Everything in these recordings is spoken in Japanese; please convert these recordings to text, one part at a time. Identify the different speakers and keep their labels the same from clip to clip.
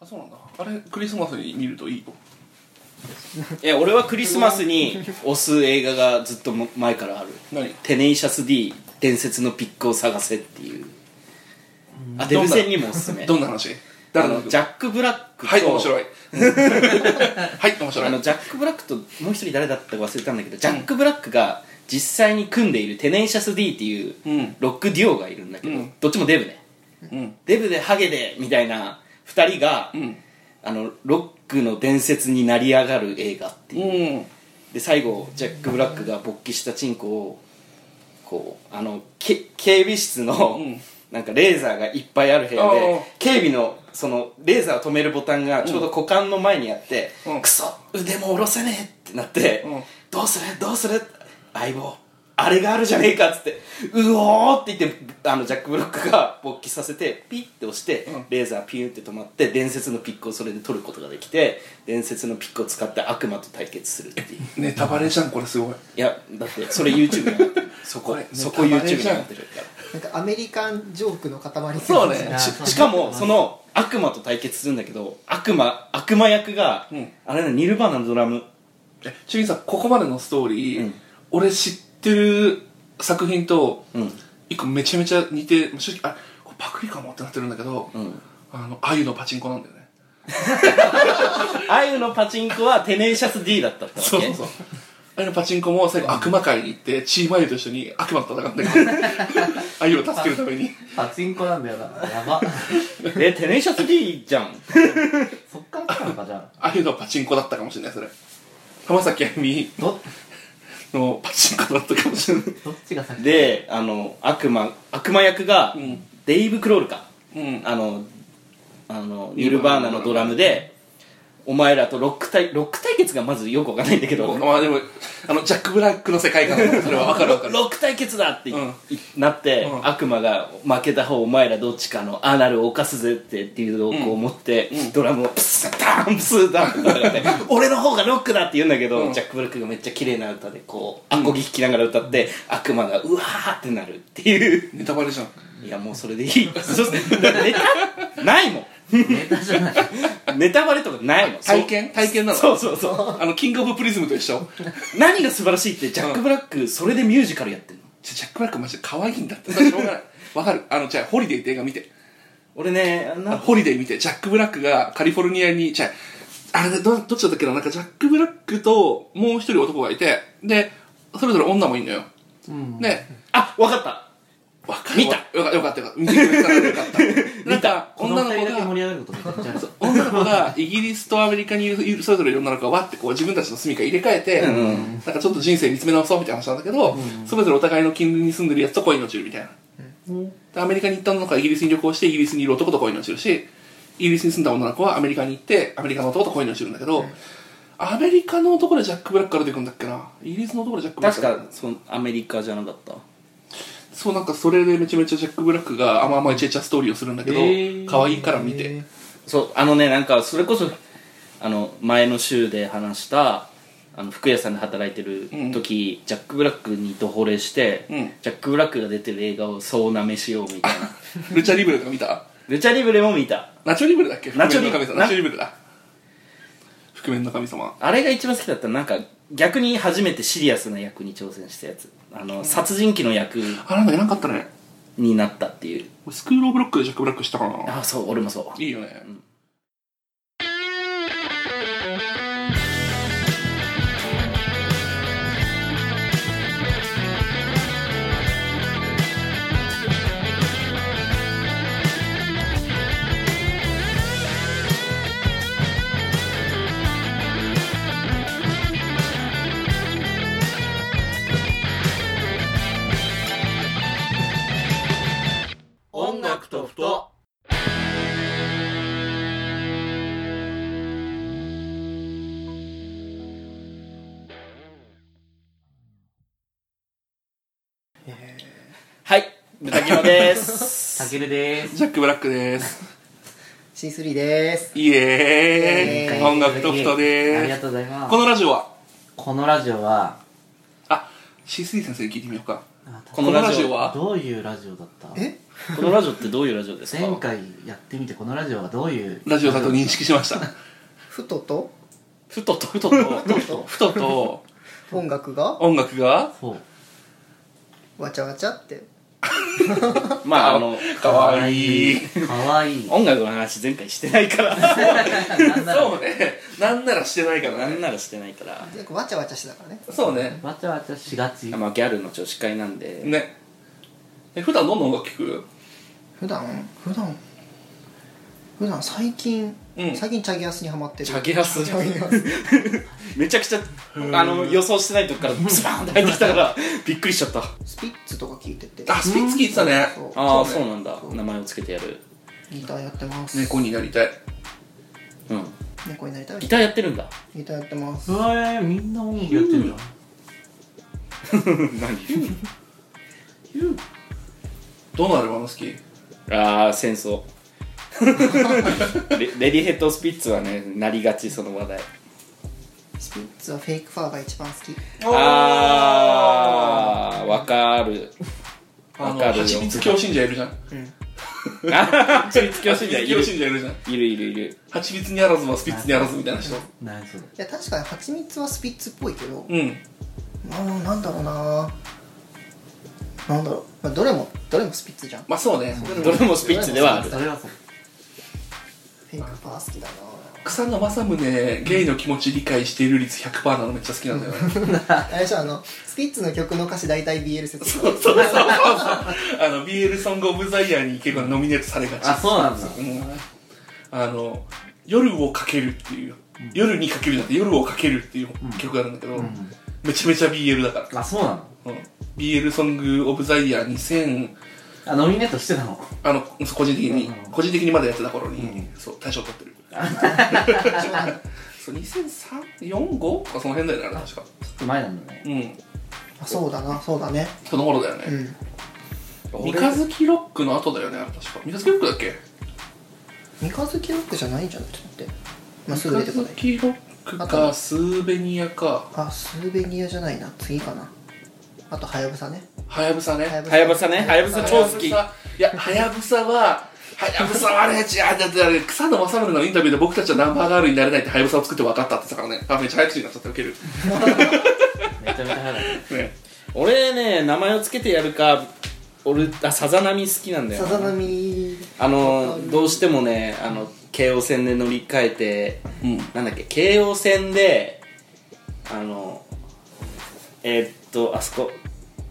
Speaker 1: あそうなんだあれクリスマスに見るといいの
Speaker 2: いや俺はクリスマスに推す映画がずっとも前からある
Speaker 1: 何
Speaker 2: 「テネイシャス D 伝説のピックを探せ」っていうあデブ戦にもおすすめ
Speaker 1: どんな話
Speaker 2: あ
Speaker 1: 誰の
Speaker 2: のジャック・ブラックと
Speaker 1: はい面白い はい面白
Speaker 2: あの
Speaker 1: い
Speaker 2: ジャック・ブラックともう一人誰だったか忘れたんだけどジャック・ブラックが実際に組んでいるテネイシャス D っていう
Speaker 1: うん
Speaker 2: ロックデュオがいるんだけど、
Speaker 1: うん
Speaker 2: どっちもデブね
Speaker 1: うん
Speaker 2: デブでハゲでみたいな2人が、
Speaker 1: うん
Speaker 2: あのロックの伝説になり上がる映画ってい
Speaker 1: う
Speaker 2: う
Speaker 1: ん
Speaker 2: で最後ジャック・ブラックが勃起したチンコをこうあのけ警備室の、
Speaker 1: うん
Speaker 2: なんかレーザーがいっぱいある部屋
Speaker 1: あ
Speaker 2: で
Speaker 1: あ
Speaker 2: 警備のそのレーザーを止めるボタンがちょうど股間の前にあって、
Speaker 1: うん
Speaker 2: クソ腕も下ろせねえってなって、
Speaker 1: うん
Speaker 2: どうするどうする相棒あれがあるじゃねえかっつってうおーって言ってあのジャック・ブラックが勃起させてピッて押して、
Speaker 1: うん
Speaker 2: レーザーピューって止まって伝説のピックをそれで取ることができて伝説のピックを使って悪魔と対決するっていう
Speaker 1: ネタバレじゃんこれすごい
Speaker 2: いやだってそれ YouTube になってる そこ
Speaker 1: これ
Speaker 2: そこ
Speaker 1: ネタバ
Speaker 2: YouTube
Speaker 1: レ
Speaker 2: に
Speaker 1: じゃん
Speaker 2: なってるから
Speaker 3: なんかアメリカンジョークの塊
Speaker 1: そうね
Speaker 3: な
Speaker 2: ししかもそ
Speaker 3: の
Speaker 2: の悪魔と対決するんだけど悪魔悪魔役が、
Speaker 1: うん
Speaker 2: あれだニルバーナのドラム
Speaker 1: えちなみにさここまでのストーリー、
Speaker 2: うん
Speaker 1: 俺知ってる作品と
Speaker 2: うん
Speaker 1: 一個めちゃめちゃ似て正直あこれパクリかもってなってるんだけど、
Speaker 2: うん
Speaker 1: あのあゆのパチンコなんだよね
Speaker 2: あゆのパチンコはテネーシャス D だったってわけ
Speaker 1: そうそうそうあゆのパチンコも最後悪魔界に行ってチームあゆと一緒に悪魔と戦うん だけどあゆを助けるために
Speaker 4: パチンコなんだよなやば
Speaker 2: えテネーシャス D じゃん
Speaker 4: そっから来たのかじゃあ
Speaker 1: あゆのパチンコだったかもしれないそれ浜崎あゆみ
Speaker 4: ど
Speaker 1: のパチンコだったかもしれない
Speaker 4: どっちが先
Speaker 2: であの悪魔悪魔役が、
Speaker 1: うん
Speaker 2: デイブ・クロールか
Speaker 1: うん
Speaker 2: あのあのニルバーナのドラムでお前らとロック対ロック対決がまずよくわかんないんだけど
Speaker 1: まあでもあのジャック・ブラックの世界観だからそれは分かる分かる
Speaker 2: ロック対決だってい、
Speaker 1: うん
Speaker 2: いなって、
Speaker 1: うん
Speaker 2: 悪魔が負けた方お前らどっちかのアナルを犯すぜってっていう動向を持って、ドラムをプスッダンプスッダンって叩いて俺の方がロックだって言うんだけど、
Speaker 1: うん
Speaker 2: ジャック・ブラックがめっちゃ綺麗な歌でこうアコギ弾きながら歌って、悪魔がうわーってなるっていう
Speaker 1: ネタバレじゃん
Speaker 2: いやもうそれでいいそうネタないもん
Speaker 4: ネタじゃない
Speaker 2: ネタバレとかないもん
Speaker 1: 体験体験なの
Speaker 2: そうそうそうそ
Speaker 1: あのキングオブプリズムと一緒
Speaker 2: う何が素晴らしいってジャック・ブラックそれでミュージカルやってんの
Speaker 1: じゃジャック・ブラックマジで可愛いんだってそれしょうがないわかるあのじゃあホリデーって映画見て
Speaker 2: 俺ねあ
Speaker 1: あ
Speaker 2: ん
Speaker 1: の
Speaker 2: な
Speaker 1: ホリデー見てジャック・ブラックがカリフォルニアにじゃああれどどっちだったっけななんかジャック・ブラックともう一人男がいてでそれぞれ女もいんのよ、
Speaker 4: うん
Speaker 1: で
Speaker 2: あわかった
Speaker 1: わかる
Speaker 2: 見た
Speaker 1: わよかったよかった見てくれたらよかったなんか
Speaker 4: この
Speaker 1: 女の
Speaker 4: 二人
Speaker 1: 子
Speaker 4: だけ
Speaker 1: が
Speaker 4: 盛り上がることめっちゃある
Speaker 1: そう女の子がイギリスとアメリカにいるそれぞれいろんなのがわってこう自分たちの住みか入れ替えて、
Speaker 2: うんう
Speaker 1: なんかちょっと人生見つめ直そうみたいな話なんだけど、それぞれお互いの近隣に住んでるやつと恋に落ちるみたいな、でアメリカに行ったのがイギリスに旅行してイギリスにいる男と恋に落ちるしイギリスに住んだ女の子はアメリカに行ってアメリカの男と恋に落ちるんだけど、アメリカの男でジャック・ブラックから出てくるんだっけなイギリスの男でジャック・ブラッ
Speaker 2: 確
Speaker 1: ク
Speaker 2: かそのアメリカじゃなかった
Speaker 1: そうなんかそれでめちゃめちゃジャック・ブラックが甘々イチャイチャストーリーをするんだけど、
Speaker 4: へー
Speaker 1: 可愛いから見て
Speaker 2: そうあのねなんかそれこそあの前の週で話したあの服屋さんで働いてる時、ジャック・ブラックにド惚れして、
Speaker 1: うん
Speaker 2: ジャック・ブラックが出てる映画を総なめしようみたいな
Speaker 1: ルチャリブレとか見た
Speaker 2: ルチャリブレも見た
Speaker 1: ナチョリブルだっけ
Speaker 2: ナチョリ
Speaker 1: 覆面の神様ナチョリブルだ覆面の神様
Speaker 2: あれが一番好きだったなんか逆に初めてシリアスな役に挑戦したやつあの殺人鬼の役
Speaker 1: あなんかいらんかったね
Speaker 2: になったっていう
Speaker 1: 俺スクールオブロックでジャック・ブラックしたかな
Speaker 2: あそう俺もそう
Speaker 1: いいよね、
Speaker 4: 音楽とふと
Speaker 2: はい豚キムです
Speaker 4: たけるでーす
Speaker 1: ジャック・ブラックです
Speaker 3: C3 でーす
Speaker 1: イエー
Speaker 3: イエー
Speaker 1: イ
Speaker 3: イ
Speaker 1: 音楽トップト
Speaker 4: あり
Speaker 1: で
Speaker 4: が
Speaker 1: す
Speaker 4: とうございます
Speaker 1: このラジオは
Speaker 4: このラジオは
Speaker 1: あ C3 先生に聞いてみようか
Speaker 2: この
Speaker 1: この
Speaker 2: ラジオ
Speaker 1: ラジオは
Speaker 4: どういうラジオだった
Speaker 3: え
Speaker 2: このラジオってどういうラジオですか
Speaker 4: 前回やってみてこのラジオはどういう
Speaker 1: ラジオだと認識しました
Speaker 3: ふとと
Speaker 2: ふとと
Speaker 1: ふととふとと
Speaker 3: 音楽が
Speaker 1: 音楽が
Speaker 4: そう
Speaker 3: わちゃわちゃって
Speaker 2: まああの
Speaker 1: かわいい
Speaker 4: かわいい
Speaker 2: 音楽の話前回してないから
Speaker 4: なんだ
Speaker 1: そ
Speaker 4: ろ
Speaker 1: うねなんならしてないから
Speaker 2: な
Speaker 1: ね
Speaker 2: んならしてないから
Speaker 3: 結構わちゃわちゃしてたからね
Speaker 1: そうね
Speaker 4: うわちゃわちゃしがち
Speaker 2: まあギャルの女子会なんで、
Speaker 1: ねえ普段どんな音楽聴く
Speaker 3: 普段普段普段最近、
Speaker 1: うん
Speaker 3: 最近チャギアスにハマってる
Speaker 2: チャゲアス
Speaker 3: チャギアス
Speaker 2: めちゃくちゃあの予想してないとこ からスパーンって入ってきたからびっくりしちゃった
Speaker 3: スピッツとか聞いてて
Speaker 1: あスピッツ聴いてたね
Speaker 3: そう
Speaker 2: ああ
Speaker 1: そ
Speaker 2: そ
Speaker 1: ね
Speaker 2: ううなんだ
Speaker 3: そう
Speaker 2: 名前をつけてやる
Speaker 3: ギターやってます、
Speaker 1: 猫になりたい
Speaker 2: うん
Speaker 3: 猫になりたい
Speaker 2: ギターやってるんだ
Speaker 3: ギターやってます
Speaker 4: うわーみんな音楽やってんだ
Speaker 2: 何
Speaker 1: どのアルバム好き
Speaker 2: ああ戦争レレディヘッドスピッツはねなりがちその話題
Speaker 3: スピッツはフェイクファーが一番好き
Speaker 2: ああわか る
Speaker 1: あ
Speaker 2: わ
Speaker 1: の
Speaker 2: かるよ
Speaker 1: 蜂蜜教信者いるじゃん
Speaker 2: あー一教
Speaker 1: 蜂
Speaker 2: 師じゃ
Speaker 1: 蜜
Speaker 2: い
Speaker 1: 教
Speaker 2: る
Speaker 1: 信者いるじゃん
Speaker 2: いるいるいる
Speaker 1: 蜂蜜にあらずはスピッツにあらずみたいな人
Speaker 4: 何それ
Speaker 3: いや確かに蜂蜜はスピッツっぽいけど、
Speaker 1: うん
Speaker 3: まあなんだろうななんだろう、まあ、どれもどれもスピッツじゃんフ
Speaker 1: まあそうね
Speaker 2: どれもスピッツではある
Speaker 4: それはそう
Speaker 3: ェイクファー好きだな
Speaker 1: 草野正宗ゲイの気持ち理解している率100%なのめっちゃ好きなんだよね
Speaker 3: あれでしょあのスピッツの曲の歌詞大体 BL 説
Speaker 1: そうそうそうそう あの BL ソングオブザイヤーに結構ノミネートされがち
Speaker 4: あそうなんだ
Speaker 1: うんあの「夜をかける」っていう、夜にかけるじゃなくて「夜をかける」っていう曲があるんだけど、
Speaker 4: ん
Speaker 1: めちゃめちゃ BL だか
Speaker 4: あそうなの
Speaker 1: ら、うん、BL ソングオブザイヤー2000
Speaker 4: あノミネートしてたの
Speaker 1: あの個人的に、
Speaker 4: うん
Speaker 1: 個人的にまだやってた頃に、
Speaker 4: う
Speaker 1: そう大賞取ってるそう200345かその辺だよねあれ確か
Speaker 4: ちょっと前なんだね
Speaker 1: うん
Speaker 3: あそうだなそうだね
Speaker 1: その頃だよ
Speaker 3: う
Speaker 1: ね、
Speaker 3: ん
Speaker 1: 三日月ロックの後だよねあれ確か三日月ロックだっけ
Speaker 3: 三日月ロックじゃないんじゃないちょっと待ってまあすぐ
Speaker 1: 三日
Speaker 3: 出てこない
Speaker 1: 月ロック
Speaker 3: あと
Speaker 1: かスーベニアか
Speaker 3: あスーベニアじゃないな次かなあとハヤブサね
Speaker 1: はやぶさね
Speaker 2: はやぶさねはやぶさ
Speaker 1: は
Speaker 2: 超
Speaker 1: や
Speaker 2: 好
Speaker 1: ぶ
Speaker 2: き
Speaker 1: さいやはやぶさははやぶさはね違うだってあれ草野正宗のインタビューで僕たちはナンバーガールになれないってはやぶさを作って分かったって言ってたからねあめっちゃ早口になっちゃってウケる
Speaker 4: めちゃめちゃ早かっ
Speaker 1: ね
Speaker 2: 俺ね名前をつけてやるか俺あさざ波好きなんだよ
Speaker 3: さ
Speaker 2: な
Speaker 3: ざ波
Speaker 2: あのどうしてもねあの京王線で乗り換えて
Speaker 1: うん
Speaker 2: なんだっけ京王線であのえーっとあそこ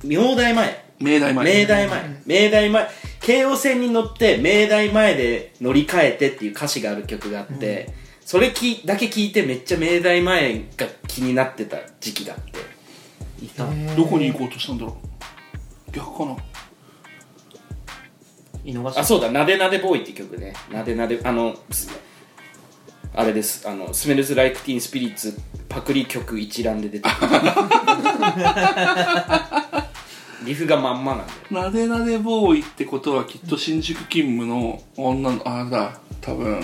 Speaker 2: 明大前
Speaker 1: 明大前
Speaker 2: 明大前明大前京王線に乗って明大前で乗り換えてっていう歌詞がある曲があって、それきだけ聞いてめっちゃ明大前が気になってた時期があって
Speaker 4: たいた
Speaker 1: どこに行こうとしたんだろう逆かな
Speaker 4: 井の
Speaker 2: あ
Speaker 4: 頭
Speaker 2: そうだ「なでなでボーイ」って曲ねなでなであのすあれですあの「スメルズ・ライク・ティーン・スピリッツ」パクリ曲一覧で出て くるリフがまんまなんだよ
Speaker 1: なでなでボーイってことはきっと新宿勤務の女のあれだ多分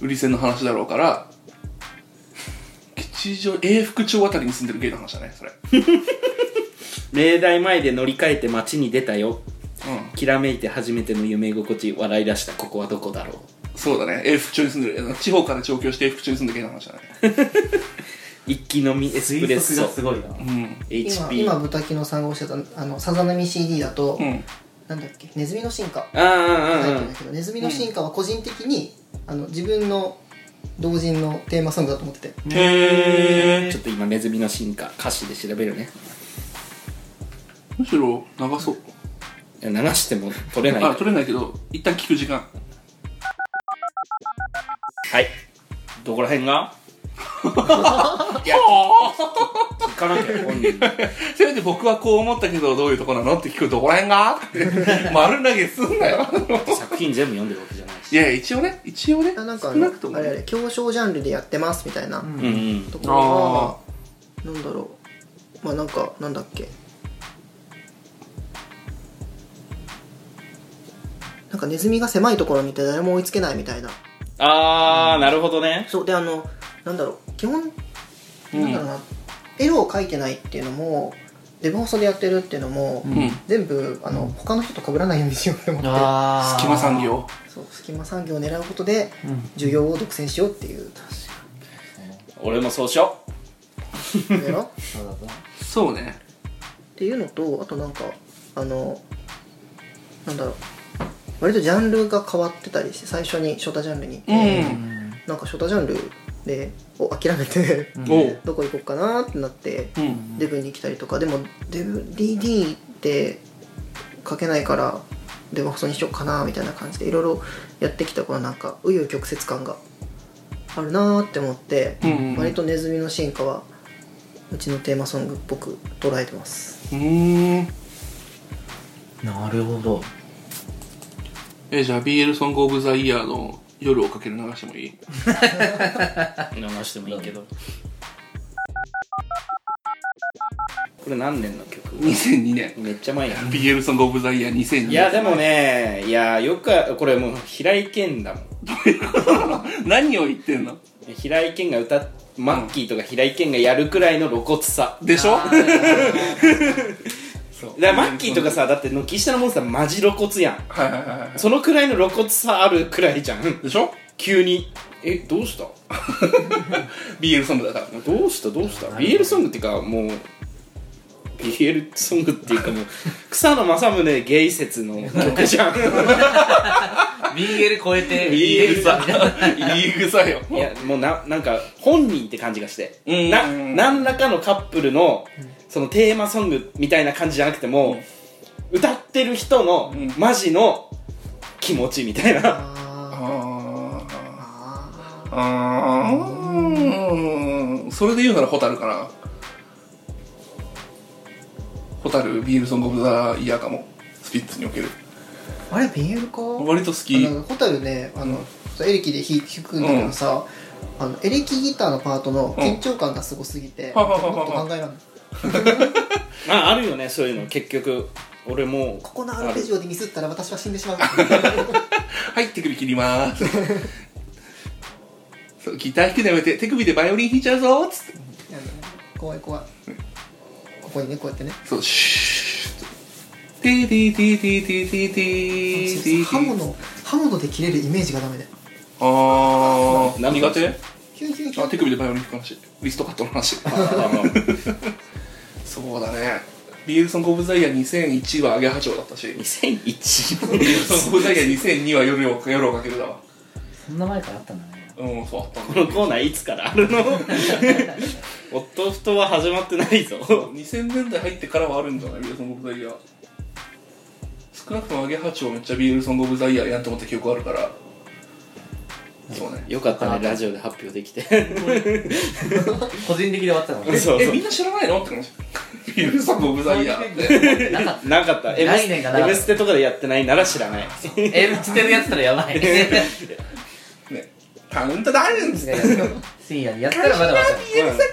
Speaker 1: 売り線の話だろうから吉祥永福町あたりに住んでるゲイの話だねそれ
Speaker 2: 明大前で乗り換えて街に出たよ
Speaker 1: うん
Speaker 2: きらめいて初めての夢心地笑い出したここはどこだろう
Speaker 1: そうだね永福町に住んでる地方から上京して永福町に住んでるゲイの話だね
Speaker 2: 一気飲みエスプレッ
Speaker 4: 推測
Speaker 2: ソ
Speaker 4: がすごいな
Speaker 1: うん
Speaker 3: 今
Speaker 2: HP
Speaker 3: 今ブタキのさんがおっしゃったあのさざ波 CD だと、
Speaker 1: うん
Speaker 3: なんだっけネズミの進化
Speaker 2: ああ
Speaker 3: タイ
Speaker 2: あ
Speaker 3: トルだけど、ネズミの進化は個人的にあの自分の同人のテーマソングだと思ってて
Speaker 1: へえ
Speaker 2: ちょっと今ネズミの進化歌詞で調べるね
Speaker 1: むしろ長そう
Speaker 2: いや流しても取れないか
Speaker 1: あ
Speaker 2: ら
Speaker 1: 取れないけど一旦聞く時間
Speaker 2: はいどこら辺が い や聞かなきゃ本人
Speaker 1: せめて僕はこう思ったけどどういうとこなのって聞くどこら辺がって丸投げすんなよ
Speaker 2: 作品全部読んでるわけじゃない
Speaker 1: い
Speaker 2: し
Speaker 1: や一応ね一応ね
Speaker 3: あなんかあ
Speaker 1: 少
Speaker 3: の
Speaker 1: なくとも
Speaker 3: あれあれ競争ジャンルでやってますみたいな
Speaker 2: うんうん
Speaker 3: ところが、なんだろうまあなんかなんだっけなんかネズミが狭いところにいて誰も追いつけないみたいな
Speaker 2: ああなるほどね
Speaker 3: そうであのなんだろう基本
Speaker 1: うん
Speaker 3: なんだろうな、絵を描いてないっていうのもデブ放送でやってるっていうのも、
Speaker 1: うん
Speaker 3: 全部あの他の人と被らないようにしようと思って
Speaker 4: ああ
Speaker 1: 隙間産業
Speaker 3: そう隙間産業を狙うことで
Speaker 4: うん
Speaker 3: 需要を独占しようっ ていう
Speaker 2: 俺もそうしよ
Speaker 3: やろっ
Speaker 4: そうだと
Speaker 1: そうね
Speaker 3: ていうのとあとなんかあのなんだろう割とジャンルが変わってたりして最初にショタジャンルに行って、
Speaker 1: うん
Speaker 3: なんかショタジャンルでを諦めて
Speaker 4: うん
Speaker 1: おう
Speaker 3: どこ行こうかなってなって
Speaker 1: うん
Speaker 3: デブに来たりとかでもデブ DD って書けないからデブ細にしようかなみたいな感じでいろいろやってきた頃なんか紆余曲折感があるなーって思って、
Speaker 1: うんうんうん
Speaker 3: 割とネズミの進化はうちのテーマソングっぽく捉えてます
Speaker 1: うーん
Speaker 4: なるほど
Speaker 1: えじゃあ BL ソングオブザイヤーの夜をかける流してもいいう
Speaker 2: 流してもいいけどこれ何年の曲
Speaker 1: ?2002 年
Speaker 2: めっちゃ前や
Speaker 1: BL ソングオブザイヤー2002年
Speaker 2: いやでもねいやよくはこれもう平井堅だもん
Speaker 1: 何を言ってんの
Speaker 2: 平井堅が歌っマッキーとか平井堅がやるくらいの露骨さ
Speaker 1: でしょ
Speaker 4: あー
Speaker 1: そう
Speaker 2: だからマッキーとかさだって軒下のモンスターマジ露骨やん
Speaker 1: はいはいはいは
Speaker 2: そのくらいの露骨さあるくらいじゃん
Speaker 1: いでしょ
Speaker 2: 急にえどうした
Speaker 1: BL ソングだ から
Speaker 2: どうしたどうした BL ソングっていうかもう BL ソングっていうかもう草野正宗ゲイ説の曲じゃん
Speaker 4: BL 超えて
Speaker 1: いい草いい草よ
Speaker 2: いやもうななんか本人って感じがして
Speaker 1: うん
Speaker 2: な何らかのカップルのそのテーマソングみたいな感じじゃなくても、歌ってる人の
Speaker 1: うん
Speaker 2: マジの気持ちみたいな、
Speaker 3: あ
Speaker 1: あー
Speaker 3: あ
Speaker 1: あーそれで言うならホタルかなホタルビールソング・オブ・ザ・イヤーかもスピッツにおける
Speaker 3: あれ BL か
Speaker 1: 割と好き
Speaker 3: あのホタルねあの、
Speaker 1: うん
Speaker 3: そうエレキで弾弾くんだけどさ、あのエレキギターのパートの緊張感がすごすぎて、
Speaker 1: ん
Speaker 3: ちょっと考えらんない
Speaker 2: ああるよねそういうの結局俺も
Speaker 3: ここのアルペジオでミスったら私は死ん でしまう
Speaker 1: はい手首切りまーすそうギター弾くのやめて手首でバイオリン弾いちゃうぞーっつって
Speaker 3: やだね怖い怖いここにねこうやってね
Speaker 1: そうシューッとティーティーティーティーティーティーティーティー
Speaker 3: 刃物刃物で切れるイメージがダメだよ
Speaker 1: あー
Speaker 2: 何
Speaker 1: 苦手
Speaker 3: ヒュンヒュンヒュ
Speaker 1: あ
Speaker 3: ン
Speaker 1: 手首でバイオリン弾く話リストカットの話
Speaker 2: あの
Speaker 1: そうだねビールソング・オブ・ザ・イヤー2001はアゲハチョウだったし
Speaker 2: 2001
Speaker 1: その舞台が2002は夜を夜をかけるだわ
Speaker 4: そんな前からあったんだね
Speaker 1: うんそうあったん
Speaker 2: こ
Speaker 1: だ
Speaker 2: のコーナーいつからある の夫ふとは始まってないぞ
Speaker 1: 2000年代入ってからはあるんじゃないビールソング・オブ・ザ・イヤー少なくともアゲハチョウめっちゃビールソング・オブ・ザ・イヤーやんと思った記憶あるからそうね
Speaker 2: よかったねラジオで発表できて
Speaker 4: 個人的で終わってたの
Speaker 2: そうそう
Speaker 1: えみんな知らないのって感じビールソング・オブ・ザ・イヤーって
Speaker 4: なかった
Speaker 2: なかった「M
Speaker 4: 概念がなかった
Speaker 2: ステ」とかでやってないなら知らない
Speaker 4: M してるやつならやばい
Speaker 1: ねカウントダウンっつって
Speaker 4: 深夜にやったらまだま
Speaker 1: ビ
Speaker 4: だ
Speaker 1: ールソン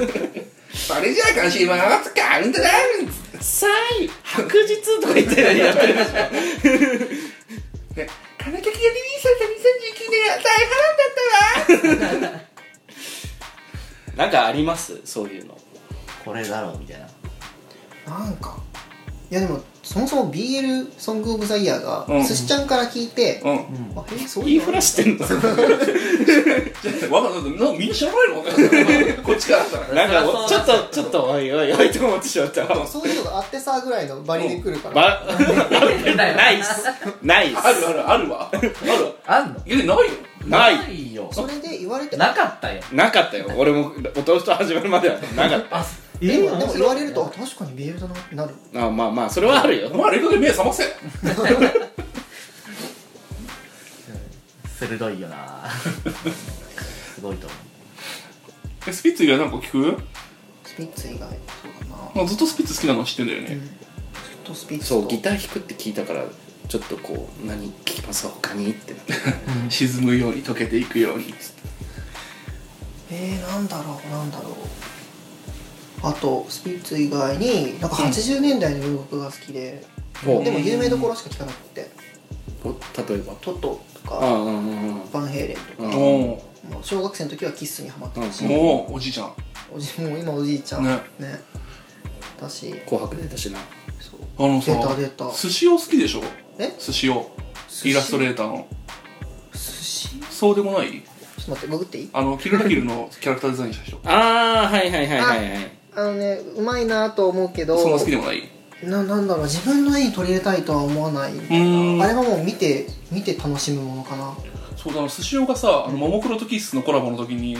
Speaker 1: グ・オブ・ザ・イヤーどうなっちゃうのかなっつってそれじゃあ今週もカウントダウンっつって
Speaker 2: 「さい白日」とか言ってやってるでしょ
Speaker 1: ねこの曲がリリースされた2019年は大波乱だったわ
Speaker 2: なんかありますそういうの
Speaker 4: これだろうみたいな
Speaker 3: なんかいやでもそもそも BL ソング・オブ・ザ・イヤーが、
Speaker 1: うん
Speaker 3: すしちゃんから聞いて、
Speaker 1: うん
Speaker 3: あえそう
Speaker 2: イ
Speaker 3: い
Speaker 2: ン
Speaker 3: う
Speaker 2: フ
Speaker 3: の
Speaker 2: ラしてんの
Speaker 1: わかんないみんな知らないのこっちからしたら
Speaker 2: なん
Speaker 4: そり
Speaker 2: か
Speaker 4: ゃ
Speaker 2: ち
Speaker 4: そ
Speaker 2: ょ
Speaker 4: う
Speaker 2: っ
Speaker 4: だ
Speaker 2: とちょっとおいおいおいと思ってしまったわ
Speaker 3: そういうのがあってさぐらいのバリで来るか ら、
Speaker 2: ばナイスナイス
Speaker 1: あるあるあるわあるわ
Speaker 4: あんの
Speaker 1: いやないよ
Speaker 2: ない
Speaker 4: いよ
Speaker 3: それで言われて
Speaker 4: なかったよ
Speaker 2: なかったよ俺も弟と始まるまではなかっ
Speaker 4: あえ
Speaker 3: でもでも言われるとあ確かに BL だなってなる
Speaker 2: たあまあまあそれはあるよ
Speaker 1: お前レコで目覚ませ
Speaker 4: 鋭いよなすごいと思
Speaker 1: えスピッツ以外なんか聞く
Speaker 3: スピッツ以外そうだな
Speaker 1: まあずっとスピッツ好きなの知ってんだよね
Speaker 3: ずっとスピッツと
Speaker 2: そうギター弾くって聞いたからちょっとこう何聞きます他にってな って
Speaker 1: 沈むように溶けていくようにつって
Speaker 3: えー、なんだろうなんだろうあとスピッツ以外になんか80年代の洋楽が好きで、
Speaker 2: ほう
Speaker 3: でも有名どころしか聴かなくて
Speaker 2: お例えば
Speaker 3: トトと
Speaker 2: ああ
Speaker 3: か
Speaker 2: うんうんうん
Speaker 3: バンヘイレンと
Speaker 2: う
Speaker 3: か
Speaker 2: ん
Speaker 1: お
Speaker 3: もう小学生の時はキッスにハマってたし、
Speaker 2: うん
Speaker 1: おおおじいちゃん
Speaker 3: おおじもう今おじいちゃんね
Speaker 1: ね
Speaker 3: だし
Speaker 2: 紅白出たしな
Speaker 3: そう
Speaker 1: あのさ
Speaker 3: 出た出た
Speaker 1: 寿司を好きでしょ
Speaker 3: え
Speaker 1: 寿司を
Speaker 3: 司
Speaker 1: イラストレーターの
Speaker 3: 寿司ちょ
Speaker 1: そうでもない
Speaker 3: っと待ってググっていい
Speaker 1: あのキルラキルのキャラクターデザインした人
Speaker 2: ああはいはいはいはいはい
Speaker 3: あのねうまいなと思うけど
Speaker 1: そんな好きでもないう
Speaker 3: ななんだろう自分の絵に取り入れたいとは思わない
Speaker 1: ーん
Speaker 3: あれはもう見て見て楽しむものかな
Speaker 1: そうだあの寿司おがさあのももクロとキッスのコラボの時に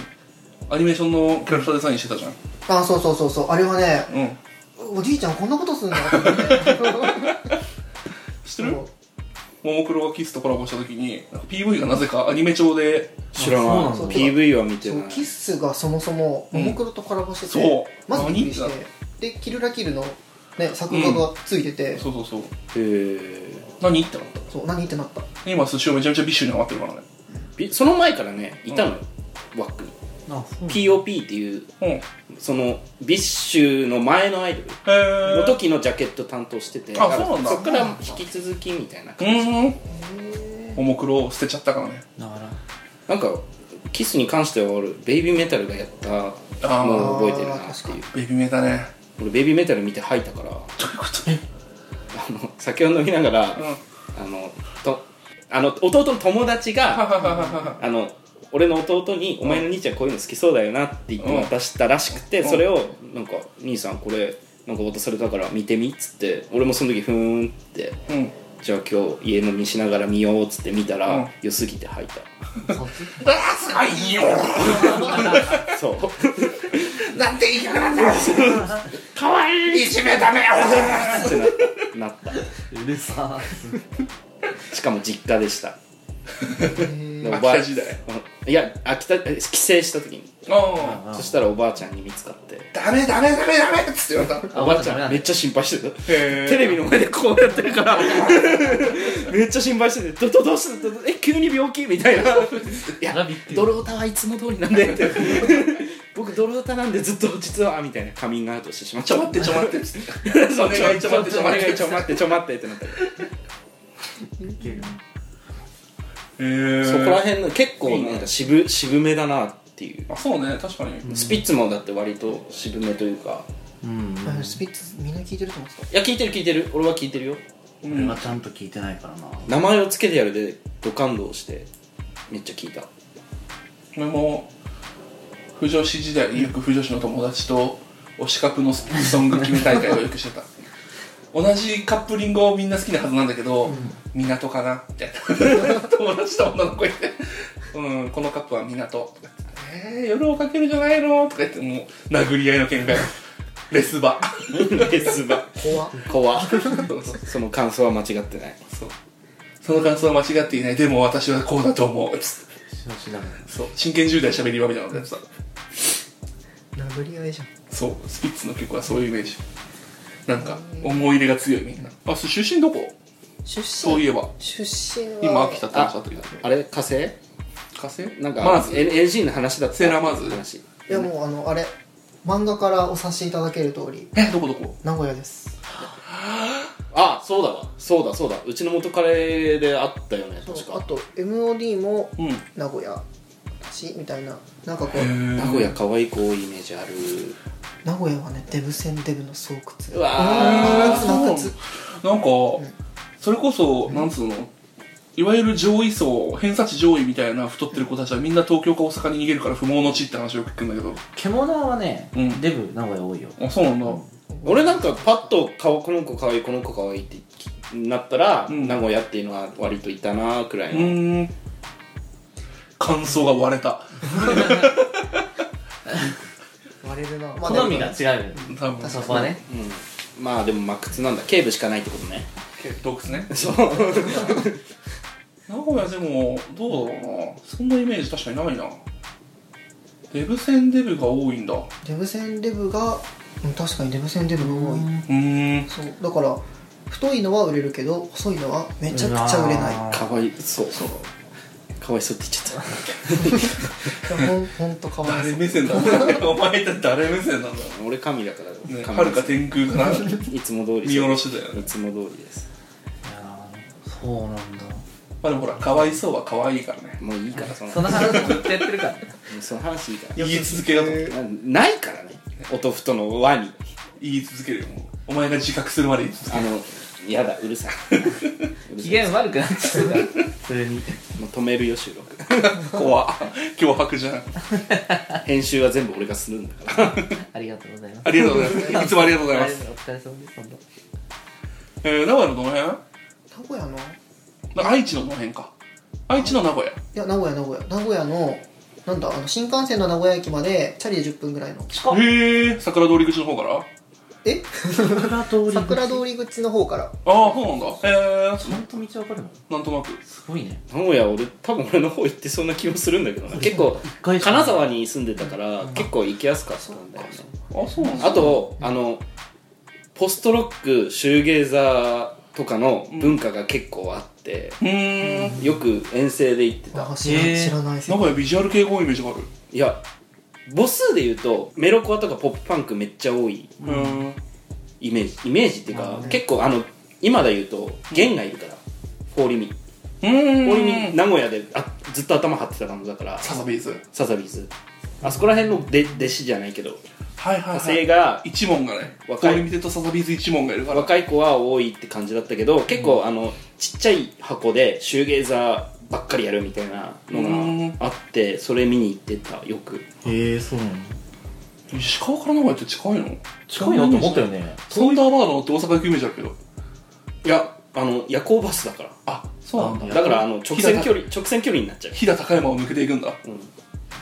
Speaker 1: アニメーションのキャラクターデザインしてたじゃん
Speaker 3: あそうそうそうそうあれはね
Speaker 1: うん
Speaker 3: おじいちゃんこんなこと すんだと思って
Speaker 1: 知ってるももクロがキッスとコラボした時になんか PV がなぜかアニメ調で
Speaker 2: 知ら
Speaker 4: そう
Speaker 2: な
Speaker 4: ないんだ
Speaker 2: PV は見て
Speaker 3: そ
Speaker 2: な
Speaker 3: う
Speaker 2: い
Speaker 3: キッスがそもそも
Speaker 1: うん
Speaker 3: ももクロとコラボしてて、
Speaker 1: そう
Speaker 3: まずびっくりし
Speaker 1: 何
Speaker 3: てで「キルラキルの」ね、作画がついてて、
Speaker 1: そうそうそう
Speaker 2: へ
Speaker 1: 何ってなった
Speaker 3: そう何ってなった
Speaker 1: 今寿司をめちゃめちゃビッシュにハマってるからね
Speaker 2: えその前からねいたのよ、ワックに
Speaker 4: あ、そう
Speaker 2: POP っていう
Speaker 1: うんへ
Speaker 2: そのビッシュの前のアイドル
Speaker 1: え
Speaker 2: の時のジャケット担当してて
Speaker 1: あそうなんだ
Speaker 2: そっから引き続きみたいな
Speaker 1: う
Speaker 2: 感じ、
Speaker 1: ーんももクロを捨てちゃったからね
Speaker 4: だから
Speaker 2: なんかキスに関しては俺ベイビーメタルがやったのを覚えてるなってい
Speaker 1: ベ
Speaker 2: う
Speaker 1: ビーメーターね
Speaker 2: 俺ベイビーメタル見て吐いたから
Speaker 1: どう いうこ
Speaker 2: あの酒を飲みながら、あのとあの弟の友達が
Speaker 1: と
Speaker 2: あの俺の弟に「お前の兄ちゃんこういうの好きそうだよな」って言って渡したらしくて、
Speaker 1: うん
Speaker 2: それをなんか「兄さんこれなんか渡されたから見てみ」っつって俺もその時ふーんって
Speaker 1: うんうん
Speaker 2: じゃあ今日家飲みしながら見ようっつって見たら、
Speaker 1: うん
Speaker 2: 良すぎて吐い
Speaker 1: ああすごいよ
Speaker 2: たそう
Speaker 1: なんて言いやがるんだかわいいいじめだね
Speaker 2: ってななっ
Speaker 4: うるさ
Speaker 2: たしかも実家でしたで
Speaker 1: 秋田時代
Speaker 2: うんいや秋田え帰省した時に
Speaker 1: ああ
Speaker 2: そしたらおばあちゃんに見つかって
Speaker 1: ダメダメダメダメっつって言われた
Speaker 4: あ
Speaker 2: おばあちゃんめっ
Speaker 4: ね
Speaker 2: ちゃ心配してた
Speaker 1: へー
Speaker 2: テレビの前でこうやってるから めっちゃ心配してて「どどどうしたどどえ急に病気?」みた いな「い
Speaker 4: それ
Speaker 2: や
Speaker 4: はびっくり
Speaker 2: ドロータはいつも通りなんで」 って「僕ドロータなんでずっと実は」みたいなカミングアウトしてしまっ
Speaker 1: ち
Speaker 2: た
Speaker 1: ょ待 ってちょ待ってっつって
Speaker 2: そう
Speaker 1: お願いちょ待ってちょ待って
Speaker 2: ちょ待ってちょ待ってってなった
Speaker 1: へ
Speaker 2: そこら
Speaker 1: え
Speaker 2: 辺の結構なんか渋渋めだなっていう
Speaker 1: あそうね確かに
Speaker 2: スピッツもだって割と渋めというか
Speaker 4: うん
Speaker 3: あのスピッツみんな聞いてると思ってた
Speaker 2: いや聞いてる聞いてる俺は聞いてるよ
Speaker 1: うん
Speaker 4: 俺はちゃんと聞いてないからな
Speaker 2: 名前をつけてやるでド感動してめっちゃ聞いた
Speaker 1: 俺も不女子時代によく不女子の友達と推し格のスピーチソング決め大会をよくしてた同じカップリングをみんな好きなはずなんだけど、港かなみたいな友達と女の子いて「うんこのカップは港」とか言って「えー、夜をかけるじゃないの?」とか言ってもう殴り合いの喧嘩よレスバ
Speaker 2: ですば
Speaker 3: 怖っ
Speaker 2: 怖
Speaker 1: そうそう
Speaker 2: その感想は間違ってない
Speaker 1: そうその感想は間違っていないでも私はこうだと思うつって
Speaker 4: しなしな
Speaker 1: そう真剣10代喋り場みたいなのやってた
Speaker 3: 殴り合いじゃん
Speaker 1: そうスピッツの曲はそういうイメージなんか思い入れが強いみんなあそう出身どこ
Speaker 3: 出身
Speaker 1: そういえば
Speaker 3: 出身は
Speaker 1: 今秋田って話だったけど
Speaker 2: あれ火星
Speaker 1: 火星
Speaker 2: なんか、
Speaker 1: マーズ
Speaker 2: N- NG の話だった
Speaker 1: セーラーマーズ
Speaker 2: 話
Speaker 3: いやもうあのあれ漫画からお察しいただける通り
Speaker 1: えどこどこ
Speaker 3: 名古屋です
Speaker 2: あそうだわそうだそうだうちの元カレであったよね確
Speaker 3: そうあ
Speaker 2: か
Speaker 3: と MOD も
Speaker 1: うん
Speaker 3: 名古屋だしみたいななんかこう
Speaker 2: 名古屋可愛い子多いイメージある
Speaker 3: 名古屋はねデブ戦デブの巣窟
Speaker 2: うわ
Speaker 3: ーなんかつ
Speaker 1: なんかそれこそなんつうのいわゆる上位層偏差値上位みたいな太ってる子たちはみんな東京か大阪に逃げるから不毛の地って話を聞くんだけど
Speaker 4: 獣はね、
Speaker 1: うん
Speaker 4: デブ名古屋多いよ
Speaker 1: あそうなんだ
Speaker 2: 俺なんかパッと顔この子可愛いこの子可愛いってなったら、
Speaker 1: うん
Speaker 2: 名古屋っていうのは割といたなくらいうの、
Speaker 1: ーん感想が割れた
Speaker 3: 割れるな、まあ
Speaker 4: 好みが違うよ
Speaker 1: 多分
Speaker 4: そこはね
Speaker 2: うんまあでも真靴なんだ警部しかないってことね
Speaker 1: 洞窟ね
Speaker 2: そう
Speaker 1: 名古屋でもどうだろうなそんなイメージ確かにないなデブ戦デブが多いんだう
Speaker 3: デブ戦デブがうん確かにデブ戦デブが多い
Speaker 1: ーん
Speaker 3: そうだから太いのは売れるけど細いのはめちゃくちゃ売れない
Speaker 4: い
Speaker 2: かわいそうそうかわいそうって言っちゃった
Speaker 3: ほん ほんとかわい
Speaker 1: 誰
Speaker 3: そう
Speaker 1: 目線なんだお前って誰目線なんだろ
Speaker 2: 俺神だから
Speaker 1: うね
Speaker 2: 神
Speaker 1: はるか天空かな
Speaker 2: いつも通り
Speaker 1: 見下ろしだよね
Speaker 2: いつも通りです
Speaker 4: やーそうなんだ
Speaker 1: まあでもほら、かわいそうは可愛いからね。
Speaker 2: もういいからその
Speaker 4: その話ずっとやってるからね
Speaker 2: その話いいから
Speaker 1: 言い続けようと思って。
Speaker 2: なないからね音ふとの輪に
Speaker 1: 言い続けるよ、もう。お前が自覚するまで言い続け
Speaker 2: あ
Speaker 1: る。
Speaker 2: のやだうるさいうる
Speaker 4: 機
Speaker 2: さい
Speaker 4: 嫌悪くなっちゃうから普通に
Speaker 2: もう止めるよ収録
Speaker 1: 怖っ脅迫じゃん。
Speaker 2: 編集は全部俺がするんだから
Speaker 4: ありがとうございます
Speaker 1: ありがとうございます。いつもありがとうございま
Speaker 4: あ
Speaker 1: す。
Speaker 4: お疲れ様です本当
Speaker 1: えー、名古屋のどの辺
Speaker 3: 名古屋のい
Speaker 1: な愛知のどの辺か。愛知の名古屋。
Speaker 3: や名古屋名古屋名古屋のなんだあの新幹線の名古屋駅までチャリで10分ぐらいの
Speaker 4: 近っ
Speaker 1: へえ、桜通り口の方からあ
Speaker 3: え
Speaker 4: 桜通り口
Speaker 3: 桜通り口の方から
Speaker 1: あー、そうなんだ。へえ、
Speaker 4: ちゃんと道わかるの
Speaker 1: なんとなく。
Speaker 4: すごいね
Speaker 2: 名古屋俺多分俺の方行ってそうな気もするんだけどな結構
Speaker 4: 一回しか
Speaker 2: 金沢に住んでたから結構行きやすかったんだよね
Speaker 1: あ、そうなんだ。
Speaker 2: あとあのポストロックシューゲーザーとかの文化が結構あって、
Speaker 1: うーん。
Speaker 2: よく遠征で行ってた
Speaker 3: あ知ら
Speaker 4: へー
Speaker 3: 知らないです
Speaker 1: 名古屋ビジュアル系多いイメージがある。
Speaker 2: いや母数で言うとメロコアとかポップパンクめっちゃ多い
Speaker 1: うん。
Speaker 2: イメージイメージっていうか、
Speaker 3: うん
Speaker 2: 結構あの今で言うと弦がいるから、フォーリミ
Speaker 1: う
Speaker 2: フォーリミ
Speaker 1: ーん。
Speaker 2: 名古屋であずっと頭張ってたバンドだから
Speaker 1: サザビーズ。
Speaker 2: サザビーズあそこら辺ので弟子じゃないけど
Speaker 1: はいはい
Speaker 2: 派
Speaker 1: は
Speaker 2: 生
Speaker 1: い。
Speaker 2: が
Speaker 1: 一門がね、
Speaker 2: 若い
Speaker 1: 通り見てとサザビーズ一門がいるから。
Speaker 2: 若い子は多いって感じだったけど結構あのちっちゃい箱でシューゲーザーばっかりやるみたいなのがあってそれ見に行ってたよく
Speaker 4: へえそうなの
Speaker 1: 石川から名古屋って近いの
Speaker 4: 近いなと思ったよね
Speaker 1: サンダーバード乗って大阪行くイメージあるけど。
Speaker 2: いやあの夜行バスだから
Speaker 1: あ、そうなんだ。
Speaker 2: だからあの直線距離直線距離になっちゃう
Speaker 1: 飛騨高山を抜けていくんだ。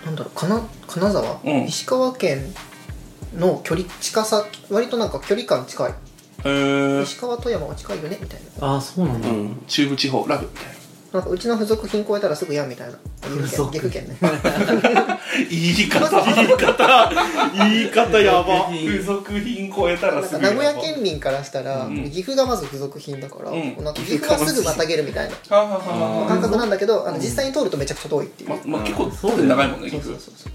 Speaker 3: なんだろうかな金沢、
Speaker 1: うん
Speaker 3: 石川県の距離近さ割となんか距離感近い
Speaker 1: へえ。
Speaker 3: 石川富山は近いよねみたいな
Speaker 4: ああそうなんだ
Speaker 2: うん、うん、
Speaker 1: 中部地方、ラブみたいな。
Speaker 3: なんかうちの付属品超えたらすぐやんみたいな岐阜県岐阜
Speaker 4: 付属
Speaker 3: 県ね
Speaker 1: 言い方言い方言い方やば付属品超えた
Speaker 3: なん
Speaker 1: らす
Speaker 3: か
Speaker 1: ぐ
Speaker 3: 名
Speaker 1: やば
Speaker 3: 古屋県民からしたら、
Speaker 1: うん
Speaker 3: 岐阜がまず付属品だから、
Speaker 1: うん
Speaker 3: なんか岐阜がすぐまたげるみたいな
Speaker 1: はあはあはあ
Speaker 3: 感覚なんだけど、あの実際に通るとめちゃくちゃ遠いっていう、
Speaker 1: まま
Speaker 2: うん
Speaker 1: 結構
Speaker 4: そうだよね
Speaker 1: 長いもんね
Speaker 3: そう
Speaker 1: 結
Speaker 3: そう
Speaker 1: 局
Speaker 3: そうそう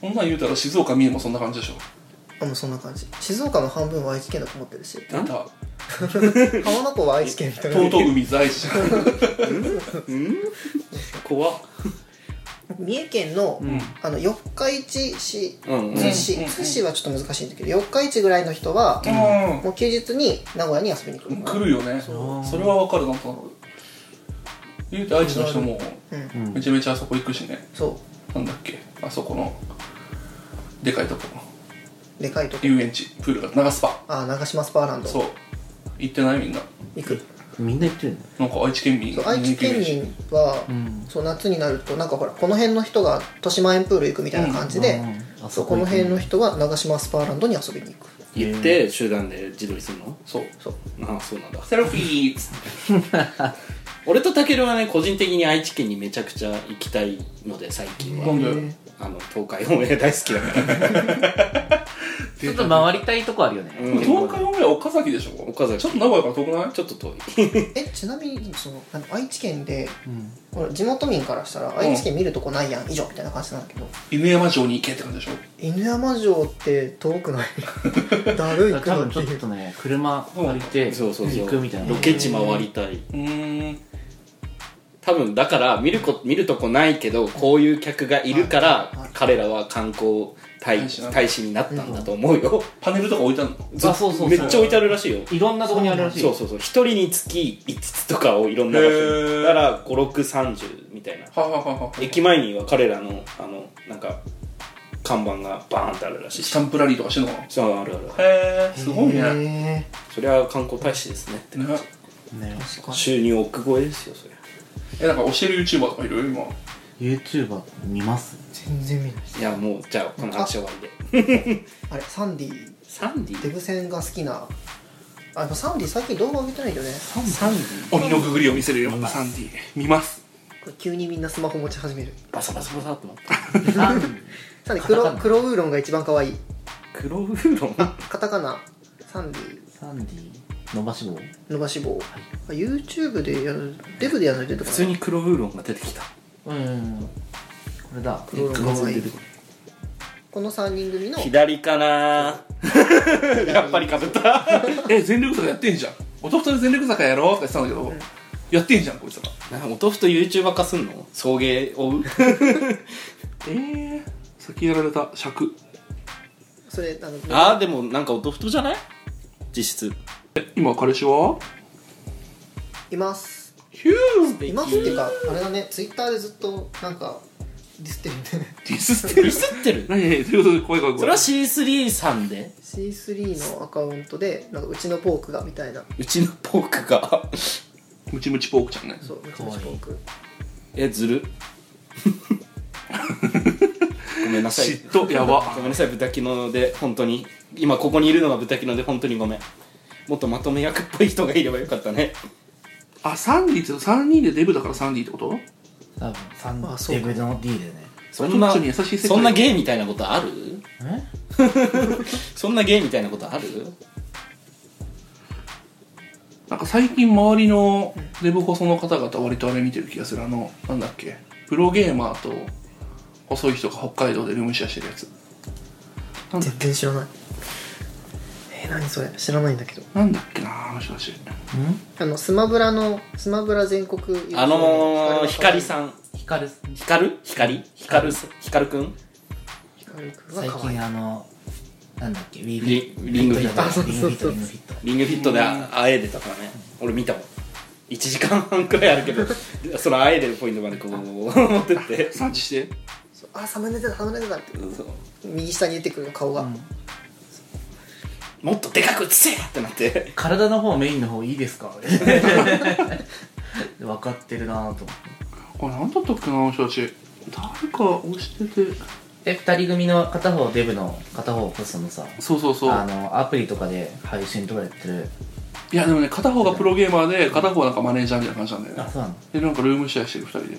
Speaker 1: そんなん言うたら静岡三重もそんな感じでしょ
Speaker 3: あもうそんな感じ静岡の半分は愛知県だと思ってるし
Speaker 1: 出た
Speaker 3: 浜名湖は愛知県みたいな
Speaker 1: 東東海在地
Speaker 2: 怖っ
Speaker 3: 三重県の,、
Speaker 1: ん
Speaker 3: あの四日市市
Speaker 2: うんうん
Speaker 3: 津
Speaker 1: うん
Speaker 3: 市津市はちょっと難しいんだけど四日市ぐらいの人は、
Speaker 1: う
Speaker 3: もう休日に名古屋に遊びに来る
Speaker 1: ん来るよね
Speaker 4: そう
Speaker 1: それはわかるなんとなく言うて愛知の人も
Speaker 3: うん
Speaker 4: うん
Speaker 1: めちゃめちゃあそこ行くしね
Speaker 3: そ
Speaker 1: なんだっけあそこのでかいとこ
Speaker 3: うでかいとこ
Speaker 1: 遊園地プールが長スパ
Speaker 3: あ長島スパーランド
Speaker 1: そう行ってないみんな
Speaker 3: 行く
Speaker 4: みんな言ってるね
Speaker 1: なんか愛知県民
Speaker 3: そう愛知県
Speaker 1: 民
Speaker 3: 民は、
Speaker 4: ん
Speaker 3: そう夏になるとなんかほらこの辺の人が豊島園プール行くみたいな感じで、
Speaker 4: うんあ
Speaker 3: そ
Speaker 4: そう
Speaker 3: こ
Speaker 4: こ
Speaker 3: の
Speaker 4: 行くね
Speaker 3: 辺の人は長島スパーランドに遊びに行く
Speaker 2: 言って集団で自撮りするの
Speaker 1: そう
Speaker 3: そう
Speaker 2: ああそうなんだ
Speaker 1: セルフィーっつって
Speaker 2: 俺とたけるはね個人的に愛知県にめちゃくちゃ行きたいので最近は
Speaker 1: なんで
Speaker 2: あの東海オンエア大好きだから
Speaker 4: ちょっと回りたいとこあるよね
Speaker 2: うん
Speaker 4: 結構
Speaker 1: 東海オンエア岡崎でしょ
Speaker 2: 岡崎
Speaker 1: ちょっと名古屋から遠くない
Speaker 2: ちょっと遠い
Speaker 3: えちなみにそのあの愛知県で
Speaker 4: うん
Speaker 3: ほら地元民からしたら愛知県見るとこないやん以上みたいな感じなんだけど
Speaker 1: 犬山城に行けって感じでしょ
Speaker 3: 犬山城って遠く ないだるい
Speaker 4: 多
Speaker 3: くの
Speaker 4: 分
Speaker 3: って
Speaker 4: ちょっ
Speaker 3: いう
Speaker 4: とね車借りて
Speaker 2: そうそうそう
Speaker 4: 行くみたいな
Speaker 2: ロケ地回りたいう
Speaker 1: ーん
Speaker 2: 多分だから見るこ見るとこないけどこういう客がいるか
Speaker 3: いはい
Speaker 2: ら彼らは観光大
Speaker 1: 大使な
Speaker 2: 使
Speaker 1: んだ
Speaker 2: 大使になったんだと思うよ
Speaker 1: パネルとか置いてあるの
Speaker 2: ず
Speaker 4: あそうそうそう
Speaker 2: めっちゃ置いてあるらしいよ
Speaker 4: いろんなとこにあるらしい
Speaker 2: そうそうそう一人につき5つとかをいろんな場
Speaker 1: へ
Speaker 2: 所
Speaker 1: ー
Speaker 2: にだから5630みたいな
Speaker 1: はははは
Speaker 2: 駅前には彼らのあのなんか看板がバーンってあるらしい
Speaker 1: ス
Speaker 2: し
Speaker 1: タンプラリーとかしてんのかな
Speaker 2: そうあるあるある
Speaker 1: へえすごいね
Speaker 3: へ
Speaker 2: それは観光大使ですねって
Speaker 1: ね
Speaker 4: ね
Speaker 3: ー確かに
Speaker 2: 収入億超えですよそれ
Speaker 1: えなんか教える YouTuber とかいる 今
Speaker 4: YouTuber 見ます
Speaker 3: 全然見ないです
Speaker 2: いやもうじゃあこの話終わりで
Speaker 3: あれサンディ
Speaker 2: サンディ
Speaker 3: デブ戦が好きなあやっぱサンディ最近動画上げてないよね
Speaker 2: サンディ
Speaker 1: 鬼のくぐりを見せるよサンディ見ます
Speaker 3: これ急にみんなスマホ持ち始める
Speaker 2: バサバサバサってなった
Speaker 4: あ
Speaker 3: サンディ黒
Speaker 4: カタカナ
Speaker 3: 黒ウーロンが一番可愛い
Speaker 2: 黒ウーロン
Speaker 3: カタカナサンディ
Speaker 4: サンディ伸ばし棒
Speaker 3: 伸ばし棒、あ YouTube でやるデブでやらないと出てこない
Speaker 2: 普通に黒ウーロンが出てきた
Speaker 4: うんこれだ
Speaker 3: 黒の
Speaker 4: 黒い
Speaker 3: この3人組の
Speaker 2: 左か なやっぱりかぶった
Speaker 1: え全力坂やってんじゃん弟で全力坂やろうって言ってたんだけどやってんじゃんこいつら
Speaker 2: なお豆腐と YouTuber 化すんの送迎を追う
Speaker 1: ええ先やられた尺
Speaker 3: それあの
Speaker 2: ああでもなんかお豆腐とじゃない実質
Speaker 1: 今彼氏はい
Speaker 3: ます
Speaker 1: ヒュー
Speaker 3: いますっていうかあれだねツイッターでずっとなんかディスってるんだよね
Speaker 1: ディスって
Speaker 2: ミ
Speaker 1: る
Speaker 2: スってる
Speaker 1: 何何ということで怖い怖い怖い
Speaker 2: それは C3 さんで
Speaker 3: C3 のアカウントでなんかうちのポークがみたいな
Speaker 2: うちのポークが
Speaker 1: ムチムチポークちゃんね
Speaker 3: そううち
Speaker 4: か
Speaker 3: の
Speaker 4: わいい
Speaker 3: ポーク
Speaker 2: えず るごめんなさい
Speaker 1: 嫉妬やば
Speaker 2: ごめんなさい、ブタキノで、本当に。今ここにいるのがブタキノで、本当にごめん。もっとまとめ役っぽい人がいればよかったね。
Speaker 1: あサンディって3人でデブだからサンディってこと
Speaker 4: 多分三
Speaker 3: あそう
Speaker 4: デ
Speaker 3: か
Speaker 4: ブの D でね
Speaker 2: そんな、
Speaker 1: ちょっと優しい世界
Speaker 2: そんなゲイみたいなことある
Speaker 4: え
Speaker 2: そんなゲイみたいなことある
Speaker 1: なんか最近周りのデブ細の方々割とあれ見てる気がするあのなんだっけプロゲーマーと細い人が北海道でルームシェアしてるやつなんだ
Speaker 3: 全然知らないえー、何それ知らないんだけど
Speaker 1: なんだっけなあの人たち
Speaker 3: あのスマブラのスマブラ全国優勝
Speaker 2: あのー、ヒカリ
Speaker 3: ん
Speaker 2: さん。
Speaker 4: ヒカル最
Speaker 2: ヒカルヒカリヒカルさ、ヒカルくん
Speaker 3: ヒカル君は可愛い
Speaker 4: 近あのなんだっけウィー
Speaker 2: リンリングフィット
Speaker 3: あそう
Speaker 4: リングフィット
Speaker 3: そうそう
Speaker 4: リングフィット
Speaker 2: リングフィットであ会えてたからね。俺見たもん。1時間半くらいあるけ ど、その会えてるポイントまでこう、持ってって。
Speaker 1: 察知して
Speaker 3: そうあサムネ出たサムネ出たって
Speaker 2: そう
Speaker 3: 右下に出てくる顔が、
Speaker 2: もっとでかく映せってなって。
Speaker 4: 体の方メインの方いい ですか分かってるなぁと思って
Speaker 1: これなんだったっけなあの人たち誰か押してて
Speaker 4: で2人組の片方デブの片方細のさ
Speaker 1: そうそうそう
Speaker 4: あのアプリとかで配信とかやってる
Speaker 1: いやでもね片方がプロゲーマーで片方はなんかマネージャーみたいな感じなんだよね
Speaker 4: あそうなの
Speaker 1: でなんかルームシェアしてる2人で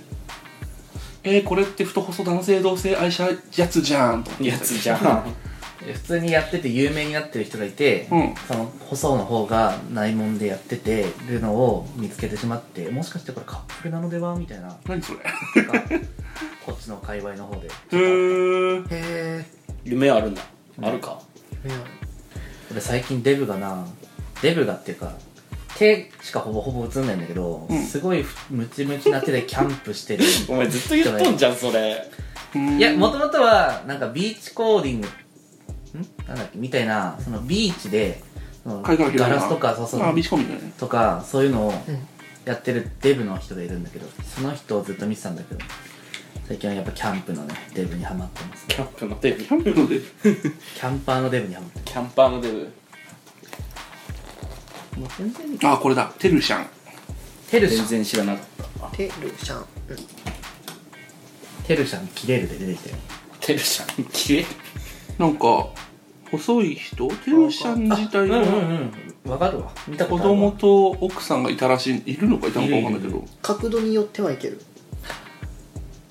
Speaker 1: えー、これって太細男性同性愛者やつじゃんと思って
Speaker 2: やつじゃん。
Speaker 4: 普通にやってて有名になってる人がいて、
Speaker 1: うん
Speaker 4: その細の方が内門でやっててるのを見つけてしまってもしかしてこれカップルなのではみたい なの
Speaker 1: 何それへ
Speaker 4: がこっちの界隈の方で
Speaker 1: ー
Speaker 3: へ
Speaker 2: 夢あるんだ。あるか。
Speaker 3: え
Speaker 4: 俺最近デブがなデブがっていうか手しかほぼほぼ映んないんだけど、
Speaker 1: うん
Speaker 4: すごいふムチムチな手でキャンプしてる
Speaker 2: お前ずっと言っとんじゃん、それ。
Speaker 1: うん
Speaker 4: いやもともとはなんかビーチコーディングんなんだっけみたいなそのビーチでその
Speaker 1: 海外広いな
Speaker 4: ガラスとかそうそう
Speaker 1: あビーチコミだね
Speaker 4: とかそういうのを
Speaker 3: うん
Speaker 4: やってるデブの人がいるんだけどその人をずっと見てたんだけど最近はやっぱキャンプのねデブにハマってます
Speaker 2: キャンプのデブ
Speaker 1: キ。ャンプので
Speaker 4: キャンパーのデブにハマって
Speaker 2: キャンパーのデブ。
Speaker 4: るもう全然
Speaker 1: あこれだてるシャン
Speaker 4: テルシ
Speaker 2: 全
Speaker 4: ャン
Speaker 2: 然知らなかった。
Speaker 3: テルシャン、うん
Speaker 4: テルシャン切れるで出てきたよ
Speaker 2: テルシャン、キレ
Speaker 1: なんか細い人てるシャン自体が
Speaker 4: うんわかるわ見た
Speaker 1: 子
Speaker 4: ことある
Speaker 1: 供
Speaker 4: わ
Speaker 1: と奥さんがいたらしいいるのかいたのかわかんないけ
Speaker 4: いるい
Speaker 1: ど
Speaker 4: る
Speaker 3: 角度によってはいける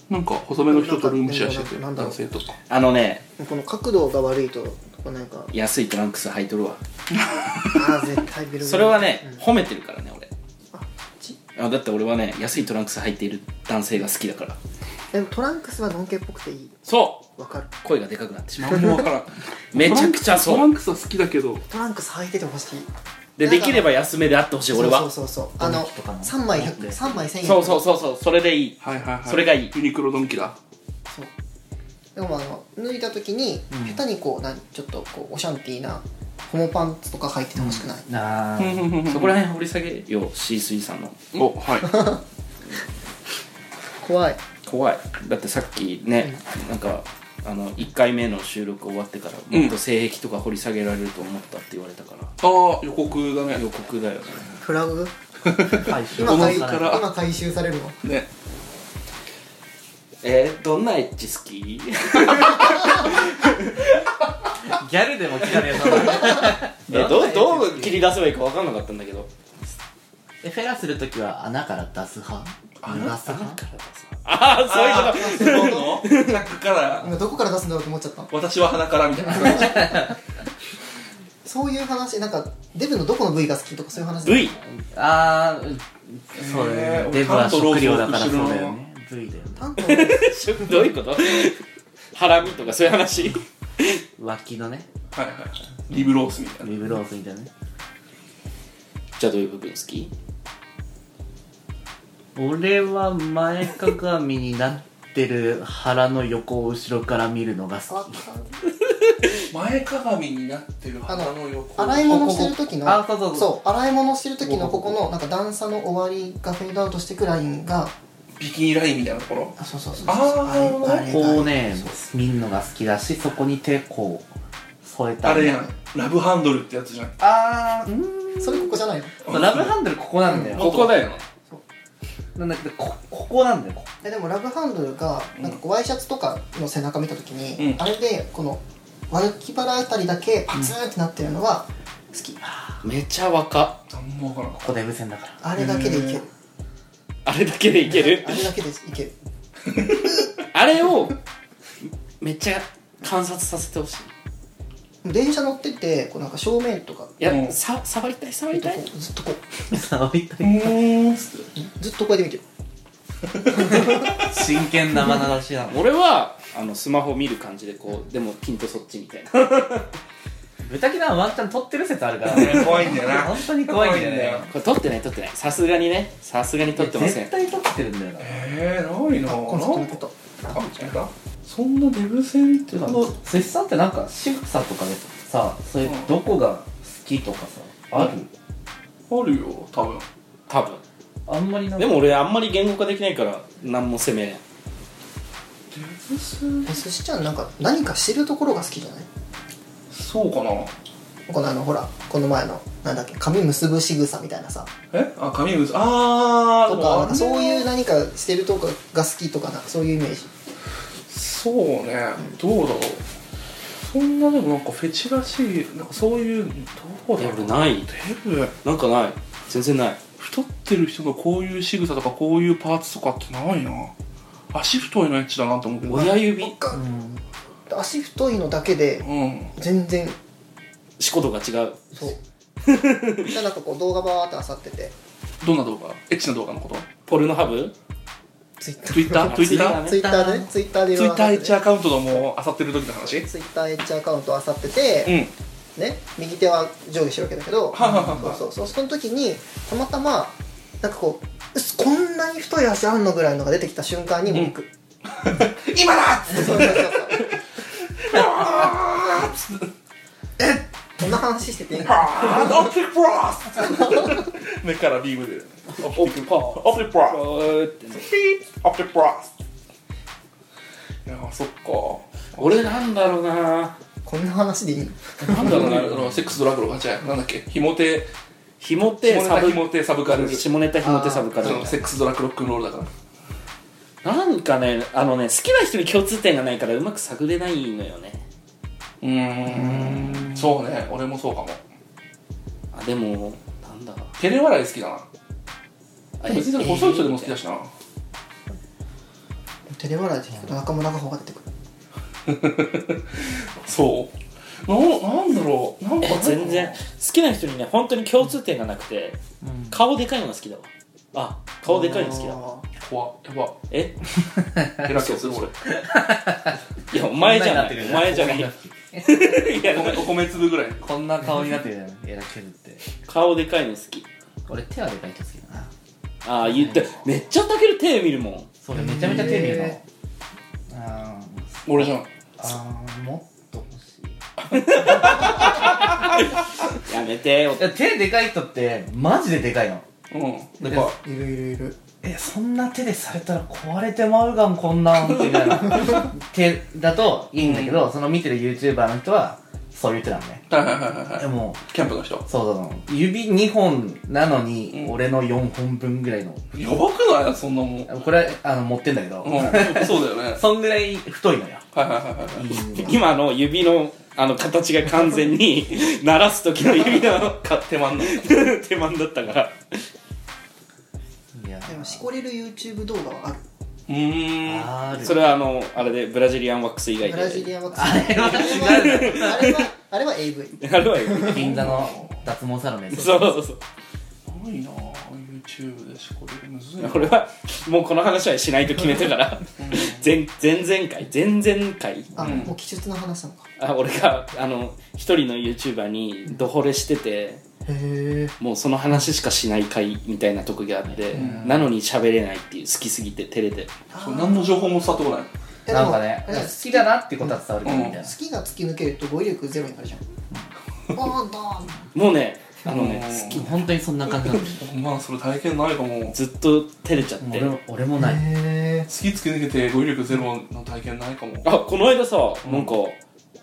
Speaker 1: なんか細めの人とルームシェアしてて
Speaker 3: なんだろ
Speaker 1: 男
Speaker 3: う
Speaker 1: 性と
Speaker 2: あのね、
Speaker 3: この角度が悪いとこうなんか
Speaker 2: 安いトランクス履いとるわ。
Speaker 3: ああ絶対ビル ド
Speaker 2: それはね
Speaker 3: うん、
Speaker 2: 褒めてるからね、俺。
Speaker 3: ち
Speaker 2: あだって俺はね、安いトランクス履いている男性が好きだから。
Speaker 3: でもトランクスはのんけっぽくていい
Speaker 2: そう
Speaker 3: わかる
Speaker 2: 声がでかくなってしまう。
Speaker 1: 何もわからん
Speaker 2: めちゃくちゃそう
Speaker 1: トランクスは好きだけど
Speaker 3: トランクス履いててほしい
Speaker 2: で、できれば安めであってほしい、俺
Speaker 3: そう
Speaker 2: は。
Speaker 3: そうそうそうあ
Speaker 4: ド
Speaker 3: の
Speaker 4: ンキとかの
Speaker 3: 3枚100 3枚1000円
Speaker 2: そうそうそう、そうそれでいい。
Speaker 1: はいはいはい
Speaker 2: それがいい
Speaker 1: ユニクロドンキだ
Speaker 3: そうでもあの脱いだ時に、
Speaker 4: うん
Speaker 3: 下手にこうなんちょっとこうオシャンティーなホモパンツとか履いててほしくない、
Speaker 4: なあ
Speaker 2: そこら辺掘り下げよう、シースイさんの。
Speaker 1: おはい
Speaker 3: 怖い
Speaker 2: 怖いだってさっきね、なんかあの1回目の収録終わってからもっと性癖とか掘り下げられると思ったって言われたか
Speaker 1: あ
Speaker 2: ら、
Speaker 1: あ予告だね
Speaker 2: 予告だよね
Speaker 3: フラグ
Speaker 4: 回収
Speaker 3: 今回
Speaker 1: この図から
Speaker 3: 今回収されるの
Speaker 1: ね
Speaker 2: えー、どんなエッチ好き
Speaker 4: ギャルでも聞かねえぞ
Speaker 2: えどうどう切り出せばいいか分かんなかったんだけど
Speaker 4: えフェラするときは穴から出す派出す派
Speaker 2: ああそういうこと
Speaker 1: のジャックから
Speaker 3: 今どこから出すんだろうと思っちゃった
Speaker 1: 私は鼻からみたいな感じ
Speaker 3: そういう話なんかデブのどこの部位が好きとかそういう話
Speaker 2: V
Speaker 4: あーうそうだ
Speaker 1: え
Speaker 4: よ
Speaker 1: ー
Speaker 4: ねデブは
Speaker 1: パンとロー
Speaker 4: 食
Speaker 1: スを
Speaker 4: 料だから
Speaker 1: 後
Speaker 4: そう
Speaker 1: ろの
Speaker 4: だよね V だよね
Speaker 3: パンとロース
Speaker 2: どういうことハラミとかそういう話
Speaker 4: 脇のね
Speaker 1: はいはいはいリブロースみたいな
Speaker 4: リブロースみたいなね
Speaker 2: じゃあどういう部分好き
Speaker 4: 俺は前かがみになってる腹の横を後ろから見るのが好き
Speaker 1: 前かがみになってる 鼻の横
Speaker 3: 洗い物してる時の
Speaker 4: あそうそうそう
Speaker 3: 洗い物してる時のここのなんか段差の終わりがフェードアウトしてくラインが
Speaker 1: ビキニラインみたいなところ
Speaker 3: あそうそうそう
Speaker 1: あー
Speaker 3: あれあれ
Speaker 4: こうね見るのが好きだしそこに手こう添えた
Speaker 1: あ
Speaker 4: り
Speaker 1: れやんラブハンドルってやつじゃん
Speaker 4: あーうん
Speaker 3: それここじゃないの
Speaker 4: ラブハンドルここなんだよ、
Speaker 1: ここだよ
Speaker 4: なんだけどこここなんだよこ
Speaker 3: えでもラブハンドルがなんかこうワイシャツとかの背中見た時に、
Speaker 1: うん
Speaker 3: あれでこの脇腹あたりだけパツンってなってるのは好き、
Speaker 2: めちゃ若
Speaker 1: なんもわからん
Speaker 4: ここデブ線だから
Speaker 3: あれだけでいける
Speaker 2: あれだけでいける
Speaker 3: あれだけでいける
Speaker 2: あれをめっちゃ観察させてほしい
Speaker 3: 電車乗っててこうなんか正面とか
Speaker 2: いや、
Speaker 1: うん
Speaker 2: さ触りたい触り
Speaker 3: ずっと
Speaker 2: たい
Speaker 3: こうずっとこ
Speaker 4: 触りた
Speaker 1: う
Speaker 4: い
Speaker 1: ーんっつって
Speaker 3: うずっとこうやって見てる
Speaker 4: 真剣な眼差し なの
Speaker 2: 俺はあのスマホ見る感じでこうでもピンとそっちみたいな
Speaker 4: ブタキナはワンチャン撮ってる説あるからね
Speaker 1: 怖いんだよな
Speaker 4: 本当に 怖いんだよね
Speaker 2: これ撮ってない撮ってないさすがにねさすがに撮ってません
Speaker 4: 絶対撮ってるんだよな
Speaker 1: えー、ないな
Speaker 3: あこの人のこと
Speaker 1: あ違ったそんなデブ戦って
Speaker 4: て
Speaker 1: こ
Speaker 4: か
Speaker 1: と
Speaker 4: 寿司さんってなんか仕草とかでさそういう
Speaker 1: うん
Speaker 4: どこが好きとかさある、
Speaker 1: あるよ多分
Speaker 2: 多分
Speaker 4: あんまりなんか
Speaker 2: でも俺あんまり言語化できないから何も責め
Speaker 1: デブ戦
Speaker 3: え寿司ちゃんなんか何か知るところが好きじゃない
Speaker 1: そうかな
Speaker 3: このあのほらこの前のなんだっけ髪結ぶ仕草みたいなさ
Speaker 1: えあ髪結ぶあー
Speaker 3: と
Speaker 1: でも
Speaker 3: か
Speaker 1: あ
Speaker 3: なんかそういう
Speaker 1: う
Speaker 3: 何かしてるとこが好きとかなんかそういうイメージ
Speaker 1: そうねどうだろうそんなでもなんかフェチらしいなんかそういうどうだ
Speaker 2: ない
Speaker 1: ろ
Speaker 2: 俺
Speaker 1: う
Speaker 2: ない
Speaker 1: デブ
Speaker 2: なんかない全然ない
Speaker 1: 太ってる人のこういう仕草とかこういうパーツとかってないな足太いのエッチだなと思うけど
Speaker 2: 親指
Speaker 3: か
Speaker 4: うん
Speaker 3: 足太いのだけで
Speaker 1: うん
Speaker 3: 全然
Speaker 2: しことが違う
Speaker 3: そう じゃあなんかこう動画バーってあさってて
Speaker 1: どんな動画エッチな動画の こと
Speaker 2: ポルノハブ
Speaker 3: ツイッター
Speaker 1: Twitter?
Speaker 2: あ
Speaker 1: Twitter?
Speaker 3: ツイッターでねツイッターで
Speaker 1: ツイッターエッチ
Speaker 3: チ
Speaker 1: アカウントのもう漁ってる時の話
Speaker 3: ツイッターエッチアカウントあさって
Speaker 1: う
Speaker 3: て、
Speaker 1: ん
Speaker 3: ね右手は上下してるわけだけど
Speaker 1: はははは
Speaker 3: そうそうそうその時にたまたまなんかこううっすこんなに太い足あんのぐらいのが出てきた瞬間にもう行く、
Speaker 1: 今だ
Speaker 3: そうそうそうそうえこんな話してていいの
Speaker 1: あ ーオプティックプロスト目からビームでオプティックプロオプティックプロストピーオプティックプロストいやーそっか
Speaker 2: 俺なんだろうな
Speaker 3: こんな話でいいの
Speaker 1: なんだろうなあのセックスドラッグのガチャやなんだっけひも手
Speaker 2: ひも
Speaker 1: 下
Speaker 2: 手
Speaker 1: ネタ
Speaker 2: サ
Speaker 1: ひ
Speaker 2: ブ
Speaker 1: も手サブカル
Speaker 2: 下ネタひも手サブカル
Speaker 1: そのセックスドラッグロックンロールだから
Speaker 2: なんかねあのね好きな人に共通点がないからうまく探れないのよね
Speaker 1: うーんそうね俺もそうかも
Speaker 2: あでもなんだ
Speaker 1: 照れ笑い好きだな
Speaker 2: あ
Speaker 1: 別にでも細い人でも好きだしな
Speaker 3: 照れ笑いで聞くと中村がほが出てくる
Speaker 1: そうななんだろうなんか
Speaker 2: え全然好きな人にね本当に共通点がなくて顔でかいのが好きだわあ顔でかいの好きだわ
Speaker 3: あ
Speaker 1: 怖やば
Speaker 2: え
Speaker 1: ヘラキャする俺
Speaker 2: いやお前じゃない
Speaker 4: こんなに
Speaker 2: お
Speaker 4: なっ
Speaker 2: 前
Speaker 4: てる
Speaker 2: じゃないいや
Speaker 1: お米お米粒ぐらい
Speaker 4: こんな顔になってるじゃんエラケルって
Speaker 2: 顔でかいの好き
Speaker 4: 俺手はでかい人好きだな
Speaker 2: ああ言ってめっちゃたける手見るもん
Speaker 4: それめちゃめちゃ手見るの
Speaker 3: へ
Speaker 4: あー
Speaker 1: 俺じゃん
Speaker 4: あーもっと欲しい
Speaker 2: やめてよ
Speaker 4: いや手でかい人ってマジででかいの
Speaker 1: うんで
Speaker 4: で
Speaker 1: か
Speaker 3: ーいるいるいる
Speaker 4: えそんな手でされたら壊れてまうがんこんなん みたいな手だといいんだけど、その見てる YouTuber の人はそういう人なのね
Speaker 1: いはいはいはいは
Speaker 4: でも
Speaker 1: いキャンプの人や
Speaker 4: そうそうそう指2本なのに、
Speaker 1: うん
Speaker 4: 俺の4本分ぐらいの
Speaker 1: ばくないそんなもんうん
Speaker 4: これあの持ってんだけど、
Speaker 1: そうだよねはい
Speaker 4: そんぐらい太いのよ
Speaker 1: はいはいはい
Speaker 2: 今の指のあの形が完全に鳴らす時の指のか手間 手間だったから
Speaker 4: いや
Speaker 3: でもしこれる YouTube 動画はある
Speaker 1: うーん
Speaker 4: ある
Speaker 2: それはあのあれでブラジリアンワックス以外
Speaker 3: ブラジリ
Speaker 2: で
Speaker 3: アンワックス
Speaker 4: あれは違う
Speaker 3: あれはあれは AV
Speaker 2: あれはよ
Speaker 4: 銀座の脱毛サロンのやつ
Speaker 2: そうそうそう
Speaker 1: ないなぁ YouTube でしこれむずいな
Speaker 2: 俺はもうこの話はしないと決めたから前前々回前々回
Speaker 3: あ、
Speaker 1: うん
Speaker 3: もう記述の話なのか
Speaker 2: あ俺があの一人の YouTuber にドホレしてて
Speaker 3: へえ
Speaker 2: もうその話しかしない回みたいな特技あって、なのに喋れないっていう好きすぎて照れて
Speaker 1: そう何の情報も伝わってこない
Speaker 4: なんかね
Speaker 3: 好
Speaker 4: 好きだなってことは伝わるけどみたいな
Speaker 3: きが突き抜けると語彙力ゼロになるじゃんおーどーん
Speaker 2: もうねあのね
Speaker 1: うん
Speaker 2: 好き
Speaker 4: 本当にそんな感じなんだよ
Speaker 1: まあそれ体験ないかも
Speaker 2: ずっと照れちゃって
Speaker 4: 俺も俺もない
Speaker 3: へえ
Speaker 1: 突き突き抜けて語彙力ゼロの体験ないかも
Speaker 2: あこの間さなんか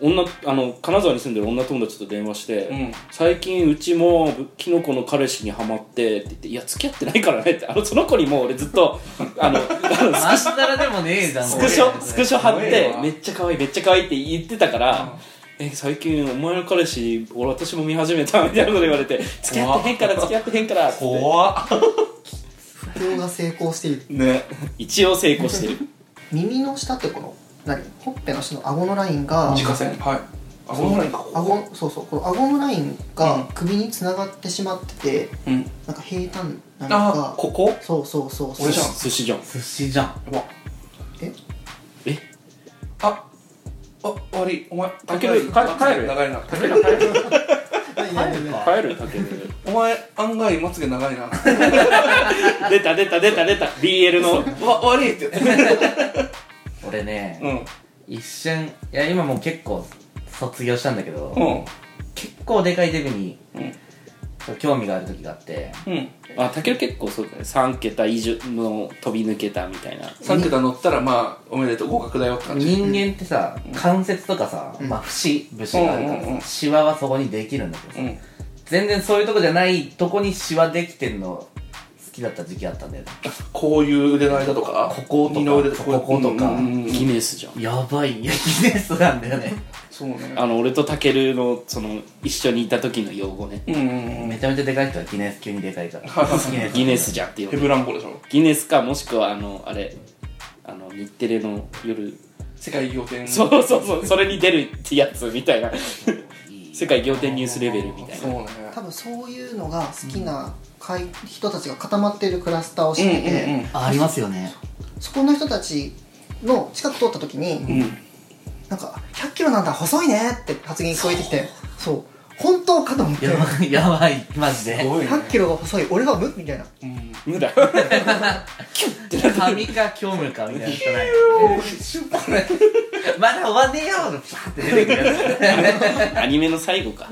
Speaker 2: 女あの金沢に住んでる女友達と電話して、
Speaker 1: うん
Speaker 2: 最近うちもキノコの彼氏にハマってって言って「いや付き合ってないからね」ってあのその子にもう俺ずっと あのあの
Speaker 4: マしたらでもねえじゃん
Speaker 2: スクショスクショ貼っ
Speaker 1: すごい
Speaker 2: て
Speaker 1: わ
Speaker 2: めっちゃ可愛いめっちゃ可愛いって言ってたから、え最近お前の彼氏俺私も見始めたみたいなこと言われて付き合ってへんから付き合ってへんからって
Speaker 1: 怖っ
Speaker 3: 不況が成功している
Speaker 1: ね
Speaker 2: 一応成功してる
Speaker 3: 耳の下ってこの何ほっぺの下の顎のラインが
Speaker 1: 自家製はいあこのぐらいか
Speaker 3: 顎そうそうこの顎のライン
Speaker 1: うん
Speaker 3: が首につながってしまってて、
Speaker 1: うん
Speaker 3: なんか平坦なの
Speaker 1: あ
Speaker 3: か
Speaker 1: ここ
Speaker 3: そうそうそうそう
Speaker 1: 俺じゃん
Speaker 2: 寿司じゃん
Speaker 4: 寿司じゃん
Speaker 1: やば
Speaker 3: え
Speaker 2: え
Speaker 1: ああ終わりお前
Speaker 2: タケルか帰る
Speaker 1: 長いなタケル
Speaker 3: 何何何
Speaker 2: 帰るだけで
Speaker 1: お前案外まつげ長い な
Speaker 2: 出た出た出た出た BL の
Speaker 1: わ悪いって
Speaker 4: 俺ね
Speaker 1: うん
Speaker 4: 一瞬いや今もう結構卒業したんだけど
Speaker 1: うん
Speaker 4: 結構でかいデブに
Speaker 1: うん
Speaker 4: ちょっと興味がある時があって
Speaker 1: うん
Speaker 2: あタケル結構そうだね3桁以上の飛び抜けたみたいな
Speaker 1: 3桁乗ったらまあおめでとう合格だよって感じ
Speaker 4: 人間ってさ関節とかさ、まあ節節があるか
Speaker 1: うんうんう
Speaker 4: ら
Speaker 1: ん
Speaker 4: さシワはそこにできるんだけどさ、
Speaker 1: うん
Speaker 4: 全然そういうとこじゃないとこにシワできてんの好きだった時期あったんだよね
Speaker 1: こういう腕の間とか
Speaker 4: こことか
Speaker 1: 二の腕とか
Speaker 4: ここと
Speaker 1: う
Speaker 4: か
Speaker 1: んうんうん
Speaker 2: ギネスじゃん
Speaker 4: やばい焼きネスなんだよね
Speaker 1: そうね
Speaker 2: あの俺とタケルのその一緒にいた時の用語ね
Speaker 1: うんうんうん
Speaker 4: めちゃめちゃでかい人はギネス級にで かいから
Speaker 1: はいはいはい
Speaker 4: ギ
Speaker 2: ギ
Speaker 4: ネス
Speaker 2: ネスじゃんって呼
Speaker 1: ヘ
Speaker 2: ぶ
Speaker 1: ブランコでしょ
Speaker 2: ギネスかもしくはあのあれあの日テレの夜
Speaker 1: 世界仰天
Speaker 2: そうそうそうそれに出るってやつみたいな世界仰天ニュースレベルみたい
Speaker 1: そう
Speaker 2: な
Speaker 1: ね
Speaker 3: 多分そういうのが好きな会、人たちが固まっているクラスターをして
Speaker 1: うん
Speaker 3: て、
Speaker 1: うんうん
Speaker 4: あありますよね
Speaker 3: そこの人たちの近く通った時に、
Speaker 1: うん
Speaker 3: なんか「100キロなんだ細いね」って発言聞こえてきてそう本当かと思って
Speaker 4: やばいやばいマジ
Speaker 1: す
Speaker 4: で
Speaker 1: ごいね
Speaker 3: 100キロが細い俺は無みたいな
Speaker 1: うん
Speaker 2: 無駄
Speaker 4: 髪か虚無かみたいな人 ないまだ終わんねえよバーって出てくるやつ
Speaker 2: アニメの最後か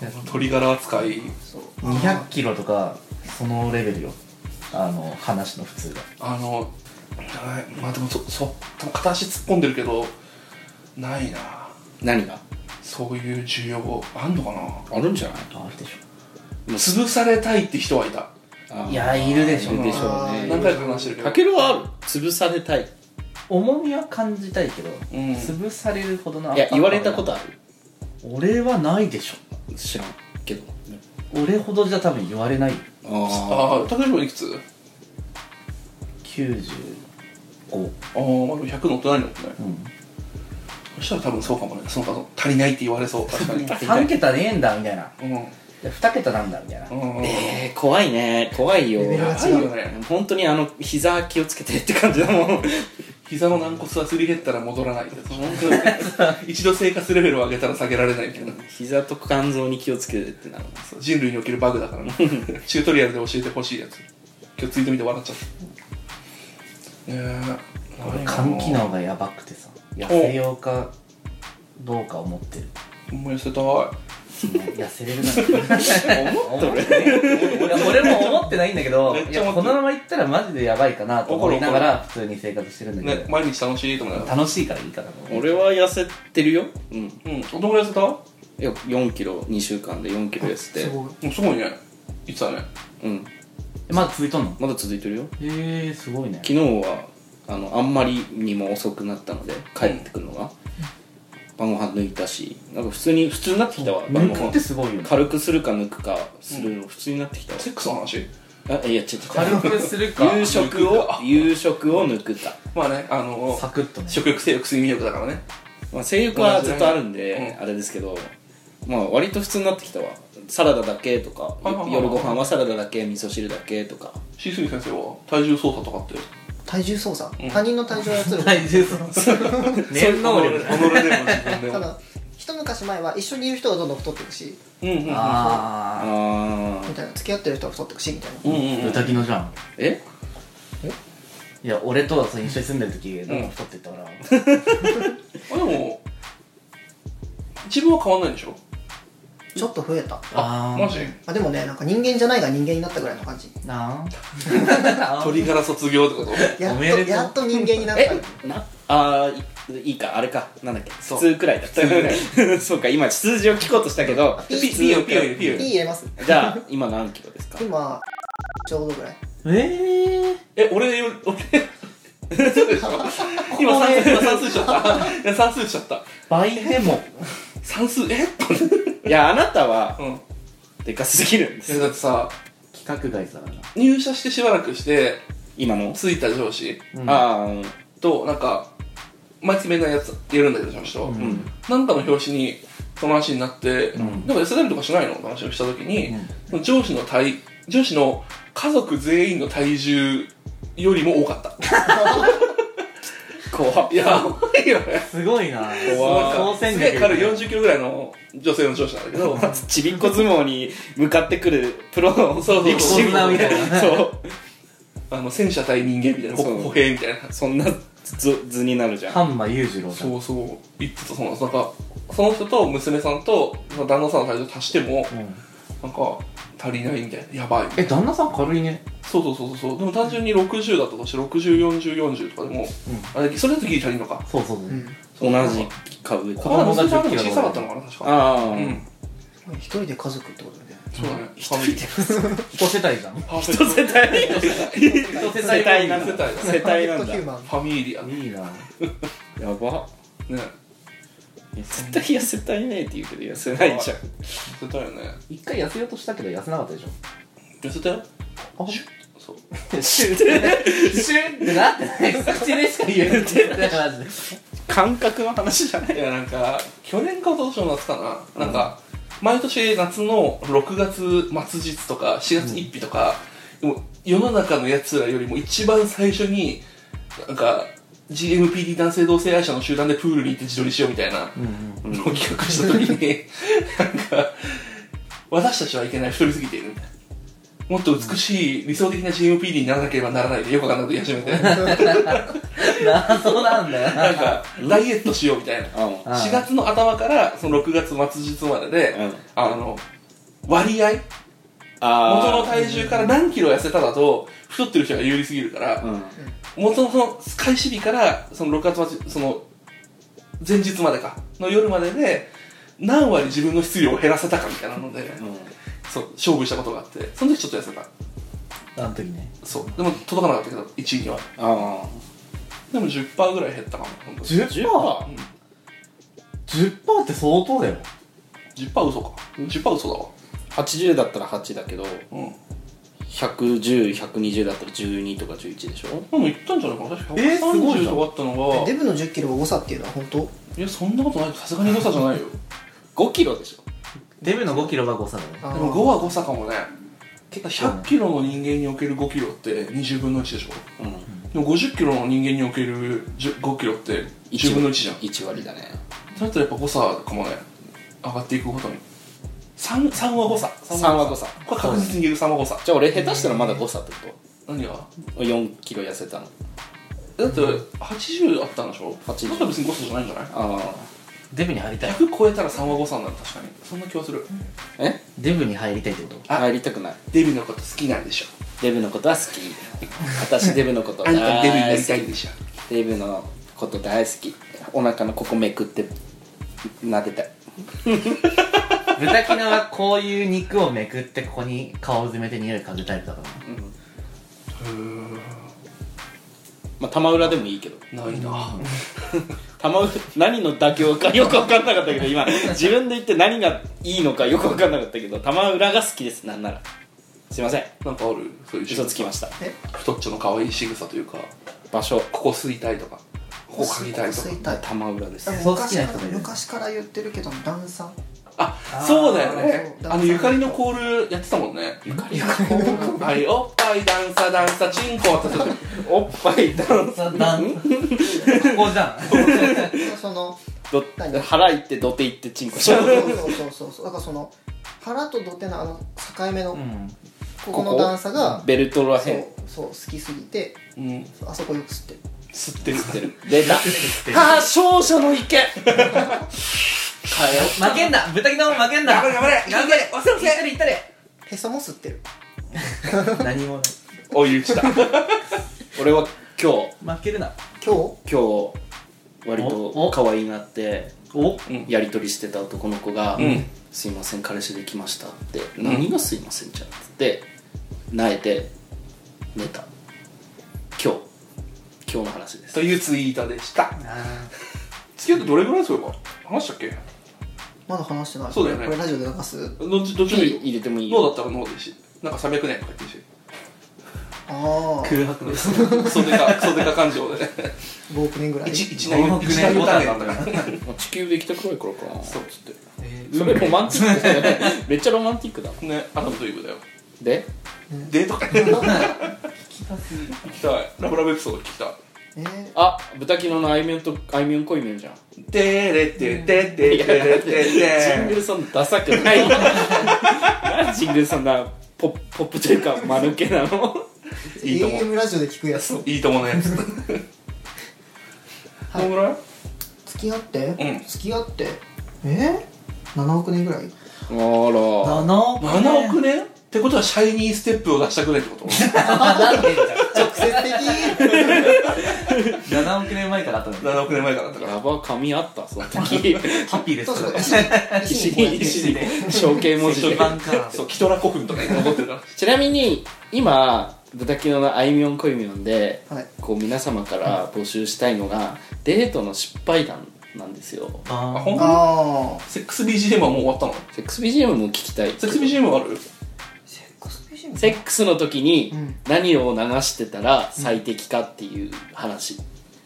Speaker 1: 鶏ガラ扱い
Speaker 3: そう
Speaker 4: 200キロとかそのレベルよあの話の普通が
Speaker 1: あのはいまあでもそそ多分片足突っ込んでるけどないな
Speaker 2: 何が
Speaker 1: そういう需要あんのかな
Speaker 2: あるんじゃない
Speaker 4: あるでし
Speaker 1: 潰されたいって人はいた
Speaker 2: あ
Speaker 4: いやいるでしょ
Speaker 2: いるでしょう
Speaker 3: あー
Speaker 2: ね
Speaker 1: 何回か話してるけど
Speaker 2: かけるはある潰されたい
Speaker 4: 重みは感じたいけど、
Speaker 1: ん
Speaker 4: 潰されるほどの
Speaker 2: いや言われたこと
Speaker 4: は
Speaker 2: あ
Speaker 4: 俺はないでしょ
Speaker 2: る知らんけど
Speaker 4: 俺ほどじゃ多分言われないよ
Speaker 2: あ
Speaker 1: ああ例えばいくつ
Speaker 4: 95
Speaker 1: ああまだ100乗ってないのね
Speaker 4: うん
Speaker 1: そしたら多分そうかもねそのか足りないって言われそう確か に
Speaker 4: 3桁ねえんだみたいな
Speaker 1: うん
Speaker 4: 2桁なんだみたいな
Speaker 1: うん
Speaker 2: えー、怖いね怖いよ
Speaker 3: レベルが
Speaker 1: やばいよね
Speaker 2: 本当にあの膝気をつけてって感じだもん
Speaker 1: 膝の軟骨はすり減ったら戻ら ないって本当に一度生活レベルを上げたら下げられないみたいな
Speaker 2: 膝と肝臓に気をつけてってなる
Speaker 1: そう人類に起きるバグだから ねチュートリアルで教えてほしいやつ今日ツイート見て笑っ ちゃったねえ
Speaker 4: 俺肝機能がやばくてさ痩せようかどうか思ってる
Speaker 1: ほんま痩せたい
Speaker 4: 痩せれるなんて思ってるいや俺も思ってないんだけど
Speaker 1: めっ
Speaker 4: い
Speaker 1: ちゃ思ってる
Speaker 4: やこのままいったらマジでやばいかなと思いなが
Speaker 1: 怒る
Speaker 4: ら普通に生活してるんだけ
Speaker 1: ね、
Speaker 4: ど、
Speaker 1: 毎日楽しいと思いながら
Speaker 4: 楽しいからいいかなと思う
Speaker 2: 俺は痩せてるようん
Speaker 1: うん、どのぐらい痩せたも
Speaker 2: いや4キロ2週間で4キロ痩せて
Speaker 3: すごいう
Speaker 1: すごいね。いつだね。
Speaker 2: うん
Speaker 4: えまだ続いとんの
Speaker 2: まだ続いてるよ
Speaker 4: へえすごいね
Speaker 2: 昨日はあのあんまりにも遅くなったので帰ってくるのが、晩ご飯抜いたしなんか普通に普通になってきたわ晩ご
Speaker 4: 抜くって
Speaker 2: 飯
Speaker 4: すごいよね
Speaker 2: 軽くするか抜くかするの普通になってきたわ、
Speaker 1: セックスの話
Speaker 2: あいや違う違
Speaker 4: 軽
Speaker 2: う
Speaker 4: くするか
Speaker 2: 夕食を夕食を抜くか、
Speaker 1: まあね、あの
Speaker 4: サクッとね
Speaker 1: 食欲、性欲、睡眠欲だからね。
Speaker 2: まあ、性欲はずっとあるんで、
Speaker 1: 同じだね
Speaker 2: あれですけどまあ割と普通になってきたわサラダだけとか
Speaker 1: はいはいはい
Speaker 2: 夜ご飯はサラダだけ味噌汁だけとか
Speaker 1: シースミ先生は体重操作とかって。
Speaker 3: 体重操 作、他人の体重を操る
Speaker 4: 体重操作念能力
Speaker 1: 己でも自分で
Speaker 3: た
Speaker 1: も。
Speaker 3: だ一一昔前は一緒にいる人はどんどん太っていくし
Speaker 1: うんうんうん
Speaker 4: あ
Speaker 2: あ
Speaker 3: みたいな付き合ってる人は太っていくしみたいな
Speaker 1: うんうん
Speaker 4: あ歌きのじゃん
Speaker 2: ーえ
Speaker 4: いや俺とはその一緒に住んでる時なんか太ってたから、
Speaker 1: あでも自分は変わんないんでしょ
Speaker 3: ちょっと増えた
Speaker 4: あー
Speaker 1: マジ
Speaker 3: あでもねなんか人間じゃないが人間になったぐらいの感じ
Speaker 4: なあ
Speaker 1: 鳥から卒業ってこと
Speaker 3: やっ
Speaker 4: お
Speaker 3: と
Speaker 4: めでとう
Speaker 3: やっと人間になった
Speaker 2: えなあーいいいかあれかなんだっけ普
Speaker 1: う
Speaker 2: 通くらいだった
Speaker 1: 普通くら
Speaker 2: そうか今数字を聞こうとしたけど
Speaker 3: ピ
Speaker 1: ピピよピよピよ
Speaker 3: いい入れます
Speaker 2: じゃあ今何キロですか
Speaker 3: 今ちょうどぐらい
Speaker 4: ええ
Speaker 1: え俺よ俺そうでしょ今算数今算数しちゃったいや算数しちゃった
Speaker 4: 倍でも
Speaker 1: 算数えっと
Speaker 2: いやあなたは
Speaker 1: うん
Speaker 2: でかすぎる
Speaker 1: い
Speaker 2: んで
Speaker 1: や
Speaker 2: す
Speaker 1: だってさ
Speaker 4: 規格外さだな
Speaker 1: 入社してしばらくして
Speaker 2: 今の、
Speaker 1: ついた上司
Speaker 4: うん
Speaker 2: ああうん
Speaker 1: となんか毎月面談やつやるんだけどその人、
Speaker 4: う
Speaker 2: うんん
Speaker 1: なんかの表紙にその話になって、
Speaker 4: ん
Speaker 1: でも痩せたりとかしないのって話をした時に、
Speaker 4: うん
Speaker 1: その上司の体上司の家族全員の体重よりも多かった
Speaker 2: 怖っ
Speaker 1: いやばいよね
Speaker 4: すごいな
Speaker 2: 怖い
Speaker 4: そう
Speaker 1: す
Speaker 4: 戦
Speaker 1: げえ
Speaker 4: 略
Speaker 1: 軽い4 0キロぐらいの女性の上司なんだけど
Speaker 2: ちびっこ相撲に向かってくるプロの
Speaker 1: そうそう
Speaker 2: 力士
Speaker 4: 横綱みたいな
Speaker 2: そう
Speaker 1: あの戦車対人間みたいなほ
Speaker 2: そう
Speaker 1: 歩兵みたいな
Speaker 2: そんな図図になるじゃん
Speaker 4: 半馬裕次郎だ
Speaker 1: そうそう言ってたそのなんかその人と娘さんとその旦那さんの体重足しても
Speaker 4: うん
Speaker 1: なんか足りないみたいなやばい
Speaker 4: え旦那さん軽いね
Speaker 1: そうそうそうそうでも単純に60だったとして604040とかでも、あれそれだとギリ足りんのか
Speaker 4: そうそうそう、
Speaker 3: うん
Speaker 2: 同じか上
Speaker 1: こ
Speaker 2: か
Speaker 1: こは娘さん
Speaker 4: 子
Speaker 1: も
Speaker 4: 供が10
Speaker 1: 小さかったのかな確か
Speaker 2: ああ、
Speaker 1: うん
Speaker 3: 一人で家族ってことだね
Speaker 1: そうだね
Speaker 2: 一人で
Speaker 4: 一世帯じゃん
Speaker 1: パーフェ
Speaker 2: 一世
Speaker 1: ク
Speaker 2: 帯
Speaker 4: 一
Speaker 2: 世帯なん
Speaker 1: 世帯
Speaker 2: だ
Speaker 1: だ
Speaker 2: 世
Speaker 1: ね
Speaker 2: 帯な
Speaker 3: パーフェ
Speaker 2: ん
Speaker 3: クト
Speaker 2: だ
Speaker 3: ヒューマン
Speaker 1: ファミリアね
Speaker 4: いいな
Speaker 2: やば絶対痩せたいねって言うけど痩せないじゃん
Speaker 1: 痩せたよね
Speaker 4: 一回痩せようとしたけど痩せなかったでしょ
Speaker 1: 痩せたよ
Speaker 4: あ
Speaker 1: そう
Speaker 4: シュッシュッってなってない口でしか言ってないマジで
Speaker 2: 感覚の話じゃない
Speaker 1: いやなんか去年か一昨年の夏かななんか毎年夏の6月末日とか4月1日とか、でも世の中のやつらよりも一番最初になんか GMPD 男性同性愛者の集団でプールに行って自撮りしようみたいなのを企画した時になんか私たちはいけない太りすぎているみたいなもっと美しい理想的な GMPD にならなければならないでよくわかんなく言い始めてなん
Speaker 4: 謎なんだよな
Speaker 1: かダイエットしようみたいな
Speaker 2: うん
Speaker 4: ああ
Speaker 1: 4月の頭からその6月末日までで、
Speaker 2: うん
Speaker 1: あの割合元の
Speaker 2: あ
Speaker 1: 体重から何キロ痩せただと太ってる人が有利すぎるから、
Speaker 2: あうん
Speaker 1: 元のその開始日からその6月末日その前日までかの夜までで何割自分の質量を減らせたかみたいなので、そう勝負したことがあってその時ちょっと痩せた
Speaker 4: あの時ね
Speaker 1: そうでも届かなかったけど1位には
Speaker 2: ああ
Speaker 1: でも10%ぐらい減ったかも本当に
Speaker 4: 10%10%
Speaker 1: うん
Speaker 4: って相当だよ
Speaker 1: 10%嘘か10%嘘だわ
Speaker 2: 80だったら8だけど
Speaker 1: うん
Speaker 2: 110120だったら12とか11でしょ
Speaker 1: でもいったんじゃないかな確か
Speaker 4: えーすごい
Speaker 1: 130
Speaker 4: じゃん
Speaker 1: とかあったのが、
Speaker 3: デブの1 0キロ誤差っていうのは本当
Speaker 1: いやそんなことないさすがに誤差じゃないよ
Speaker 2: 5キロでしょ
Speaker 4: デブの5キロは誤差だね
Speaker 1: でも5は誤差かもね1 0 0キロの人間における5キロって20分の1でしょ
Speaker 2: うん
Speaker 1: でも50キロの人間における10 5キロって10分の1じゃん
Speaker 2: 1割だね
Speaker 1: そうなったらやっぱ誤差かもね上がっていくことに 3, 3は誤差
Speaker 2: 3は誤差
Speaker 1: これ確実に言う3は誤差
Speaker 2: じゃあ俺下手したらまだ誤差ってこ
Speaker 1: 何が
Speaker 2: と4キロ痩せたの
Speaker 1: だって80あったんでしょ
Speaker 2: 80
Speaker 1: だったら別に誤差じゃないんじゃない
Speaker 2: あ
Speaker 4: デブに入りたい
Speaker 1: 100超えたら3は誤差になる確かにそんな気はする
Speaker 2: あえ
Speaker 4: デブに入りたいってこと
Speaker 1: あ
Speaker 2: 入りたくない
Speaker 1: デビのこと好きなんでしょ
Speaker 2: デブのことは好き私デブのこと
Speaker 1: あ
Speaker 2: 大
Speaker 1: んたデビにな
Speaker 2: 好
Speaker 1: りたいん
Speaker 2: き
Speaker 1: でしょ
Speaker 2: デブのこと大好きお腹のここめくって撫でたい
Speaker 4: 豚キナはこういう肉をめくってここに顔を詰めて匂い嗅ぐタイプだから
Speaker 2: まあ玉浦でもいいけど
Speaker 1: ないな
Speaker 2: 玉浦何の妥協かよく分かんなかったけど今自分で言って何がいいのかよく分かんなかったけど玉浦が好きですなんならすいません
Speaker 1: なんかあるそういう仕
Speaker 2: 嘘
Speaker 1: 草
Speaker 2: つきました
Speaker 1: 太っちょの可愛い仕草というか
Speaker 2: 場所
Speaker 1: ここ吸いたいとかここ嗅ぎたいとか
Speaker 3: 吸いたい
Speaker 2: 玉浦です
Speaker 3: でも
Speaker 4: そう好き
Speaker 3: 昔か
Speaker 4: な人
Speaker 3: ら
Speaker 4: だよね
Speaker 3: 昔から言ってるけど段差
Speaker 1: あそうだよね
Speaker 3: そう
Speaker 1: あのゆかりのコールやってたもんねゆかりはいおっぱいダンサダンサチンコって言ってた
Speaker 2: おっぱいだろ
Speaker 4: さだんここじゃん
Speaker 3: その
Speaker 2: ど
Speaker 3: 何
Speaker 2: 腹いって土手いってチンコしちゃ
Speaker 3: そううそうそうそうだからその腹と土手のあの境目の
Speaker 4: うん
Speaker 3: ここの段差が
Speaker 2: ベルトら
Speaker 3: そ
Speaker 2: へん
Speaker 3: うそう好きすぎて
Speaker 1: うん
Speaker 3: あそこよく吸ってる
Speaker 1: 吸ってる吸ってる
Speaker 2: 出たああ勝者の意見
Speaker 4: 負けんな豚キノ負けんな
Speaker 1: 頑張れ頑張れ
Speaker 4: 頑張れおせおせいったれいっ
Speaker 3: へそも吸ってる
Speaker 4: たれ何もな
Speaker 1: お湯 した
Speaker 2: 俺は今日
Speaker 4: い負けるな
Speaker 3: 今日
Speaker 2: 今日割
Speaker 4: お
Speaker 2: と
Speaker 4: お
Speaker 2: 可愛いなって
Speaker 4: お
Speaker 2: やり取りしてた男の子が「
Speaker 1: うん
Speaker 2: すいません彼氏できました」って「
Speaker 1: ん
Speaker 2: 何がすいませんじゃん」っつって泣いて寝た今日今日の話です
Speaker 1: というツイートでした
Speaker 4: あ
Speaker 1: 付き合ってどれぐらいそういえば話したっけ
Speaker 3: まだ話してない
Speaker 1: そうだよね
Speaker 3: これラジオで流す
Speaker 1: どっちどっちもいいよ
Speaker 2: 入れてもいい
Speaker 1: 脳だ
Speaker 2: よ
Speaker 1: ったら脳でいいしなんか300年とか言ってるし
Speaker 3: ああ
Speaker 1: 空白のクソデ カクソデカ感情で
Speaker 3: 5億年ぐらい
Speaker 1: 一一
Speaker 4: 年
Speaker 1: 年一年ボタンだったか
Speaker 4: ボ
Speaker 1: ら
Speaker 2: もう地球できたくらいからかな
Speaker 1: そうっつって
Speaker 2: それロマンティックだね めっちゃロマンティックだ
Speaker 1: ねアダムとイブだよ
Speaker 2: で
Speaker 1: デートか聞きたいラブラブエピソード聞きたい
Speaker 3: えー
Speaker 2: あ豚キノのあいみょんとあいみょんこいみょんじゃん
Speaker 1: テレテテテ
Speaker 2: いやだ
Speaker 1: テ
Speaker 2: っ
Speaker 1: テ
Speaker 2: てジング
Speaker 1: テ
Speaker 2: ルソングダサくないなんでジングルソングなポッポップというか間抜けなの
Speaker 1: いいと思
Speaker 3: AM ラジオで聞くやつ
Speaker 1: ういいとものやつどのぐらい
Speaker 3: 付き合って、
Speaker 1: うん
Speaker 3: 付き合ってえー、7億年ぐらい
Speaker 2: あら
Speaker 4: 7億
Speaker 1: 7億年ってことはシャイニーステップを出したくらいってこと
Speaker 3: 直接的
Speaker 4: 7億年前からあったの
Speaker 1: 7億年前からだったから
Speaker 2: やば髪あったその時
Speaker 4: ハッピーで
Speaker 3: そうそう
Speaker 4: す
Speaker 2: 石
Speaker 3: 石に
Speaker 2: に石に象形文字
Speaker 4: 一
Speaker 2: で
Speaker 4: 番か
Speaker 1: そうキトラ古墳とかに残ってるから
Speaker 2: ちなみに今豚キノのあいみょんこいみょんで
Speaker 3: はい
Speaker 2: こう皆様から募集したいのがデートの失敗談なんですよ
Speaker 4: あ
Speaker 1: あ
Speaker 4: ー
Speaker 1: ほんと
Speaker 3: ああ
Speaker 1: セックス BGM はもう終わったの
Speaker 2: セックス BGM も聞きたい
Speaker 1: セックス BGM はある
Speaker 3: セックス BGM
Speaker 2: セックスの時に
Speaker 3: うん
Speaker 2: 何を流してたら最適かっていう話、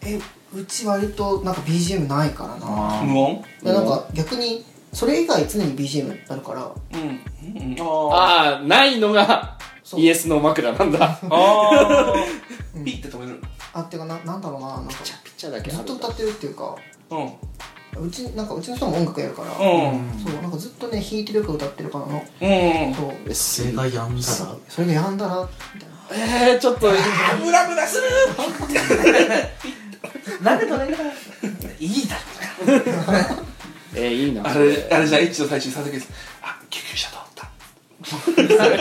Speaker 3: えうち割となんか BGM ないからな
Speaker 4: あ
Speaker 1: 無音
Speaker 3: いやなんか逆にそれ以外常に BGM あるから
Speaker 1: うんうんああ
Speaker 2: ああないのが
Speaker 3: そう
Speaker 2: イエスの枕なんだ
Speaker 1: あーピッて止めるんだ
Speaker 3: あっていうかななんだろうななんか
Speaker 2: ピチャピチャだけあ
Speaker 3: ず
Speaker 2: るん
Speaker 3: っ
Speaker 2: だ
Speaker 3: と歌ってるっていうか
Speaker 1: うん
Speaker 3: うちなんかうちの人も音楽やるから、
Speaker 1: うん
Speaker 3: そうなんかずっとね弾いてるか歌ってるからの
Speaker 1: うん
Speaker 3: そう
Speaker 2: えす
Speaker 4: がやんだ
Speaker 3: そうそれがやんだらみ たいな
Speaker 2: えー、ちょっと
Speaker 1: ムラムラする
Speaker 4: なんで取れるかいいだ
Speaker 2: えー、いいな
Speaker 1: あれあれじゃんエッチの最終3席ですあ救急車通った
Speaker 3: ないな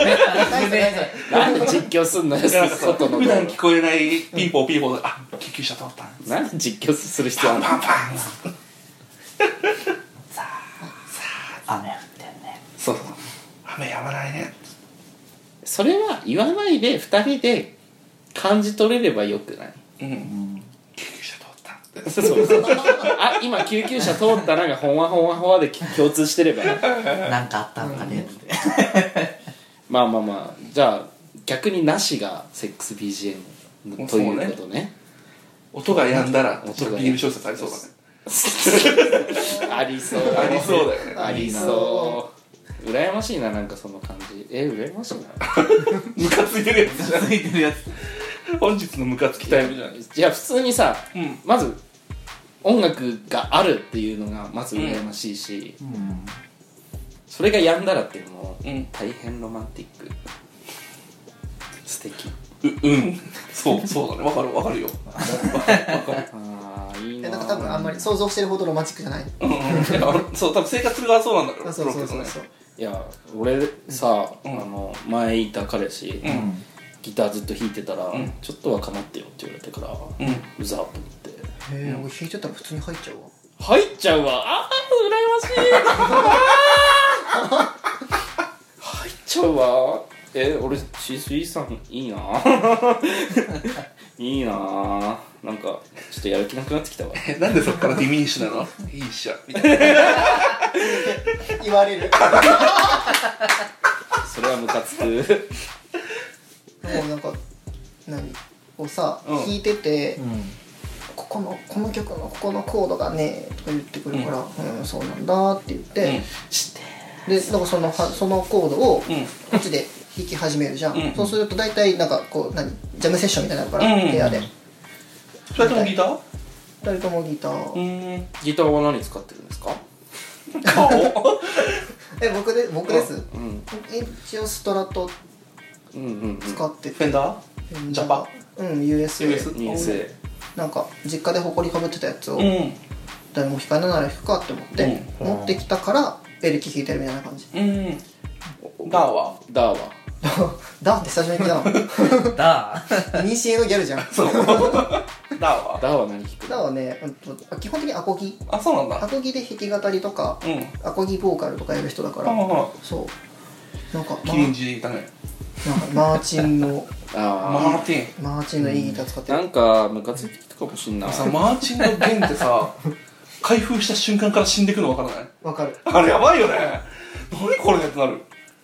Speaker 3: いない
Speaker 2: なんで実況すんのよ外の
Speaker 1: 普段聞こえないピーポーピーポーであ救急車通った
Speaker 2: なんで実況する必要あ
Speaker 1: パ
Speaker 2: る
Speaker 1: ン
Speaker 2: の
Speaker 1: パンパン
Speaker 4: 雨降ってんね
Speaker 1: そうそう雨やまないね
Speaker 2: それは言わないで2人で感じ取れればよくない
Speaker 1: うん救急車通った
Speaker 2: そうそうあ今救急車通ったなんかほんわほんわほんわで共通してれば
Speaker 4: なんかあったのかねって
Speaker 2: まあまあまあじゃあ逆になしがセックス BGM ということね
Speaker 1: 音がやんだら
Speaker 2: 音が
Speaker 1: ちょっと BL 小説ありそうだね
Speaker 2: ありそう
Speaker 1: ありそうだよね
Speaker 2: ありそう羨ましいななんかその感じえ羨ましいな
Speaker 1: ムカついてるやつじゃん
Speaker 4: ついてるやつ
Speaker 1: 本日のムカつきタイムじゃない
Speaker 2: いや普通にさ
Speaker 1: うん
Speaker 2: まず音楽があるっていうのがまず羨ましいし、
Speaker 4: うん
Speaker 2: それがやんだらっていうのも
Speaker 1: うん
Speaker 2: 大変ロマンティック素敵
Speaker 1: ううんそうそうだねわかるわかるよ
Speaker 2: ああいい
Speaker 3: い
Speaker 2: な
Speaker 3: やなんか多分あんまり想像してるほどロマンチックじゃない
Speaker 1: うんうんいや俺そう多分生活する側はそうなんだろ
Speaker 3: あ
Speaker 1: う
Speaker 3: そうそう
Speaker 1: プ
Speaker 3: そ
Speaker 1: ロ
Speaker 3: う
Speaker 1: って
Speaker 3: そ
Speaker 1: ね
Speaker 3: う
Speaker 2: いや俺さ、
Speaker 1: うん
Speaker 2: あの前いた彼氏、
Speaker 4: うん
Speaker 2: ギターずっと弾いてたら、
Speaker 1: ん
Speaker 2: ちょっとはかまってよって言われてから、
Speaker 1: う
Speaker 2: うんざーと思って
Speaker 3: へえ俺弾いちゃったら普通に入っちゃうわ
Speaker 2: 入っちゃうわあー羨ましいあー入っちゃうわえ俺シスイさんいいないいななんかちょっとやる気なくなってきたわ
Speaker 1: えなんでそっからディミニッシュなのいいっしょみたいな
Speaker 3: 言われる
Speaker 2: それはムカつく
Speaker 3: もうなんか何をさ
Speaker 1: うん
Speaker 3: 弾いてて
Speaker 4: うん
Speaker 3: ここのこの曲のここのコードがねとか言ってくるからうんそうなんだって言って
Speaker 2: して
Speaker 3: でなんかそのはそのコードをこ
Speaker 1: うん
Speaker 3: っちで弾き始めるじゃ
Speaker 1: うん
Speaker 3: んそうすると大体なんかこう何ジャムセッションみたいになるから
Speaker 1: うん
Speaker 3: 部屋で
Speaker 1: 2人ともギター
Speaker 3: 2人ともギター、
Speaker 1: うん
Speaker 2: ギターは何使ってるんですか
Speaker 3: え僕で僕です、
Speaker 2: うん
Speaker 3: 一応ストラト
Speaker 2: うんうん
Speaker 3: 使って
Speaker 1: フェ
Speaker 3: て、
Speaker 1: ンダー
Speaker 3: うん
Speaker 1: ジャパ
Speaker 3: うん USA,
Speaker 1: US
Speaker 2: うん人生
Speaker 3: なんか実家で埃かぶってたやつを、
Speaker 1: うん
Speaker 3: 誰も弾かないなら弾くかって思って、
Speaker 4: うん
Speaker 3: 持ってきたからエレキ弾いてるみたいな感じ
Speaker 1: うんダーは
Speaker 2: ダーは
Speaker 3: だって久しぶり に聞い
Speaker 4: だ
Speaker 3: たのイニシエのギャルじゃん
Speaker 1: そうダーは
Speaker 2: ダーは何弾く
Speaker 3: だはね、うんと、基本的にアコギ
Speaker 1: あそうなん
Speaker 3: ア
Speaker 1: だ
Speaker 3: コギで弾き語りとか
Speaker 1: うん
Speaker 3: アコギボーカルとかやる人だか
Speaker 1: あ
Speaker 3: ら
Speaker 1: あ
Speaker 3: そうなんか,、ま
Speaker 1: キリンジだね
Speaker 3: なんかマーチン の
Speaker 1: マ
Speaker 2: あ
Speaker 1: ーティン
Speaker 3: マーチンのいいギター使っ
Speaker 2: ー
Speaker 3: てる、
Speaker 2: なんかムカついてきたかもしんない
Speaker 1: さマーチンの弦ってさ開封した瞬間から死んでくの分からない
Speaker 3: わかる
Speaker 1: あれやばいよね何これってなる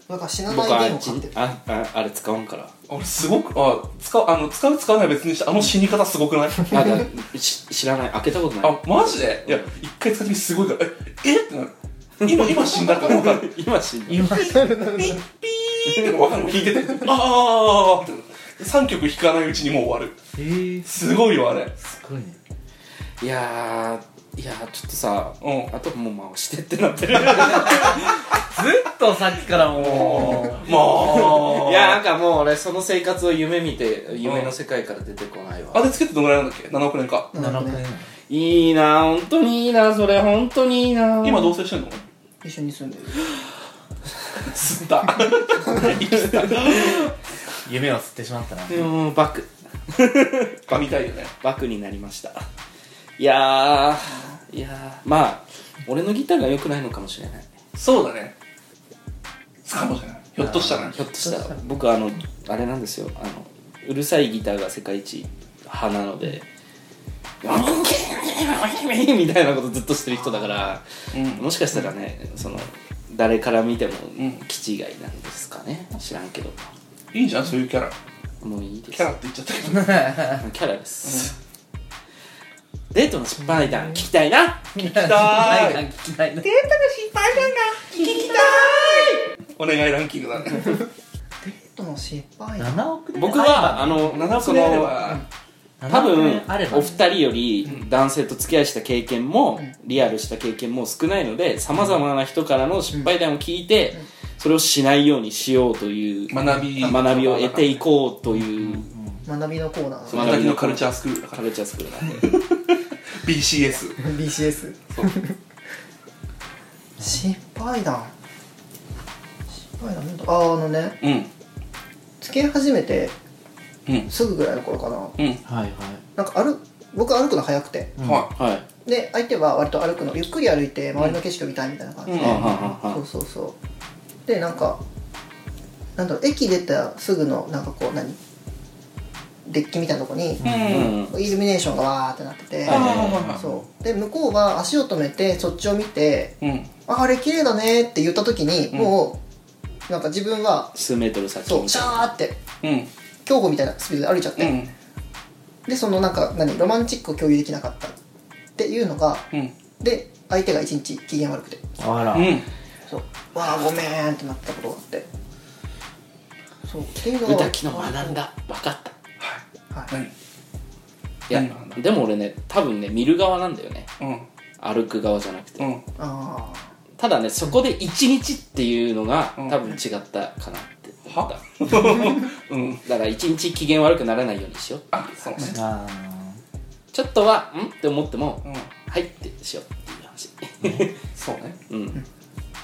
Speaker 3: なんか死なない
Speaker 2: 僕あ
Speaker 3: 弦
Speaker 2: れ
Speaker 3: を買ってる
Speaker 2: あああれ使わんから
Speaker 1: 俺すごくあ使うあの使う使わないは別にしてあの死に方すごくない
Speaker 2: あだし知らない開けたことない
Speaker 1: あマジでいや一回使ってみてすごいからええってなる今今死んだって分かる
Speaker 2: 今死んだ
Speaker 4: 今
Speaker 1: ピッピーって分かるもう弾いててああって3曲弾かないうちにもう終わる
Speaker 4: えー、す
Speaker 1: すごいよあれ
Speaker 4: ごいね
Speaker 2: いやーいやーちょっとさ、
Speaker 1: うん
Speaker 2: あともう回してってなってる いや
Speaker 4: ずっとさっきからも
Speaker 1: まあ
Speaker 2: なんかもう俺その生活を夢見て夢の世界から出てこないわ、
Speaker 1: あれつけてどのぐらいなんだっけ7億年か
Speaker 4: う7億年
Speaker 2: いいな本当にいいなそれ本当にいいな
Speaker 1: 今同棲してんの
Speaker 3: 一緒に住んでる
Speaker 1: 吸った
Speaker 4: 夢を吸ってしまったな
Speaker 2: でもバク
Speaker 1: 噛みたいよね
Speaker 2: バクになりましたいやーいやーまあ俺のギターが良くないのかもしれない
Speaker 1: そうだねかもしれないひょっとしたら
Speaker 2: ひょっとしたら僕あのあれなんですよあのうるさいギターが世界一派なのでみたいなことずっとしてる人だから
Speaker 1: うん
Speaker 2: もしかしたらねその誰から見ても
Speaker 1: ん
Speaker 2: 気違いなんですかね知らんけど
Speaker 1: いいじゃんそういうキャラ
Speaker 2: もういいです
Speaker 1: キャラって言っちゃったけど
Speaker 2: キャラです、デートの失敗談聞きたいな
Speaker 4: 聞き
Speaker 1: たい
Speaker 4: 聞きたい な
Speaker 1: お願いランキングだね
Speaker 3: でも失敗だ
Speaker 4: 7億年
Speaker 2: 僕
Speaker 4: あれば
Speaker 2: はあの
Speaker 1: 7
Speaker 2: そ
Speaker 1: 億
Speaker 2: の
Speaker 1: 年あれば
Speaker 2: 多分
Speaker 4: あれば
Speaker 2: お二人より男性と付き合いした経験もリアルした経験も少ないのでさまざまな人からの失敗談を聞いてそれをしないようにしようという
Speaker 1: 学び
Speaker 2: 学びを得ていこうという
Speaker 3: 学びのコーナー
Speaker 1: その先のカルチャースクールだか
Speaker 2: カ
Speaker 1: ら
Speaker 2: ルチャースクールなんで
Speaker 1: BCS
Speaker 3: BCS 失敗談失敗談なんだあーあのね
Speaker 1: うん
Speaker 3: 付き合い始めて
Speaker 1: うん
Speaker 3: すぐぐらいの頃かな
Speaker 1: うん
Speaker 4: はいはい
Speaker 3: なんか歩僕歩くの早くて
Speaker 4: うん
Speaker 1: は
Speaker 2: はいはい
Speaker 3: で相手は割と歩くのゆっくり歩いて周りの景色を見たいみたいな感じで、
Speaker 1: うん
Speaker 2: はい
Speaker 3: そ
Speaker 2: は
Speaker 3: うそうそうでなんかなんだろう駅出たすぐのなんかこう何デッキみたいなとこに
Speaker 1: い
Speaker 2: いうん
Speaker 3: イルミネーションがわーってなってて、
Speaker 2: はいはい
Speaker 3: そうで向こうは足を止めてそっちを見て
Speaker 1: うんうん
Speaker 3: 「ああれ綺麗だね」って言った時に、もうなんか自分は
Speaker 2: 数メートル先
Speaker 3: そう
Speaker 2: み
Speaker 3: シ
Speaker 2: たいな
Speaker 3: ャーって
Speaker 1: うん
Speaker 3: 競歩みたいなスピードで歩いちゃっ
Speaker 1: う
Speaker 3: て、
Speaker 1: ん
Speaker 3: でそのなんか何ロマンチックを共有できなかったっていうのが
Speaker 1: うん
Speaker 3: で相手が一日機嫌悪くて
Speaker 4: あら
Speaker 1: うん
Speaker 3: そうわあごめんってなったことがあってそうっていうの
Speaker 2: 宇
Speaker 3: が
Speaker 2: 滝の学んだ分かった
Speaker 3: はい、
Speaker 1: 何
Speaker 2: いや
Speaker 1: 何の話
Speaker 2: でも俺ね多分ね見る側なんだよね
Speaker 1: うん
Speaker 2: 歩く側じゃなくて
Speaker 1: うん
Speaker 3: ああ
Speaker 2: ただねそこで一日っていうのが
Speaker 1: うん
Speaker 2: 多分違ったかなって思 った、
Speaker 1: うん
Speaker 2: だから一日機嫌悪くならないようにしよう
Speaker 1: あそうね
Speaker 4: あ
Speaker 2: ちょっとはんって思っても、
Speaker 1: うん
Speaker 2: はいってしようっていう話
Speaker 1: そうね
Speaker 2: うん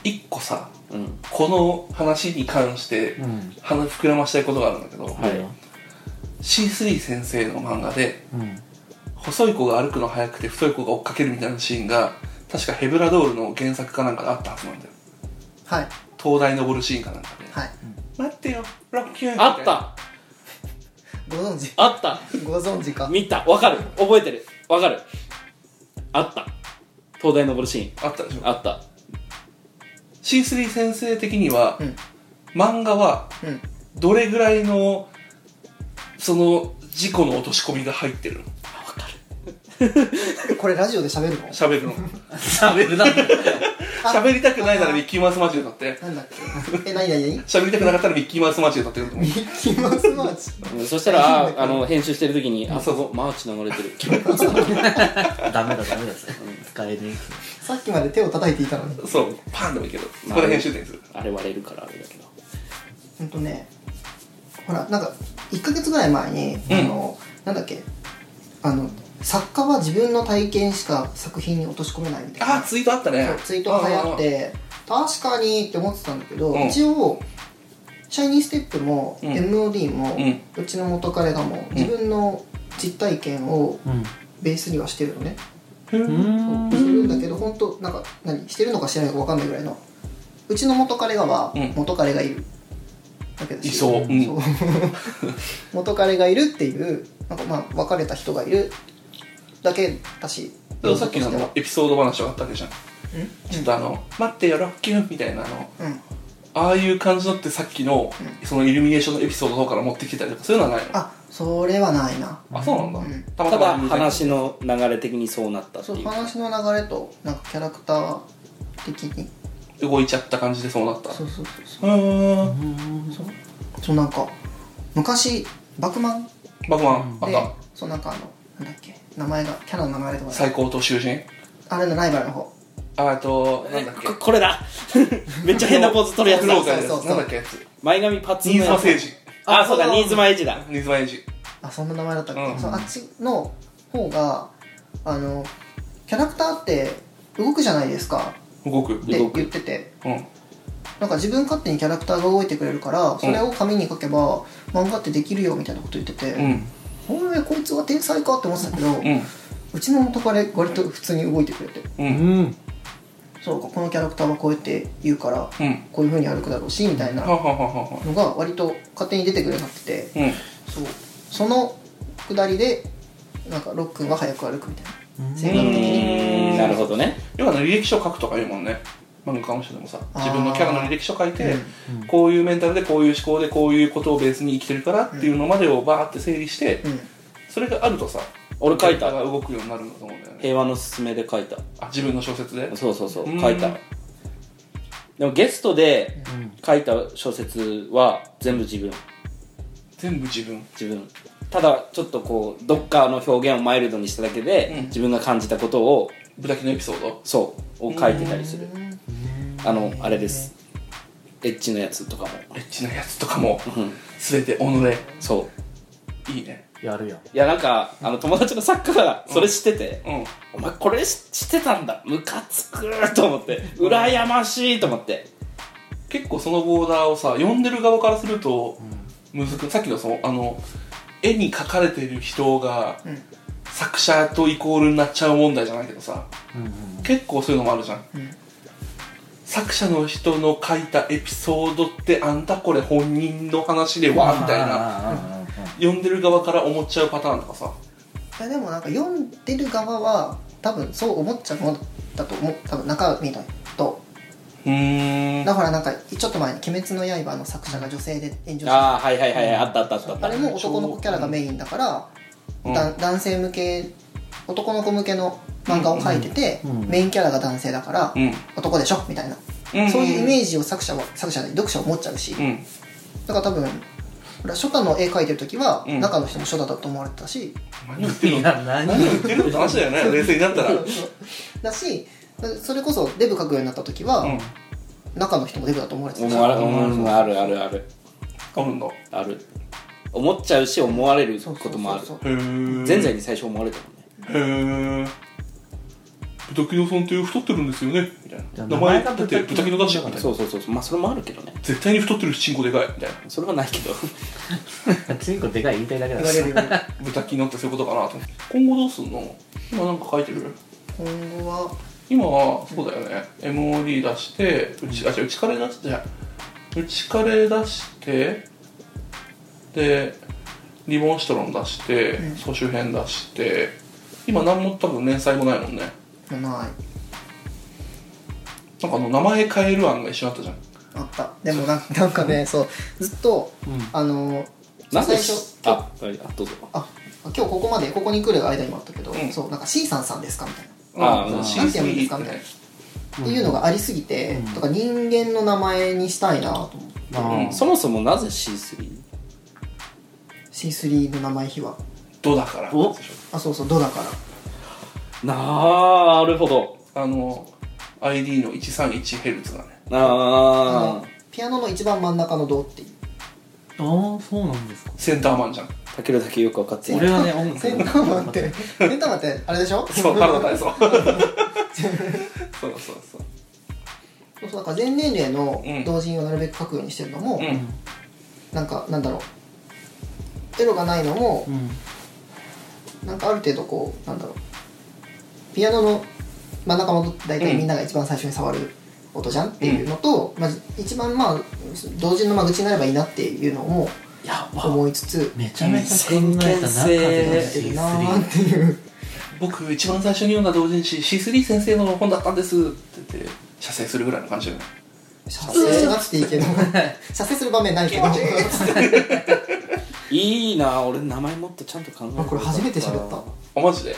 Speaker 1: 一個さ
Speaker 2: うん
Speaker 1: この話に関して
Speaker 4: ーうん
Speaker 1: 話膨らましたいことがあるんだけど、
Speaker 2: はい
Speaker 4: よ
Speaker 1: C3 先生の漫画で
Speaker 4: うん
Speaker 1: 細い子が歩くの速くて太い子が追っかけるみたいなシーンが確かヘブラドールの原作かなんかであったはずなんだよ
Speaker 3: はい
Speaker 1: 灯台登るシーンかなんかで、
Speaker 3: はい
Speaker 1: 待ってよロッキュー
Speaker 2: あった
Speaker 3: ご存知
Speaker 2: あった
Speaker 3: ご存知か
Speaker 2: 見たわかる覚えてるわかるあった東大登るシ
Speaker 1: たあったでし
Speaker 2: ーン
Speaker 1: ょ
Speaker 2: あった
Speaker 1: C3 先生的には、
Speaker 3: うん
Speaker 1: 漫画は
Speaker 3: うん
Speaker 1: どれぐらいのその事故の落とし込みが入ってるの
Speaker 3: これラジオで喋るの
Speaker 1: 喋るの
Speaker 4: 喋るな
Speaker 1: 喋りたくないならミッキーマウスマーチで歌って
Speaker 3: なんだっけえ、なになに
Speaker 1: 喋りたくなかったらミッキーマウスマーチで歌ってると思う
Speaker 3: ミッキーマウスマーチ
Speaker 2: うんそしたらああの編集してる時に「あそこマーチ流れてる」
Speaker 4: ダメだダメだそれ使えねえ
Speaker 3: さっきまで手を叩いていたのに
Speaker 1: そうパンでもいいけどそこで編集点にする
Speaker 2: あれ割れるからあれだけど
Speaker 3: ほんとねほらなんか1ヶ月ぐらい前に、
Speaker 1: うん
Speaker 3: あのなんだっけあの作家は自分の体験しか作品に落とし込めないみたいな
Speaker 1: ああツイートあったね
Speaker 3: そうツイートが流行って確かにって思ってたんだけど、
Speaker 1: うん
Speaker 3: 一応シャイニーステップも
Speaker 1: うん
Speaker 3: MOD も、
Speaker 1: う
Speaker 3: うんちの元彼がも自分の実体験をベースにはしてるのね、
Speaker 4: うん
Speaker 3: してるんだけど本当なんか何してるのかしてないのか分かんないぐらいのうちの元彼がは
Speaker 1: うん
Speaker 3: 元彼がいる、だけど
Speaker 1: いそううん
Speaker 3: そう 元彼がいるっていうなんかまあ別れた人がいるだけだし
Speaker 1: でもさっきのあ
Speaker 3: うん
Speaker 1: のエピソード話があったわけじゃんちょっとあの「待ってよロッキュン」みたいなあの
Speaker 3: うん
Speaker 1: ああいう感じのってさっきの
Speaker 3: う
Speaker 1: そのイルミネーションのエピソードの方から持ってきてたりとかそういうのはないの
Speaker 3: あそれはないな
Speaker 1: あそうなんだ
Speaker 3: うん
Speaker 1: たま
Speaker 2: た
Speaker 1: た
Speaker 2: だ
Speaker 1: ま
Speaker 2: 話の流れ的にそうなったって
Speaker 3: そ
Speaker 2: いうう
Speaker 3: 話の流れとなんかキャラクター的に
Speaker 1: 動いちゃった感じでそうなった
Speaker 3: そうそうそう
Speaker 1: うーん
Speaker 3: そうそうそうなんか昔バクマン
Speaker 1: バクマンあっ
Speaker 3: で
Speaker 1: た
Speaker 3: そうなんかあのなんだっけ名前がキャラの名前とか
Speaker 1: 最高と囚人
Speaker 3: あれのライバルの方
Speaker 1: ああとなんだっけ
Speaker 2: ここれだ めっちゃ変なポーズ取るやつ
Speaker 1: ク
Speaker 2: だ
Speaker 1: ローザーのやつ
Speaker 3: そうそうそう
Speaker 1: なんだっけやつ
Speaker 2: 前髪パッツン
Speaker 1: 新
Speaker 2: のや
Speaker 1: 妻
Speaker 2: つ
Speaker 1: 誠治
Speaker 2: あそうだ新妻エイジだ
Speaker 1: 新妻英治
Speaker 3: あそんな名前だったっけ、
Speaker 1: うん
Speaker 3: そうあっちの方があのキャラクターって動くじゃないですか
Speaker 1: 動く
Speaker 3: って
Speaker 2: 動く
Speaker 3: 言ってて
Speaker 1: うん
Speaker 3: なんか自分勝手にキャラクターが動いてくれるからそれを紙に書けば漫画ってできるよみたいなこと言ってて、
Speaker 1: うん
Speaker 3: おいこいつは天才かって思ってたけど、う
Speaker 1: うん
Speaker 3: ちの元彼割と普通に動いてくれて
Speaker 1: う
Speaker 4: うんん
Speaker 3: そうかこのキャラクターはこうやって言うから
Speaker 1: うん
Speaker 3: こういう風に歩くだろうしみたいな
Speaker 1: はは
Speaker 3: の
Speaker 1: ははは
Speaker 3: が割と勝手に出てくるようになってて
Speaker 1: うん
Speaker 3: そうそのくだりでなんかロックンは早く歩くみたいな性
Speaker 2: う
Speaker 3: 格的に
Speaker 2: ーんなるほどね
Speaker 1: 要はね履歴書書くとかいうもんね漫画家の人でもさ
Speaker 3: あー
Speaker 1: 自分のキャラの履歴書書いて、
Speaker 4: うんうん
Speaker 1: こういうメンタルでこういう思考でこういうことをベースに生きてるからっていうのまでをバーって整理して、
Speaker 3: うん
Speaker 1: それがあるとさ
Speaker 2: 俺書い
Speaker 1: キャラ
Speaker 2: た
Speaker 1: が動くようになるんだと思うんだよね
Speaker 2: 平和のすすめで書いた
Speaker 1: あ自分の小説で
Speaker 2: そうそうそう
Speaker 1: うん
Speaker 2: 書いたでもゲストで
Speaker 4: うん
Speaker 2: 書いた小説は全部自分
Speaker 1: 全部自分
Speaker 2: 自分ただちょっとこうどっかの表現をマイルドにしただけで、
Speaker 1: うん
Speaker 2: 自分が感じたことを
Speaker 1: ブラキのエピソード
Speaker 2: そうを書いてたりするあのあれですエッチのやつとかも
Speaker 1: エッチなやつとかも
Speaker 2: うん
Speaker 1: 全て己
Speaker 2: そ
Speaker 1: いいね
Speaker 4: やるやん
Speaker 2: ういやなんかあの友達の作家がそれ知ってて、
Speaker 1: うん
Speaker 2: お前これししてたんだムカつくと思って羨ましいと思って
Speaker 1: 結構そのボーダーをさ読んでる側からするとむずくさっきのそのあの絵に描かれてる人が
Speaker 3: うん
Speaker 1: 作者とイコールになっちゃう問題じゃないけどさ
Speaker 4: うん
Speaker 1: 結構そういうのもあるじゃん
Speaker 3: うん
Speaker 1: 作者の人の書いたエピソードってあんたこれ本人の話でわみたいな
Speaker 4: な
Speaker 1: 読んでる側から思っちゃうパターンとかさ
Speaker 3: いやでもなんか読んでる側は多分そう思っちゃうもんだと思う多分中身だと
Speaker 1: うーん
Speaker 3: だからなんかちょっと前に「鬼滅の刃」の作者が女性で炎上して
Speaker 2: ああはいはいはいあったあったあったあった
Speaker 3: あれも男の子キャラがメインだから、
Speaker 1: うん
Speaker 3: だ男性向け男の子向けの漫画を描いてて、
Speaker 4: うんうん
Speaker 3: メインキャラが男性だから、
Speaker 1: うん
Speaker 3: 男でしょみたいな、
Speaker 1: うん
Speaker 3: そういうイメージを作者は作者で読者は持っちゃうし、
Speaker 1: う
Speaker 3: だ
Speaker 1: ん
Speaker 3: から多分俺は初太の絵描いてる時は、
Speaker 1: うん
Speaker 3: 中の人も初太だと思われてたし
Speaker 1: 何言ってる
Speaker 4: い
Speaker 1: の
Speaker 4: や何
Speaker 1: 何言ってるのって話だよね冷静になったらうん
Speaker 3: だしそれこそデブ描くようになった時は、中の人もデブだと思われてたし
Speaker 2: 思われうんあるあるある
Speaker 1: あるんだへ
Speaker 2: ある思っちゃうし思われることもある
Speaker 3: そうそうそう
Speaker 1: え
Speaker 2: 全財に最初思われたもん
Speaker 1: へ
Speaker 2: ね
Speaker 1: えブタキノさんって太ってるんですよねみたい
Speaker 4: じゃ
Speaker 1: な
Speaker 4: あ
Speaker 1: 名前
Speaker 4: 名前が
Speaker 1: だっ
Speaker 4: ブ
Speaker 1: て
Speaker 4: タ
Speaker 1: ブタ
Speaker 4: キノ
Speaker 1: キノだしみたいな
Speaker 2: そうそうそうそうまあそれもあるけどね
Speaker 1: 絶対に太ってるしチンコでかいみたいな
Speaker 2: それはないけど
Speaker 4: チンコでかい言いたいだけだ
Speaker 3: 言われるよね
Speaker 1: ブタキノってそういうことかなと思って今後どうすんの今なんか書いてる
Speaker 3: 今後は
Speaker 1: 今はそうだよね MOD 出してうちあ違ううちカレー出してうちカレー出してでリボンシトロン出して、
Speaker 3: うん
Speaker 1: 総集編出して今何も多分連載もないもんね
Speaker 3: もうない
Speaker 1: なんかあの名前変える案が一緒だったじゃん
Speaker 3: あったでもなんかなんかねそうずっと、あの
Speaker 2: なんで
Speaker 3: 最初今日
Speaker 2: ああどうぞ
Speaker 3: あ今日ここまでここに来る間にもあったけど、
Speaker 1: うん
Speaker 3: そうなんか C さんさんですかみたいな
Speaker 2: あー
Speaker 1: うん
Speaker 2: なん
Speaker 3: て読むんですかみたいないうのがありすぎて、
Speaker 4: うん
Speaker 3: とか人間の名前にしたいなと思う
Speaker 4: うん
Speaker 2: そもそもなぜ C3?
Speaker 3: C3 の名前秘話
Speaker 1: ドだから
Speaker 4: お
Speaker 3: あそうそう「ド」だから
Speaker 2: なるほど
Speaker 1: あの ID の 131Hz だね
Speaker 2: あ
Speaker 3: のピアノの一番真ん中の「ド」っていう
Speaker 4: ああそうなんですか
Speaker 1: センターマンじゃん
Speaker 2: あたけるだけよく分かってない
Speaker 4: 俺はね音楽
Speaker 3: センターマンってセンターマンってあれでしょ
Speaker 1: そう原田大 そうそうそうそう
Speaker 3: そうそうだから全年齢の
Speaker 1: うん
Speaker 3: 同人をなるべく書くようにしてるのも、
Speaker 1: うん
Speaker 3: なんかなんだろうエロがないのも
Speaker 4: う、ん
Speaker 3: なんかある程度こうなんだろうピアノの真ん中の大体みんなが一番最初に触る音じゃんっていうのと、まあ、一番まあ同人の間口になればいいなっていうのも
Speaker 4: やば
Speaker 3: 思いつつ
Speaker 4: めちゃめちゃ考えた中での
Speaker 3: やってる
Speaker 4: C3
Speaker 3: なーっていう
Speaker 1: 僕一番最初に読んだ同人誌 C3 先生の本だったんですって言って射精するぐらいの感じだよね
Speaker 3: 射精しなくていいけど射精する場面ないけど
Speaker 2: いいな俺名前もっとちゃんと考えて
Speaker 3: あこれ初めて喋った
Speaker 1: あマジで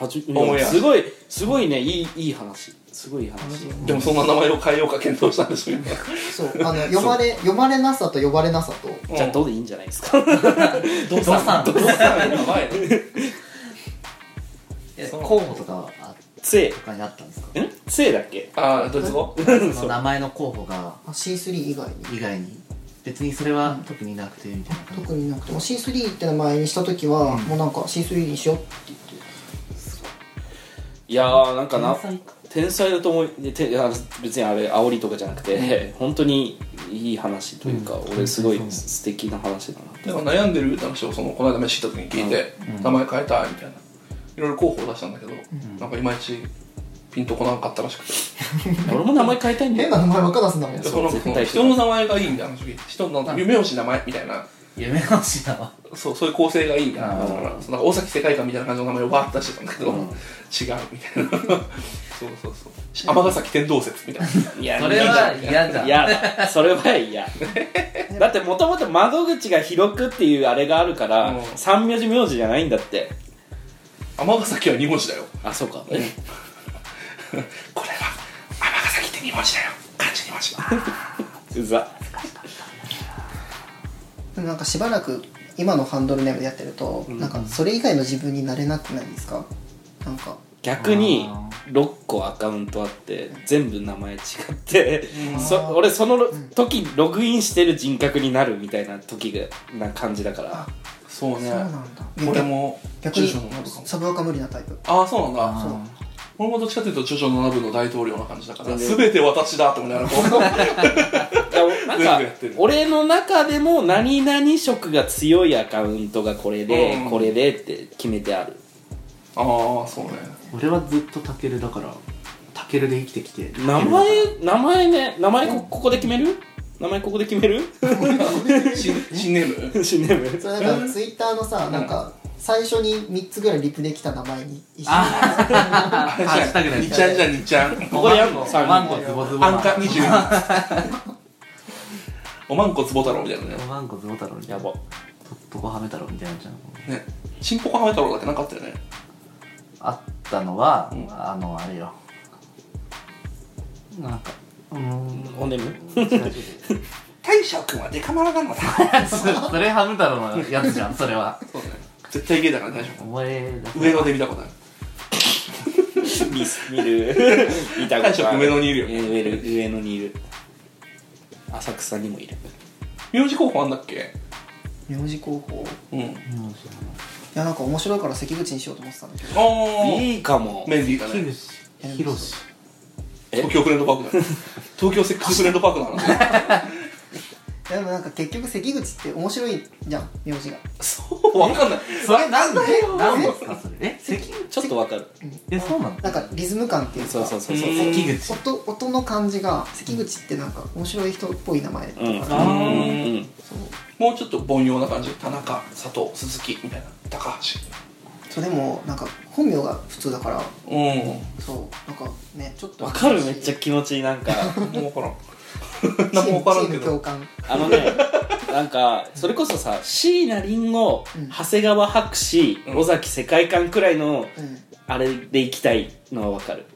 Speaker 2: はじ
Speaker 1: 思いや
Speaker 2: すごいすごいねいいいい話すごいいい話
Speaker 1: でもそんな名前を変えようか検討したんです よ今
Speaker 3: そうあの呼ばれ呼ばれなさと呼ばれなさと
Speaker 2: じゃあどうでいいんじゃないですか
Speaker 4: ドサンドサン
Speaker 1: やばいね
Speaker 4: え候補とかはあ
Speaker 2: つえ
Speaker 4: 他にあったんですか
Speaker 2: んつえだっけ
Speaker 1: あードイツ語
Speaker 4: その名前の候補が
Speaker 3: あ C3 以外に
Speaker 4: 以外に別にそれは特になくてみたいな感じ
Speaker 3: 特になくても C3 って名前にした時は、もうなんか C3 にしようって言って
Speaker 2: いやーなんかな
Speaker 4: 天才か
Speaker 2: 天才だと思いいやていや別にあれ煽りとかじゃなくて本当にいい話というか、
Speaker 4: うん
Speaker 2: 俺すごい
Speaker 4: うん
Speaker 2: 素敵な話だな
Speaker 1: だから悩んでる歌の人をそのこの間飯行った時に聞いて、名前変えたいみたいないろいろ候補を出したんだけど、なんかいまいちピンとこなかったらしくて、
Speaker 2: 俺も名前変えたいんだ
Speaker 3: 変
Speaker 2: よ
Speaker 3: な名前ばっか出すんだもんね
Speaker 1: その
Speaker 2: 絶対
Speaker 1: 人の名前がいいみたいな話人の夢をし名前みたいな
Speaker 4: 夢のしだわ
Speaker 1: そうそういう構成がいいみたいなだからその大崎世界観みたいな感じの名前をバーッと出してたんだけど、
Speaker 2: うん
Speaker 1: 違うみたいなそうそうそう尼崎天動説みたいない
Speaker 2: や
Speaker 4: それは嫌だ
Speaker 2: いやだそれ は嫌だってもともと窓口が広くっていうあれがあるから、
Speaker 1: うん
Speaker 2: 三名字名字じゃないんだって
Speaker 1: 尼崎は二文字だよ
Speaker 2: あそうか
Speaker 1: これは尼崎って二文字だよ漢字二文字
Speaker 2: うざ
Speaker 3: でもなんかしばらく今のハンドルネームでやってると、なんかそれ以外の自分になれなくないですかなんか
Speaker 2: 逆に
Speaker 4: あ
Speaker 2: 6個アカウントあって全部名前違って、
Speaker 1: うん
Speaker 2: そ俺その時ログインしてる人格になるみたいな時がな感じだから
Speaker 1: そう
Speaker 3: そう
Speaker 1: ね
Speaker 3: なんだ
Speaker 1: 俺も
Speaker 3: 逆に
Speaker 1: 住所の中かも
Speaker 3: サブアカ無理なタイプ
Speaker 1: ああそうなんだ
Speaker 4: あ
Speaker 1: 俺もどっちかというとジョジョの部の大統領の感じだから
Speaker 2: 全然
Speaker 1: 全て私だって思いながらこ
Speaker 2: いやなん
Speaker 1: 全
Speaker 2: か
Speaker 1: 部やってる
Speaker 2: 俺の中でも何々色が強いアカウントがこれで、
Speaker 1: うん
Speaker 2: これでって決めてある
Speaker 1: うああそうね
Speaker 4: 俺はずっとタケルだからタケルで生きてきて
Speaker 2: 名前名前ね名前こここで決める名前ここで決める
Speaker 1: 新新ネーム
Speaker 2: 新ネーム
Speaker 3: それなんかツイッターのさなんか最初に3つぐらいリプできた名前に一緒に
Speaker 4: ああ
Speaker 1: あれじゃん2ちゃんじゃん2ちゃん
Speaker 2: ここでやんの三人
Speaker 4: マンコズボズボ
Speaker 1: あんか22 おまんこつぼ太郎みたいなね
Speaker 4: マンコズボ太郎みたい
Speaker 2: や
Speaker 4: な
Speaker 2: ば
Speaker 4: ととこはめ太郎みたいなのじゃん
Speaker 1: ねちんぽこはめ太郎だけなかったよね
Speaker 4: あったのは、
Speaker 1: うん
Speaker 4: あのあれよなんかうーん
Speaker 2: おねむ
Speaker 1: 大将君はデカマラなんだ
Speaker 4: そそれハム太郎のやつじゃんそれは
Speaker 1: そうね絶対ゲイだから大将君
Speaker 4: お前だ
Speaker 1: 上野で見たことある
Speaker 2: 見す見 る見たことある
Speaker 1: 大将上野にいるよ
Speaker 2: え上野上野にいる浅草にもいる
Speaker 1: 名字候補あんだっけ
Speaker 3: 名字候補い
Speaker 1: うん
Speaker 3: やなんか面白いから関口にしようと思ってたんだけど
Speaker 1: ああ
Speaker 2: いいかも
Speaker 1: メンディーだね
Speaker 4: 樋口ひろし
Speaker 2: え
Speaker 1: 東京フレンドパー クだよ東京セックスフレンドパークなのね
Speaker 3: いやでもなんか結局関口って面白いじゃん名字が
Speaker 1: そうわかんない
Speaker 4: それなんでなん
Speaker 3: え
Speaker 4: ですかそれえ関
Speaker 2: ちょっとわかる
Speaker 4: えそうなの
Speaker 3: なんかリズム感っていうか
Speaker 2: そうそうそうそううん
Speaker 4: 関口
Speaker 3: 音音の感じが関口ってなんか面白い人っぽい名前とか、
Speaker 2: うん
Speaker 1: あー
Speaker 2: うん
Speaker 3: そう
Speaker 1: もうちょっと凡庸な感じ田中佐藤鈴木みたいな高橋
Speaker 3: そうでもなんか本名が普通だから
Speaker 1: うん
Speaker 3: そうなんかねちょっと
Speaker 2: わかるめっちゃ気持ちいいなんか
Speaker 1: もう分からん何も分からん
Speaker 3: チ
Speaker 1: け
Speaker 3: ーム共
Speaker 1: ど
Speaker 3: 感
Speaker 2: あの ねなんかそれこそさ椎名林檎
Speaker 3: うん
Speaker 2: 長谷川博士
Speaker 1: うん
Speaker 2: 尾崎世界観くらいの
Speaker 3: うん
Speaker 2: あれで行きたいのはわかる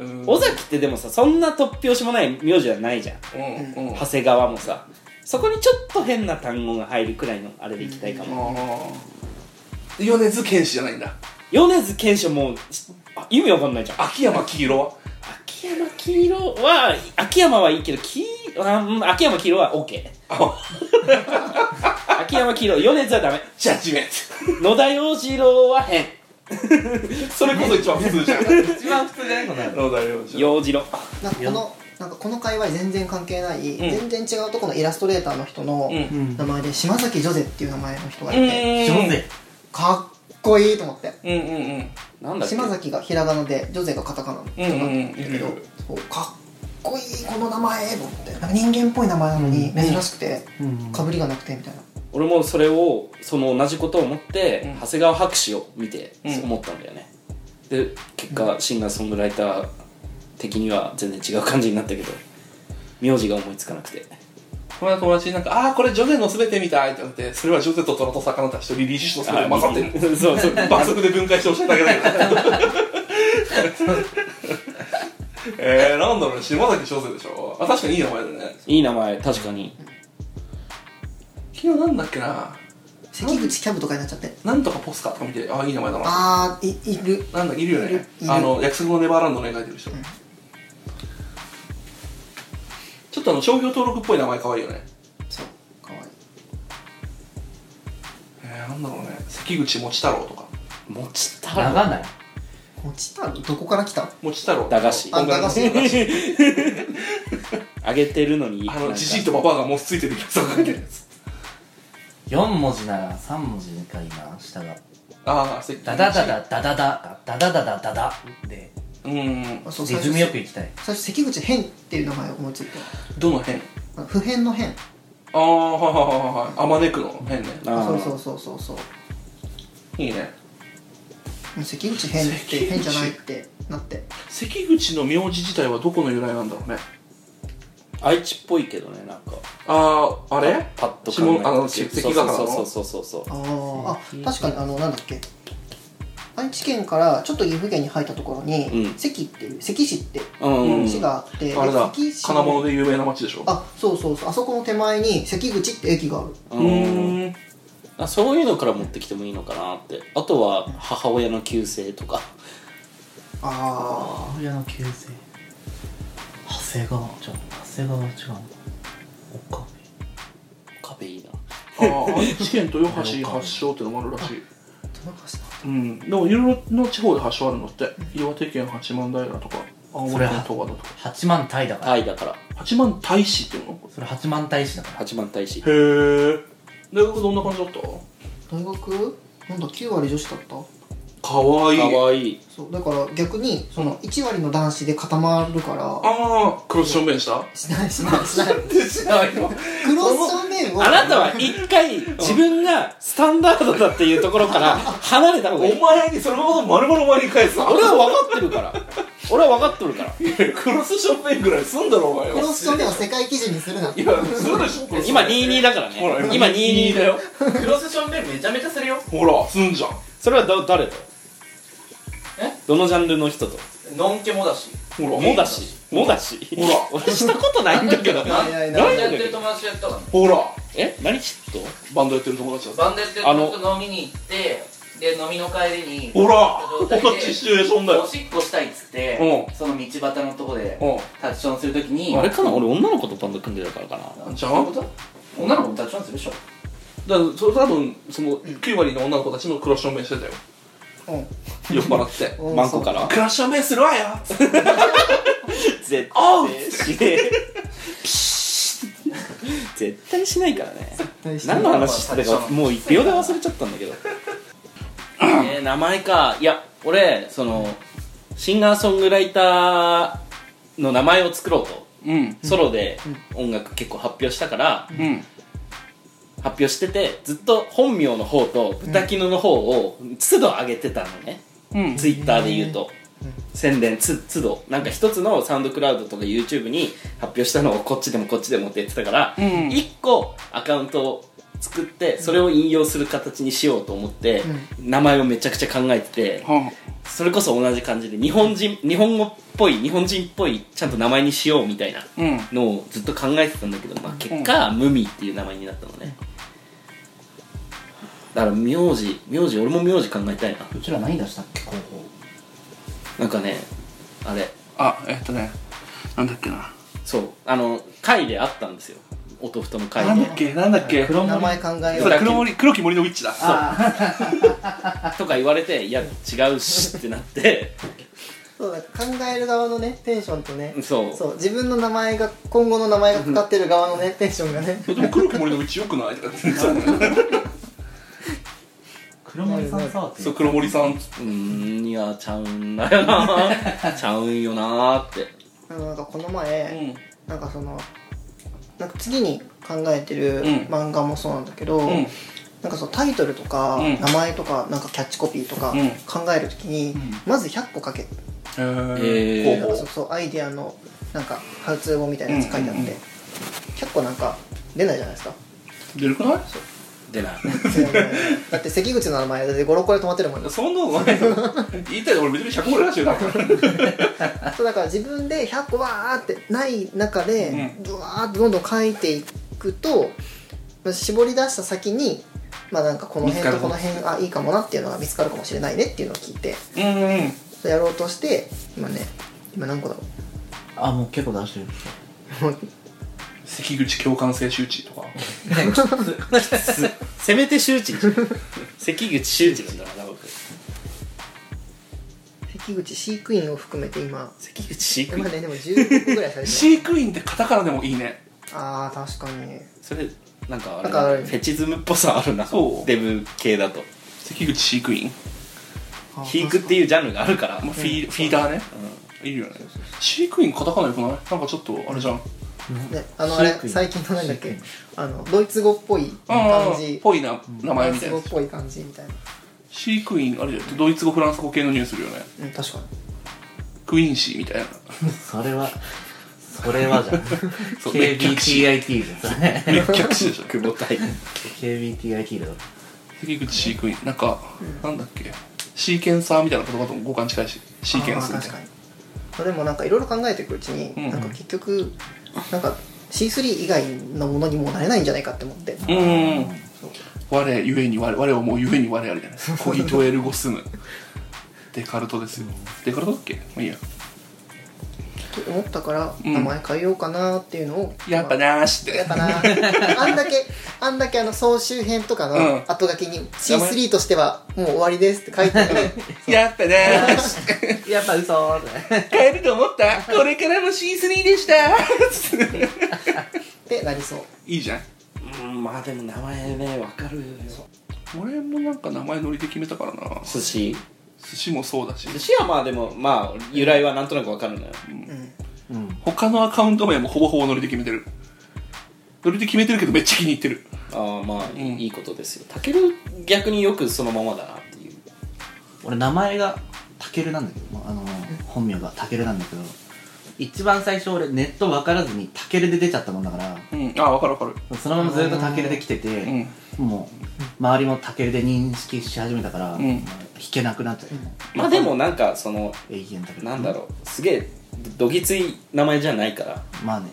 Speaker 1: うん
Speaker 2: 尾崎ってでもさそんな突拍子もない名字はないじゃん
Speaker 1: うんうん
Speaker 2: 長谷川もさそこにちょっと変な単語が入るくらいのあれでいきたいかも、
Speaker 1: ああ米津玄師じゃないんだ
Speaker 2: 米津玄師はもうあ意味わかんないじゃんあ
Speaker 1: 秋山黄色は
Speaker 2: 秋山黄色は秋山はいいけど黄あうん秋山黄色は OK
Speaker 1: あ
Speaker 2: 秋山黄色米津はダメ
Speaker 1: ジャッジメン
Speaker 2: 野田洋次郎は変
Speaker 1: トそれこそ一番普通じゃん
Speaker 4: 一番普通じゃないこの野
Speaker 1: どうだよじゃあ
Speaker 2: 洋次郎
Speaker 3: なんかこのなんかこの界隈全然関係ない、
Speaker 1: うん
Speaker 3: 全然違うとこのイラストレーターの人の
Speaker 1: うん
Speaker 3: 名前で島崎ジョゼっていう名前の人がいて、
Speaker 1: うん
Speaker 4: 上手
Speaker 3: かっこいいと思って
Speaker 1: うんうんうん
Speaker 2: なんだっけ
Speaker 3: 島崎がひらがなでジョゼがカタカナとかなんだけど、
Speaker 1: うんうんうん
Speaker 3: そうかっこいいこの名前と思ってなんか人間っぽい名前なのに珍しくて、かぶりがなくてみたいな、
Speaker 2: 俺もそれをその同じことを思って、
Speaker 1: うん
Speaker 2: 長谷川博士を見て
Speaker 1: うん
Speaker 2: そう思ったんだよね、で結果シンガーソングライター的には全然違う感じになったけど名字が思いつかなくて
Speaker 1: この間友達になんか「ああーこれジョゼのすべてみたい」ってなってそれはジョゼとトラと魚たちとリリー・シュとそれで混ざってる
Speaker 2: る そうそう
Speaker 1: 爆速で分解しておっしゃっただけだけどえー、なんだろうね島崎翔生でしょあ確かにいい名前だね
Speaker 2: いい名前確かに
Speaker 1: 昨日なんだっけな
Speaker 3: 関口キャブとかになっちゃって
Speaker 1: なんとかポスカとか見てああいい名前だな
Speaker 3: あーいいる
Speaker 1: なんだいるよね
Speaker 3: いる
Speaker 1: あの約束のネバーランドの絵描いてる人、
Speaker 3: ん
Speaker 1: ちょっとあの商業登録っぽい名前可愛いよね
Speaker 3: そうかわいい
Speaker 1: えー、なんだろうね関口持太郎とか
Speaker 2: 持ちた
Speaker 4: わ
Speaker 2: ら
Speaker 4: かんない
Speaker 3: 落ちたどこから来た
Speaker 1: 持太郎
Speaker 2: 駄菓子
Speaker 1: 音楽の
Speaker 3: あ駄菓子
Speaker 1: 駄菓子
Speaker 2: あげてるのに
Speaker 1: あ
Speaker 2: なん
Speaker 1: の
Speaker 2: か
Speaker 1: じじいとババアがもうついてるやつを描いてるやつ
Speaker 4: 4文字なら3文字か今下が
Speaker 1: ああ関口
Speaker 4: ダダダダダダダダダダダダダで
Speaker 1: うん
Speaker 3: あそう
Speaker 4: リ
Speaker 3: 最
Speaker 4: ズ
Speaker 3: 初
Speaker 4: ムよくいきたい
Speaker 3: 最初関口変っていう名前を思いついて
Speaker 1: どの辺
Speaker 3: あの普遍の変
Speaker 1: ああはいはいはいはいあまねくの辺ね
Speaker 2: あー
Speaker 3: そうそうそうそうそう
Speaker 1: いいね
Speaker 3: もう関口変って
Speaker 1: 関口
Speaker 3: 変じゃないってなって
Speaker 1: 関口の名字自体はどこの由来なんだろうね
Speaker 2: 愛知っぽいけどねなんか
Speaker 1: あああれ
Speaker 2: パッと考え
Speaker 1: 下あの
Speaker 2: たし
Speaker 1: 関ヶ原の
Speaker 2: そうそうそうそうそう
Speaker 3: あーあ確かにあのなんだっけ愛知県からちょっと岐阜県に入ったところに、
Speaker 2: うん
Speaker 3: 関っていう関市って
Speaker 2: うんうん
Speaker 3: 市があって、で
Speaker 1: あれだ
Speaker 3: 関市
Speaker 1: 金物で有名な町でしょ
Speaker 3: あそうそうそうあそこの手前に関口って駅がある
Speaker 1: う
Speaker 2: うん
Speaker 1: ーん
Speaker 2: あそういうのから持ってきてもいいのかなってあとは母親の旧姓とか
Speaker 3: あ
Speaker 4: 母親の旧姓長谷川じゃあ長谷川は違うのおか
Speaker 2: 壁いいな
Speaker 1: ああ愛知県豊橋発祥ってのもあるらしい
Speaker 3: あ田中さん
Speaker 1: うんでもいろいろな地方で発祥あるのって岩手県八幡平とか青森県十和田とか
Speaker 4: 八万体だから
Speaker 2: タイだから
Speaker 1: 八幡平市っていうの
Speaker 4: それ八万体師だから
Speaker 2: 八幡大使
Speaker 1: へえ大学どんな感じだった
Speaker 3: 大学なんだ9割女子だった
Speaker 1: かわいい
Speaker 2: かわいい
Speaker 3: そうだから逆にその1割の男子で固まるから
Speaker 1: ああクロスションベンした
Speaker 3: しないしないしない
Speaker 1: しないの
Speaker 3: クロス正面を
Speaker 2: あなたは一回自分がスタンダードだっていうところから離れた方がいい
Speaker 1: 前にそのこと丸々前に返す
Speaker 2: 俺は分かってるから俺は分かってるか ら
Speaker 1: クロスションベンぐらい済んだろお前
Speaker 3: クロス正面を世界基準にするない
Speaker 1: や済んだでしょクロスション
Speaker 2: 今
Speaker 1: ベン
Speaker 2: 22だからね
Speaker 1: ほら
Speaker 2: 今22だよ
Speaker 4: クロスションベルめちゃめちゃするよ
Speaker 1: ほら済んじゃん
Speaker 2: それはど誰と
Speaker 4: え
Speaker 2: どのジャンルの人と
Speaker 4: ノンケもだし
Speaker 1: ほら
Speaker 2: もだしもだし
Speaker 1: ほら
Speaker 2: 俺したことないんだ けど
Speaker 3: ないない
Speaker 2: な
Speaker 3: ないい
Speaker 2: んだけど
Speaker 4: 友達やったわ
Speaker 1: ほら
Speaker 2: え何ちょっと
Speaker 1: バンドやってる友達だ
Speaker 4: バンドやってる
Speaker 2: あの
Speaker 4: と飲みに行ってで飲みの帰りに
Speaker 1: ほら同じシチュエーションだよ
Speaker 4: おしっこしたいっつって
Speaker 1: う
Speaker 4: その道端のとこで
Speaker 1: う
Speaker 4: タッチションするときに
Speaker 2: あれかな俺女の子とバンド組んでたからかなん
Speaker 1: じゃ
Speaker 4: どうい
Speaker 1: ん
Speaker 4: うこと女の子もタッチションするでしょ
Speaker 1: だからそれ多分その9割の女の子たちのクロスションベンしてたよ酔っ払って
Speaker 3: うん
Speaker 2: マンコか
Speaker 1: 「
Speaker 2: ら
Speaker 1: クロスションベンするわよ!」
Speaker 2: 絶
Speaker 1: おう
Speaker 2: 対しねえ絶対しないから ね
Speaker 3: 対してない
Speaker 2: 何の話してたかもう秒で忘れちゃったんだけどえー名前かいや俺そのシンガーソングライターの名前を作ろうと
Speaker 1: うん
Speaker 2: ソロで音楽結構発表したから、
Speaker 1: うん
Speaker 2: 発表しててずっと本名の方と豚キノの方を都度上げてたのね、
Speaker 1: うん
Speaker 2: ツイッターで言うと、宣伝つ都度なんか一つのサウンドクラウドとか YouTube に発表したのをこっちでもこっちでもって言ってたから、
Speaker 1: うん
Speaker 2: 一個アカウントを作ってそれを引用する形にしようと思って、名前をめちゃくちゃ考えてて、
Speaker 1: は
Speaker 2: それこそ同じ感じで日本人日本語っぽい日本人っぽいちゃんと名前にしようみたいな
Speaker 1: あうん
Speaker 2: のをずっと考えてたんだけど、まあ、結果、ムミっていう名前になったのねだから名字名字俺も名字考えたいな
Speaker 4: うちら何出したっけ候補
Speaker 2: なんかねあれ
Speaker 1: あえっとねなんだっけな
Speaker 2: そうあの会であったんですよ音ふとの会
Speaker 1: なんだ
Speaker 2: で
Speaker 1: っけなんだっけ
Speaker 4: 黒
Speaker 3: 名
Speaker 4: 森
Speaker 3: 前考えよ
Speaker 1: そうれ黒森黒木森のウィッチだ
Speaker 4: あ
Speaker 2: とか言われていや違うしってなっ て
Speaker 3: そうだ考える側のねテンションとね
Speaker 2: そう
Speaker 3: そう自分の名前が今後の名前がかかってる側のねテンションがね
Speaker 1: でも黒木森のウィッチよくないとかって言ってたね
Speaker 4: ー黒森さんさって
Speaker 1: そう黒森さん
Speaker 2: うーんいやちゃうんだよ なちゃうんよなーって
Speaker 3: あのなんかこの
Speaker 1: う
Speaker 3: 前、
Speaker 1: ん
Speaker 3: なんかそのなんか次に考えてる
Speaker 1: ん
Speaker 3: 漫画もそうなんだけど、
Speaker 1: うん
Speaker 3: なんかそのタイトルとか、
Speaker 1: うん
Speaker 3: 名前とかなんかキャッチコピーとか
Speaker 1: うん
Speaker 3: 考えるときに、まず100個かけ
Speaker 1: へ
Speaker 2: へー
Speaker 3: なんかそうそうアイディアのなんかハウツー語みたいなやつ書いてあ
Speaker 1: うん
Speaker 3: って、
Speaker 1: うんうん
Speaker 3: 100個なんか出ないじゃないですか
Speaker 1: 出るくない
Speaker 2: 出ない
Speaker 3: そういうのねだって関口の名前で56個で止まってるもんね
Speaker 1: そんなことないよ言いたいの俺めちゃめちゃ100個ぐらい出してるから
Speaker 3: そうだから自分で100個わーってない中で、うわーってどんどん書いていくと絞り出した先にまあなんかこの辺とこの辺あいいかもなっていうのが見つかるかもしれないねっていうのを聞いて
Speaker 1: うんうん
Speaker 3: それやろうとして今ね今何個だろう
Speaker 4: あもう結構出してる
Speaker 1: 関口共感性周知とか
Speaker 2: すせめて周知に関口周知なんだからな僕
Speaker 3: 関口飼育員を含めて今
Speaker 2: 関口飼育
Speaker 3: 今
Speaker 2: 員
Speaker 3: ねでも15個ぐらいされてる
Speaker 1: 飼育員ってカタカナでもいいね
Speaker 3: ああ確かに
Speaker 2: それなんかあ
Speaker 3: なんかあ
Speaker 2: れ
Speaker 3: れ
Speaker 2: フェチズムっぽさあるな
Speaker 1: そう
Speaker 2: デブ系だと
Speaker 1: 関口飼育員、
Speaker 3: あー
Speaker 2: 飼育っていうジャンルがあるから
Speaker 1: まあ、フィーフィーダーね、いるよね飼育員カタカナよくないなんかちょっとあれじゃん
Speaker 3: ねあのあれ
Speaker 4: 飼育員
Speaker 3: 最近のなんだっ
Speaker 4: 飼
Speaker 3: け
Speaker 4: 育員
Speaker 3: あのドイツ語っぽい感じ
Speaker 1: ぽいな名
Speaker 3: フ
Speaker 1: 前
Speaker 3: ラン
Speaker 1: みた
Speaker 3: ス
Speaker 1: い
Speaker 3: 語
Speaker 1: な
Speaker 3: っぽい感じみたいな
Speaker 1: 飼育員あれだよドイツ語フランス語系のニュースするよね
Speaker 3: うん確かに
Speaker 1: クイーンシーみたいな
Speaker 4: それはそれはじゃん
Speaker 1: そうめっちゃ
Speaker 4: KBTIT だそれ
Speaker 1: めっちゃくちでしょ
Speaker 2: 久保隊
Speaker 4: KBTIT だ
Speaker 1: 関口飼育員なんか、なんだっけシーケンサーみたいな言葉とも互換近いしシーケンス
Speaker 3: あ
Speaker 1: み
Speaker 3: ー
Speaker 1: たい
Speaker 3: 確
Speaker 1: な
Speaker 3: かにまあでもなんかいろいろ考えていくうちに、
Speaker 1: うんうん
Speaker 3: なんか結局なんか C3 以外のものにもなれないんじゃないかって思って、
Speaker 1: うーん
Speaker 3: そう
Speaker 1: 我ゆえに我我をもうゆえに我あるじゃない「コギトエルゴスム」デカルトですよデカルトだっけまあいいや
Speaker 3: と思ったから
Speaker 1: うん
Speaker 3: 名前変えようかなっていうのを、
Speaker 1: やっぱなーしって
Speaker 3: や っぱなあんだけあんだけあの総集編とか
Speaker 1: うん
Speaker 3: の後書きに C3 としてはもう終わりですって書いてある
Speaker 1: やっぱなーし
Speaker 4: やっぱ嘘
Speaker 1: 変えると思ったこれからの C3 でした
Speaker 3: ってなりそう
Speaker 1: いいじゃん
Speaker 2: うんまあでも名前ねわかるよ
Speaker 1: 俺もなんか名前ノリで決めたからな
Speaker 2: 寿司
Speaker 1: 寿司もそうだし
Speaker 2: 寿司はまあでもまあ由来はなんとなくわかるのよ
Speaker 4: うん
Speaker 1: 他のアカウント名もほぼほぼノリで決めてるノリで決めてるけどめっちゃ気に入ってる
Speaker 2: ああまあ、
Speaker 1: ん
Speaker 2: いいことですよたける逆によくそのままだなっていう
Speaker 4: 俺名前がたけるなんだけどあの本名がたけるなんだけど一番最初俺ネット分からずにたけるで出ちゃったもんだから
Speaker 1: うんあ分かる分かる
Speaker 4: そのままずっとたけるで来てて、もう周りもたけるで認識し始めたから、
Speaker 1: ん
Speaker 4: 弾けなくなっちゃった、
Speaker 2: まあでもなんかその
Speaker 4: 永遠だけど
Speaker 2: なんだろうすげえどぎつい名前じゃないから
Speaker 4: まあね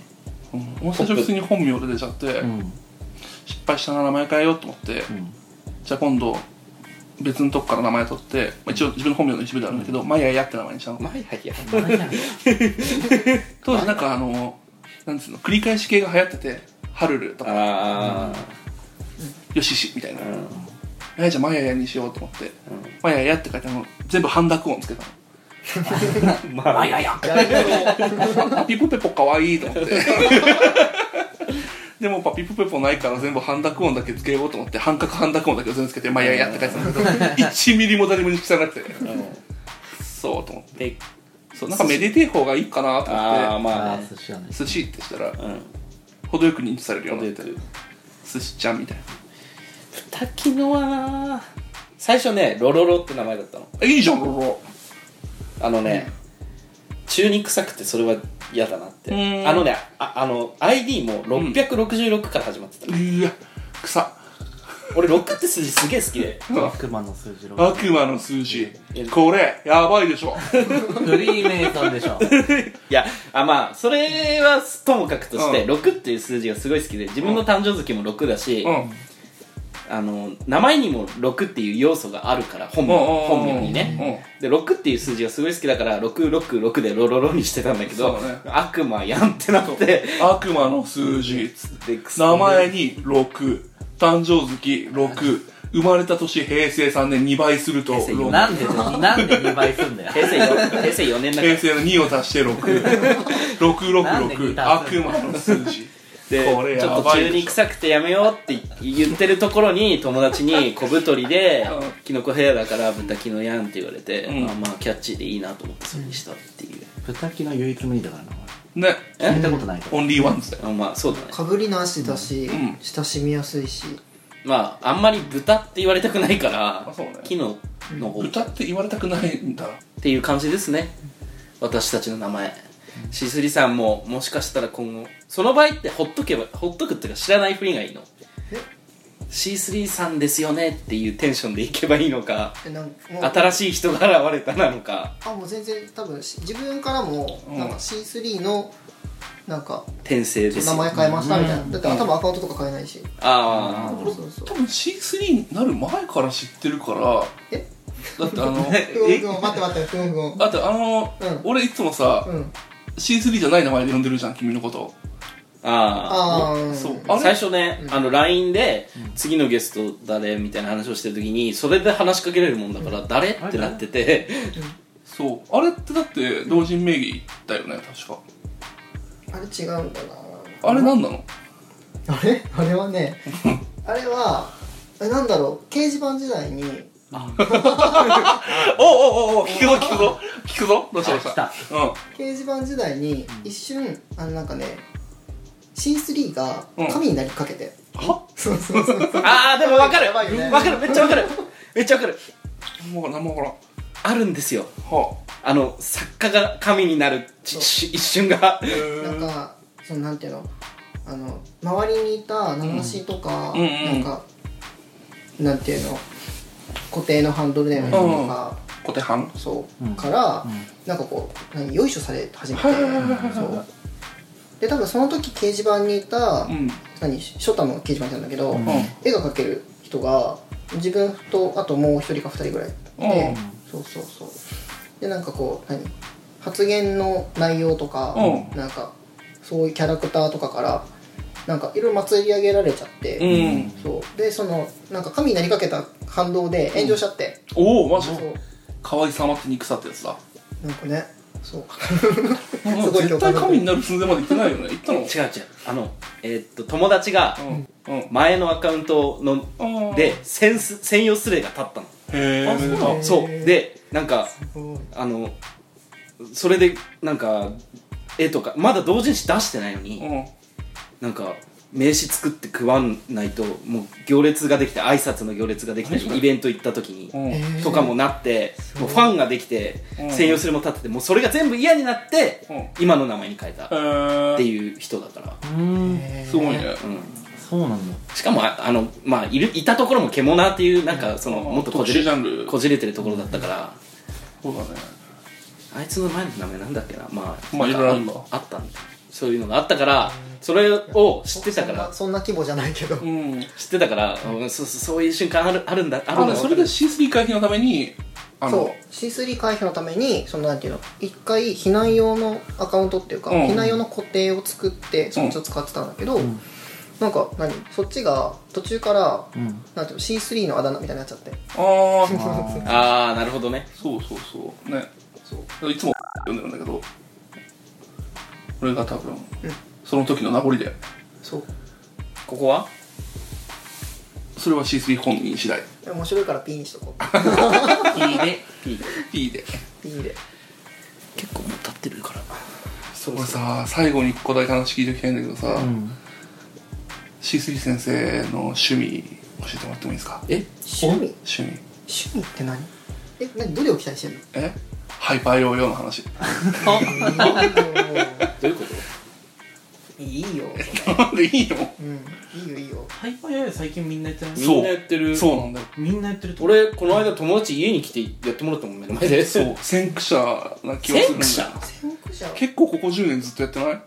Speaker 1: うん俺最初普通に本名で出ちゃって、
Speaker 4: うん
Speaker 1: 失敗したな名前変えようと思って、
Speaker 4: うん
Speaker 1: じゃあ今度別のとこから名前取って、まあ、一応自分の本名の一部ではあるんだけど、マヤヤって名前にしたの、
Speaker 2: まあいやいや
Speaker 1: 当時なんかあのなんつうの繰り返し系が流行っててハルルとか
Speaker 2: ああ
Speaker 1: ヨシシみたいな、
Speaker 2: うん
Speaker 1: えじゃあマヤヤにしようと思って、マヤヤって書いてあるの全部半濁音つけたの
Speaker 2: まあいやいや
Speaker 1: パピプペポかわいいと思って でもパピプペポないから全部半濁音だけつけようと思って半角半濁音だけを全部つけて「まあ、やいや」って書いてたんだけど1ミリも誰も認識されなくてそうと思って
Speaker 2: で
Speaker 1: そうなんかめでてえ方がいいかなと
Speaker 2: ああ
Speaker 1: 思っ
Speaker 2: まあ
Speaker 4: あ
Speaker 2: ね
Speaker 4: あ寿司はね
Speaker 1: て寿司ってしたら
Speaker 2: うん
Speaker 1: 程よく認知されるようになっ
Speaker 2: 出
Speaker 1: て
Speaker 2: てる
Speaker 1: 寿司ちゃんみたいな
Speaker 2: たきのはな最初ねロロロって名前だったの
Speaker 1: あいいじゃんロロ
Speaker 2: あのね、中肉臭くてそれは嫌だなって
Speaker 1: うん
Speaker 2: あのねああの ID も666から始まってた、
Speaker 1: うわ草
Speaker 2: 俺6って数字すげえ好きで
Speaker 4: 悪魔の数字6
Speaker 1: 悪魔の数字これやばいでしょ
Speaker 4: フリーメイソンでし ょ
Speaker 2: いやあまあそれはともかくとして、
Speaker 1: うん
Speaker 2: 6っていう数字がすごい好きで自分の誕生月も6だし、
Speaker 1: うんうん
Speaker 2: あの名前にも6っていう要素があるから本名
Speaker 1: うんうんうん
Speaker 2: 本名にね、で6っていう数字がすごい好きだから666でロロロにしてたんだけ
Speaker 1: そ
Speaker 2: ど、
Speaker 1: うだね
Speaker 2: 悪魔やんってなって
Speaker 1: 悪魔の数字
Speaker 2: でくそ
Speaker 1: 名前に6誕生月6生まれた年平成3年2倍すると
Speaker 2: 平成四
Speaker 1: 6
Speaker 4: なんでなんで2倍すんだよ
Speaker 2: 平成よ平成4年だから
Speaker 1: 平成の2を足して
Speaker 4: なんで二
Speaker 1: 6666
Speaker 4: 足す
Speaker 1: 悪魔の数字
Speaker 2: で
Speaker 1: これ
Speaker 2: ちょ
Speaker 1: や
Speaker 2: っと
Speaker 1: ば
Speaker 2: 中
Speaker 1: いで
Speaker 2: に
Speaker 1: しょ
Speaker 2: 臭くてやめようって言ってるところに友達に小太りで
Speaker 1: うん
Speaker 2: 「キノコヘアだから豚キノやん」って言われて、
Speaker 1: うん
Speaker 2: あまあキャッチーでいいなと思ってそれにしたっていう、
Speaker 4: 豚キの唯一無二だからな
Speaker 1: ね
Speaker 4: 俺聞いたことないから
Speaker 1: オンリーワンズだよ
Speaker 2: あまあそうだね
Speaker 3: かぶりなしだし、
Speaker 1: ん
Speaker 3: 親しみやすいし
Speaker 2: まああんまり豚って言われたくないから
Speaker 1: あそうね
Speaker 2: キノの方っ
Speaker 1: 歌って言われたくないんだ
Speaker 2: ていう感じですね私たちの名前シスリさんももしかしたら今後その場合ってほっとけばほっとくっていうか知らないふりがいいの C3 さんですよねっていうテンションでいけばいいのか
Speaker 3: えなんもう
Speaker 2: 新しい人が現れたなのか
Speaker 3: あもう全然多分し自分からも
Speaker 1: うん
Speaker 3: なんか C3 のなんか
Speaker 2: 転生です
Speaker 3: 名前変えましたみたいな、だって多分アカウントとか変えないし、
Speaker 2: あ
Speaker 3: そうそう
Speaker 1: 多
Speaker 3: そう
Speaker 1: 分 C3 になる前から知ってるから
Speaker 3: え
Speaker 1: だってあ の
Speaker 3: ふんふん待って待ってふんふん
Speaker 1: だってあの、
Speaker 3: うん
Speaker 1: 俺いつもさ、
Speaker 3: うん、
Speaker 1: C3 じゃない名前で呼んでるじゃん君のこと
Speaker 2: ああ
Speaker 3: あー
Speaker 1: そう
Speaker 3: あ
Speaker 1: あ
Speaker 2: あ
Speaker 1: れ
Speaker 2: 最初ね、
Speaker 3: うん
Speaker 2: あの LINE で次のゲスト誰みたいな話をしてる時にそれで話しかけられるもんだから誰ってなってて
Speaker 1: そうあれってだって同人名義だよね確か
Speaker 3: れ違うんだ
Speaker 1: あれ何なの
Speaker 3: なあれあれはね あれはえなんだろう掲示板時代に
Speaker 1: おうおうおうおう聞くぞ聞くぞ聞くぞどうしたどうし
Speaker 4: あ来
Speaker 1: た
Speaker 4: た
Speaker 1: う
Speaker 3: 掲示板時代に一瞬あのなんかね C3 が
Speaker 1: うん
Speaker 3: 神になりかけて、
Speaker 1: んは
Speaker 3: そうそうそう
Speaker 2: ああでも分かる
Speaker 3: やばいよね
Speaker 2: 分かるめっちゃ分かるめっちゃ分かる
Speaker 1: もう何もわからん
Speaker 2: あるんですよ
Speaker 1: は
Speaker 2: あの作家が神になるちし一瞬が
Speaker 1: あへえ
Speaker 3: なんかそのなんていうのあの周りにいた名しとか、
Speaker 1: うんうんうん
Speaker 3: なんかなんていうの固定のハンドルネームとか、
Speaker 1: 小手半
Speaker 3: そう、
Speaker 4: うん
Speaker 3: から、
Speaker 4: うん
Speaker 3: なんかこう何よいしょされ始めて、
Speaker 1: はいはいはいはい
Speaker 3: そうで多分その時掲示板にいた、
Speaker 1: うんうん
Speaker 3: 何ショタの掲示板なんだけど、
Speaker 4: ん
Speaker 3: 絵が描ける人が自分とあともう一人か二人ぐらいで、そうそうそうでなんかこう何発言の内容とか、
Speaker 1: う
Speaker 3: なんかそういうキャラクターとかからなんかいろいろ祭り上げられちゃって、
Speaker 1: うん
Speaker 3: そうでそのなんか神になりかけた反動で炎上しちゃって、
Speaker 1: おおマジ
Speaker 3: そう
Speaker 1: 可愛さまって憎さって やつだ
Speaker 3: なんかね そう
Speaker 1: もう
Speaker 3: すごい
Speaker 1: 絶
Speaker 3: 共
Speaker 1: 対
Speaker 3: 感
Speaker 1: 神になる寸前まで行ってないよね行った
Speaker 2: 違
Speaker 1: の
Speaker 2: う違うあのえーっと友達が
Speaker 1: うんうん
Speaker 2: 前のアカウントの
Speaker 1: あー
Speaker 2: で専す専用スレが立ったの
Speaker 1: へえ
Speaker 3: あそうなのへー
Speaker 2: そうでなんかあのそれでなんか絵とかまだ同人誌出してないのに、
Speaker 1: うん
Speaker 2: なんか名刺作って食わないともう行列ができて挨拶の行列ができたりイベント行った時に、
Speaker 1: うん
Speaker 3: えー
Speaker 2: とかもなってもうファンができて、
Speaker 1: うん
Speaker 2: 専用するも立っててもうそれが全部嫌になって、
Speaker 1: う
Speaker 2: 今の名前に変えたっ
Speaker 1: へ
Speaker 2: て
Speaker 1: え
Speaker 2: いう人だから、
Speaker 4: うん
Speaker 1: すごいね
Speaker 2: うん、
Speaker 4: そうなんだ
Speaker 2: しかもああのまあいるいたところも獣っていうなんかその
Speaker 1: うん
Speaker 2: もっとこじれ
Speaker 1: 特殊ジャンル
Speaker 2: こじれてるところだったから、
Speaker 1: そうだね
Speaker 2: あいつの前の名前なんだっけなまあ、
Speaker 1: まあ
Speaker 2: なん
Speaker 1: いろい
Speaker 2: か
Speaker 1: ろあるの
Speaker 2: あったんだそういうのがあったからそれを知ってたから
Speaker 3: そんなそんな規模じゃないけど、
Speaker 1: うん
Speaker 2: 知ってたから、うん、そそそういう瞬間あるあるんだある
Speaker 1: あ
Speaker 2: ん
Speaker 1: の
Speaker 2: だ
Speaker 1: それで C3 回避のためにあ
Speaker 3: そう
Speaker 1: の
Speaker 3: C3 回避のためにそのなんていうの一回避難用のアカウントっていうか、
Speaker 1: うん
Speaker 3: 避難用の固定を作ってそっちを使ってたんだけど、
Speaker 4: ん
Speaker 3: なんか何そっちが途中から、
Speaker 4: うん
Speaker 3: なんていうの C3 のあだ名みたいになっちゃって
Speaker 1: ああ
Speaker 2: あ あなるほどね
Speaker 1: そうそうそうねそういつも呼んでるんだけど俺が多分、その時の名残で
Speaker 3: そう
Speaker 2: ここは
Speaker 1: それは C3 本人次第
Speaker 3: でも面白いからピーにしとこう
Speaker 2: P で P で
Speaker 1: P で
Speaker 3: ピーで
Speaker 2: 結構もう立ってるから
Speaker 1: それさ最後に一個だけ話聞いておきたいんだけどさ、
Speaker 4: うん、
Speaker 1: C3 先生の趣味教えてもらってもいいですか
Speaker 2: え
Speaker 3: 趣味
Speaker 1: 趣味
Speaker 3: 趣味って何え何どれを期待してんの
Speaker 1: えハイパーヨーヨーの話
Speaker 3: いいよ
Speaker 2: どういうこと
Speaker 3: いいよそれ
Speaker 1: なんでいいの
Speaker 3: うんいいよいいよ
Speaker 4: ハイパー AI 最近みんなやってない
Speaker 1: そう
Speaker 2: みんなやってる
Speaker 1: そうなんだよ
Speaker 4: みんなやってると思う
Speaker 2: 俺この間友達家に来てやってもらったもん目の前で
Speaker 1: そう 先駆者な気がするんだよ
Speaker 2: 先駆
Speaker 3: 先駆者
Speaker 1: 結構ここ10年ずっとやってない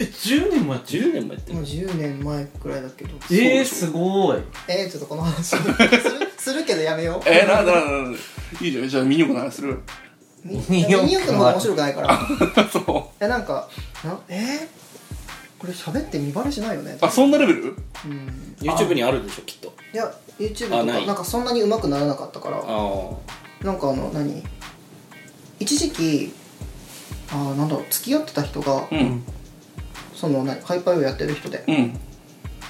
Speaker 4: え10年もやってる
Speaker 2: 10年もやって
Speaker 3: もう
Speaker 2: る
Speaker 3: 10年前くらいだけど
Speaker 1: う
Speaker 4: え
Speaker 1: で
Speaker 4: ー、
Speaker 1: しょ
Speaker 4: すごい
Speaker 3: えー、ちょっとこの話する するけどやめよう
Speaker 1: えー、なんだなんだなんだいいじゃんじゃあミニオクの話する
Speaker 3: ミ
Speaker 4: ミ
Speaker 3: ニ
Speaker 4: ニ
Speaker 3: オ
Speaker 4: 四駆
Speaker 3: クの方が面白くないか ら
Speaker 1: そ
Speaker 3: えなんかなえー、これ喋って見バレしないよね
Speaker 1: うあそんなレベル
Speaker 3: うん、
Speaker 2: YouTube にあるでしょきっと
Speaker 3: いや YouTube
Speaker 2: あ
Speaker 3: と
Speaker 2: な
Speaker 3: か
Speaker 2: い
Speaker 3: なんかそんなに上手くならなかったから
Speaker 2: あ
Speaker 3: なんかあの何一時期あーなんだろう付き合ってた人が、
Speaker 1: うん
Speaker 3: その何ハイパーウェイやってる人で、
Speaker 1: うん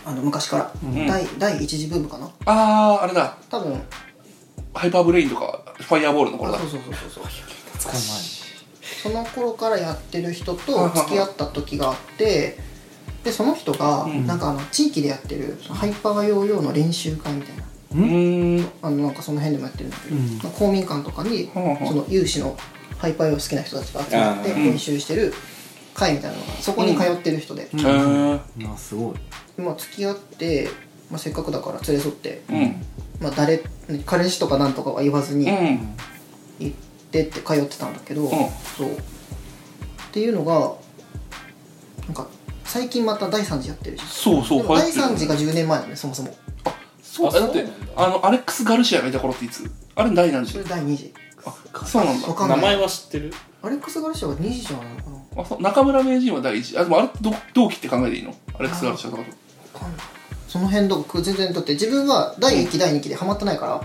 Speaker 3: あの昔から、
Speaker 1: ん
Speaker 3: 第第一次ブームかな
Speaker 1: あああれだ
Speaker 3: 多分
Speaker 1: ハイパーブレインとかファイアボールの
Speaker 3: あ
Speaker 1: 頃だ
Speaker 3: そうそうそうそうそう
Speaker 4: 使
Speaker 3: そ
Speaker 4: う
Speaker 3: の頃からやってる人と付き合った時があってでその人が
Speaker 1: うん
Speaker 3: なんかあの地域でやってるそのハイパーヨーヨーの練習会みたいな
Speaker 1: うーん
Speaker 3: あのなんかその辺でもやってるんだけど、
Speaker 4: うん
Speaker 3: まあ公民館とかに
Speaker 1: はあはあ
Speaker 3: その有志のハイパーヨー好きな人たちが集まって
Speaker 2: あー
Speaker 3: 練習してる会みたいなのがそこに通ってる人で、
Speaker 1: へえ
Speaker 4: 前あすごい
Speaker 3: まあ、付き合って、まあ、せっかくだから連れ添って、
Speaker 1: うん
Speaker 3: まあ、誰彼氏とかなんとかは言わずに
Speaker 1: うん
Speaker 3: 行ってって通ってたんだけど、そうっていうのがなんか最近また第3次やってるじゃん
Speaker 1: そうそう
Speaker 3: でも第
Speaker 1: 流行って
Speaker 3: 3
Speaker 1: る
Speaker 3: 次が10年前だねそもそも
Speaker 1: そう
Speaker 2: あ
Speaker 1: だだっ
Speaker 2: そ
Speaker 1: て
Speaker 2: うなんだ
Speaker 1: あのアレックス・ガルシアがいた頃っていつあれ第何
Speaker 3: そ
Speaker 1: 時
Speaker 3: れ第2次
Speaker 1: あそうなんだ
Speaker 3: わ
Speaker 2: あ
Speaker 3: かんな
Speaker 2: 名
Speaker 3: い
Speaker 2: 前は知ってる
Speaker 3: アレックス・ガルシアは2次じゃないのかな
Speaker 1: あそう中村名人は第一次あでもあれってど同期って考えていいのアレックス・ガルシアとかと
Speaker 3: わかんないその辺とか全然だって自分は第1期第2期でハマってない
Speaker 1: あ
Speaker 3: か